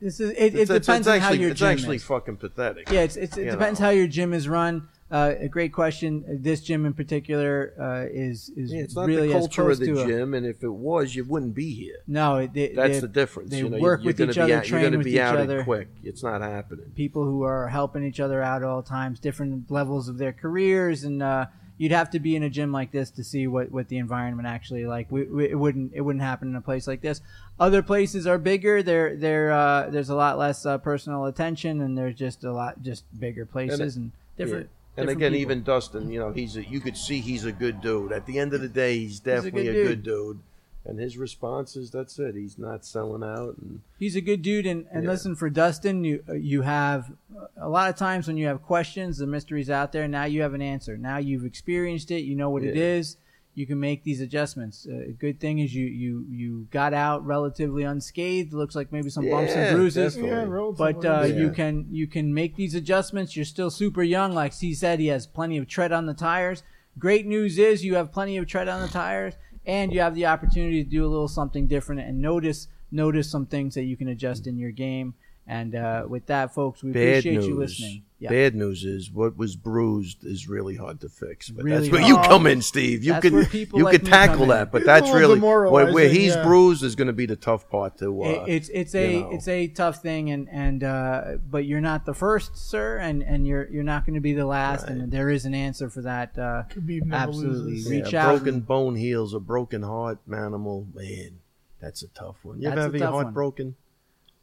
Speaker 1: This is it. it
Speaker 2: it's- it's-
Speaker 1: depends
Speaker 2: it's
Speaker 1: on how
Speaker 2: actually,
Speaker 1: your
Speaker 2: It's
Speaker 1: gym
Speaker 2: actually
Speaker 1: is.
Speaker 2: fucking pathetic.
Speaker 1: Yeah, it's, it's, it
Speaker 2: you
Speaker 1: depends
Speaker 2: know.
Speaker 1: how your gym is run. Uh, a great question. This gym in particular uh, is is
Speaker 2: Yeah, it's not
Speaker 1: really
Speaker 2: the
Speaker 1: as
Speaker 2: culture
Speaker 1: close
Speaker 2: of the
Speaker 1: to a-
Speaker 2: gym, and if it was, you wouldn't be here.
Speaker 1: no, they,
Speaker 2: That's
Speaker 1: they-
Speaker 2: the difference.
Speaker 1: They
Speaker 2: you know,
Speaker 1: work
Speaker 2: you're,
Speaker 1: with
Speaker 2: you're
Speaker 1: each
Speaker 2: gonna be
Speaker 1: other,
Speaker 2: out,
Speaker 1: train
Speaker 2: you're gonna
Speaker 1: with
Speaker 2: be
Speaker 1: each
Speaker 2: out
Speaker 1: other.
Speaker 2: It quick. It's not happening.
Speaker 1: people who are helping each other out at all times, different levels of their careers, and uh, you'd have to be in a gym like this to see what, what the environment actually like. We, we, it wouldn't it wouldn't happen in a place like this. Other places are bigger. There there uh, there's a lot less uh, personal attention, and there's just a lot just bigger places and, different.
Speaker 2: Yeah. And
Speaker 1: different
Speaker 2: again,
Speaker 1: people.
Speaker 2: even Dustin, you know, he's a, you could see he's a good dude. At the end of the day, he's definitely
Speaker 1: good
Speaker 2: a good dude. And his response is, "That's it. He's not selling out." And
Speaker 1: he's a good dude and, and
Speaker 2: Yeah.
Speaker 1: listen for dustin you you have a lot of times when you have questions the mystery's out there now you have an answer now you've experienced it you know what it
Speaker 2: Yeah.
Speaker 1: is you can make these adjustments Uh, a good thing is you you you got out relatively unscathed looks like maybe some bumps
Speaker 2: Yeah,
Speaker 1: and bruises
Speaker 2: definitely.
Speaker 3: Yeah, relatively.
Speaker 1: but uh,
Speaker 2: Yeah.
Speaker 1: you can you can make these adjustments. You're still super young, like he said. He has plenty of tread on the tires. Great news is you have plenty of tread on the tires, and you have the opportunity to do a little something different and notice notice some things that you can adjust in your game. And uh, with that, folks, we
Speaker 2: bad
Speaker 1: appreciate
Speaker 2: news.
Speaker 1: you listening. Yeah.
Speaker 2: Bad news is what was bruised is really hard to fix. But
Speaker 1: Really
Speaker 2: that's where
Speaker 1: hard.
Speaker 2: you come in, Steve. You
Speaker 1: That's
Speaker 2: can
Speaker 1: where people
Speaker 2: you
Speaker 1: like
Speaker 2: can
Speaker 1: me come
Speaker 2: tackle
Speaker 1: in.
Speaker 2: that, but
Speaker 3: People
Speaker 2: that's
Speaker 3: are
Speaker 2: really where, where
Speaker 3: demoralizing,
Speaker 2: he's
Speaker 3: yeah.
Speaker 2: bruised is going to be the tough part to. Uh,
Speaker 1: It- it's it's a
Speaker 2: you know.
Speaker 1: it's a tough thing and and uh, but you're not the first sir and and you're you're not going to be the last and there is an answer for that uh,
Speaker 3: Khabib never
Speaker 1: absolutely
Speaker 3: loses.
Speaker 1: reach
Speaker 2: yeah,
Speaker 1: out
Speaker 2: Broken
Speaker 1: and-
Speaker 2: bone heals, a broken heart, animal, man. That's a tough one. You ever
Speaker 1: That's a
Speaker 2: have your
Speaker 1: tough
Speaker 2: heart
Speaker 1: one.
Speaker 2: broken?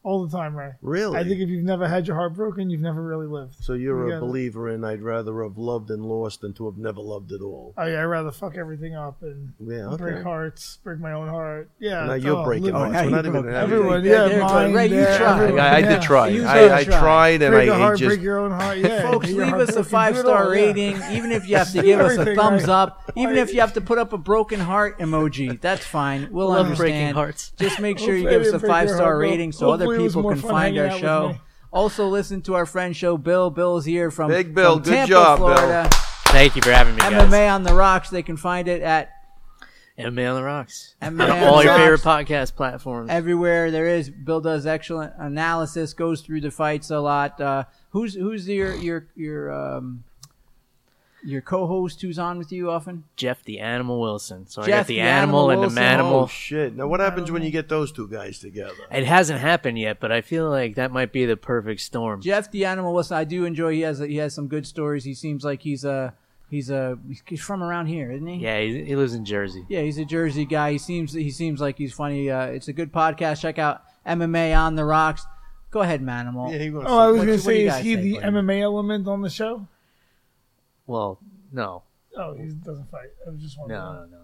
Speaker 3: all the time, Ray.
Speaker 2: Really?
Speaker 3: I think if you've never had your heart broken, you've never really lived.
Speaker 2: so you're
Speaker 3: You
Speaker 2: a
Speaker 3: gotta-
Speaker 2: believer in I'd rather have loved and lost than to have never loved at all.
Speaker 3: I, I'd rather fuck everything up and
Speaker 2: Yeah,
Speaker 3: break
Speaker 2: okay.
Speaker 3: hearts, break my own heart. Yeah.
Speaker 2: Now
Speaker 3: it's
Speaker 2: you're
Speaker 3: all
Speaker 2: breaking
Speaker 1: Oh,
Speaker 3: living.
Speaker 2: hearts.
Speaker 1: now
Speaker 2: We're
Speaker 1: you
Speaker 2: not even
Speaker 1: broke
Speaker 2: having
Speaker 3: Everyone,
Speaker 1: Yeah,
Speaker 3: yeah,
Speaker 1: there,
Speaker 3: mine,
Speaker 1: Ray, you
Speaker 3: yeah,
Speaker 1: tried.
Speaker 3: everyone,
Speaker 2: I, I did
Speaker 3: yeah.
Speaker 2: try.
Speaker 1: You
Speaker 2: I, I
Speaker 1: tried.
Speaker 2: tried, and
Speaker 3: break
Speaker 2: I
Speaker 3: a heart,
Speaker 2: just
Speaker 3: break your own heart. Yeah,
Speaker 1: folks
Speaker 3: Get your
Speaker 1: leave
Speaker 3: heart
Speaker 1: us a
Speaker 3: broken,
Speaker 1: five
Speaker 3: do it all,
Speaker 1: star
Speaker 3: yeah.
Speaker 1: rating even if you have to give us a
Speaker 3: Everything,
Speaker 1: thumbs
Speaker 3: right?
Speaker 1: up even if you have to put up a broken heart emoji that's fine we'll
Speaker 4: Love breaking
Speaker 1: understand
Speaker 4: hearts.
Speaker 1: just make sure you
Speaker 3: Hopefully
Speaker 1: give
Speaker 3: I
Speaker 1: us a
Speaker 3: didn't break your
Speaker 1: five star
Speaker 3: heart, bro.
Speaker 1: rating so other
Speaker 3: Hopefully it was
Speaker 1: people
Speaker 3: more
Speaker 1: can
Speaker 3: fun
Speaker 1: find our
Speaker 3: hanging out with
Speaker 1: show
Speaker 3: me.
Speaker 1: also listen to our friend show bill bill's here from
Speaker 2: Big Bill,
Speaker 1: from
Speaker 2: good
Speaker 1: Tampa,
Speaker 2: job, Bill.
Speaker 1: Florida.
Speaker 4: Thank you for having me, guys.
Speaker 1: mma on the rocks they can find it at
Speaker 4: MMA on the rocks.
Speaker 1: MMA
Speaker 4: on
Speaker 1: on
Speaker 4: all
Speaker 1: the
Speaker 4: your
Speaker 1: Rocks.
Speaker 4: favorite podcast platforms.
Speaker 1: everywhere there is bill does excellent analysis goes through the fights a lot uh who's who's your your your um your co-host who's on with you often
Speaker 4: Jeff the Animal Wilson. So I
Speaker 1: Jeff
Speaker 4: got the,
Speaker 1: the
Speaker 4: animal,
Speaker 1: Animal
Speaker 4: and
Speaker 1: Wilson.
Speaker 4: the manimal.
Speaker 2: Oh shit! Now what happens when you get those two guys together?
Speaker 4: it hasn't happened yet, but I feel like that might be the perfect storm.
Speaker 1: Jeff the Animal Wilson, I do enjoy. He has he has some good stories. He seems like he's a he's a he's from around here, isn't he?
Speaker 4: yeah, he, he lives in Jersey.
Speaker 1: Yeah, he's a Jersey guy. He seems he seems like he's funny. Uh, it's a good podcast. Check out MMA on the Rocks. Go ahead, Manimal.
Speaker 2: Yeah, he wants
Speaker 3: Oh, I was
Speaker 1: What-
Speaker 3: going to
Speaker 1: what do
Speaker 3: say,
Speaker 1: you
Speaker 3: is
Speaker 1: guys
Speaker 3: he
Speaker 1: think,
Speaker 3: the
Speaker 1: buddy?
Speaker 3: MMA element on the show?
Speaker 4: Well, no,
Speaker 3: Oh, he doesn't fight. I was just wondering.
Speaker 4: no, no,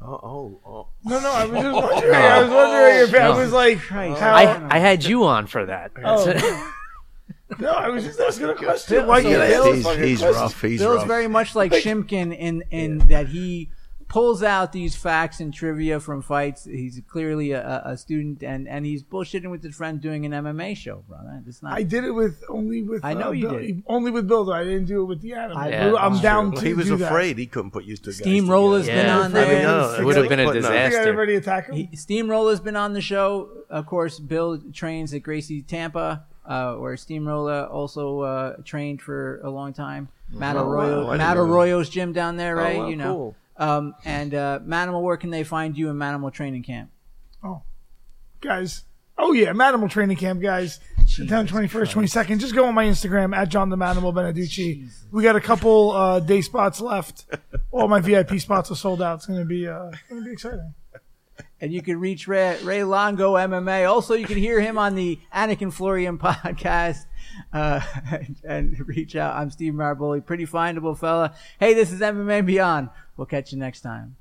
Speaker 4: no.
Speaker 2: oh, oh, oh.
Speaker 3: No, no, I was just wondering. I was wondering if I
Speaker 4: No.
Speaker 3: was like,
Speaker 1: Christ.
Speaker 3: how,
Speaker 4: I, I had you on for that.
Speaker 3: Oh. no, I was just asking a question.
Speaker 1: Bill-
Speaker 3: Why
Speaker 1: so
Speaker 3: can't I ask
Speaker 1: Bill's-
Speaker 3: a
Speaker 2: he's
Speaker 3: fucking
Speaker 2: he's
Speaker 3: question?
Speaker 2: rough. He's
Speaker 1: Bill's
Speaker 2: rough.
Speaker 1: very much like Shimkin in in that he pulls out these facts and trivia from fights. He's clearly a- a, a student, and, and he's bullshitting with his friend doing an MMA show, brother. It's not.
Speaker 3: I did it with only with.
Speaker 1: I know
Speaker 3: uh,
Speaker 1: you
Speaker 3: Bill-
Speaker 1: did.
Speaker 3: Only with Bill though. I didn't do it with the anime.
Speaker 1: I-
Speaker 4: Yeah,
Speaker 3: I'm
Speaker 4: that's
Speaker 3: down
Speaker 2: Well,
Speaker 3: to
Speaker 2: he was
Speaker 3: do that.
Speaker 2: afraid he couldn't put you two guys
Speaker 1: Steamroller's
Speaker 2: together.
Speaker 1: been
Speaker 4: Yeah.
Speaker 1: on
Speaker 4: I mean,
Speaker 1: there.
Speaker 2: no,
Speaker 4: Oh, it would have been a
Speaker 2: Putting up-
Speaker 3: I think I
Speaker 4: disaster.
Speaker 3: already attacked him.
Speaker 1: He, Steamroller's been on the show. Of course, Bill trains at Gracie Tampa, uh, where Steamroller also uh, trained for a long time. Matt
Speaker 2: Oh, wow.
Speaker 1: Arroyo,
Speaker 2: I didn't
Speaker 1: Matt
Speaker 2: know that.
Speaker 1: Arroyo's gym down there,
Speaker 2: Oh,
Speaker 1: right?
Speaker 2: wow,
Speaker 1: you know.
Speaker 2: cool.
Speaker 1: Um, and uh, Manimal, where can they find you in Manimal Training Camp?
Speaker 3: guys. Oh yeah, Manimal Training Camp, guys. September twenty first, twenty second. Just go on my Instagram at John the Manimal Beneducci. We got a couple uh, day spots left. All my VIP spots are sold out. It's gonna be uh, gonna be exciting.
Speaker 1: And you can reach Ray, Ray Longo MMA. Also, you can hear him on the Anakin Florian podcast. Uh, and, and reach out. I'm Steve Marboli, pretty findable fella. Hey, this is MMA Beyond. We'll catch you next time.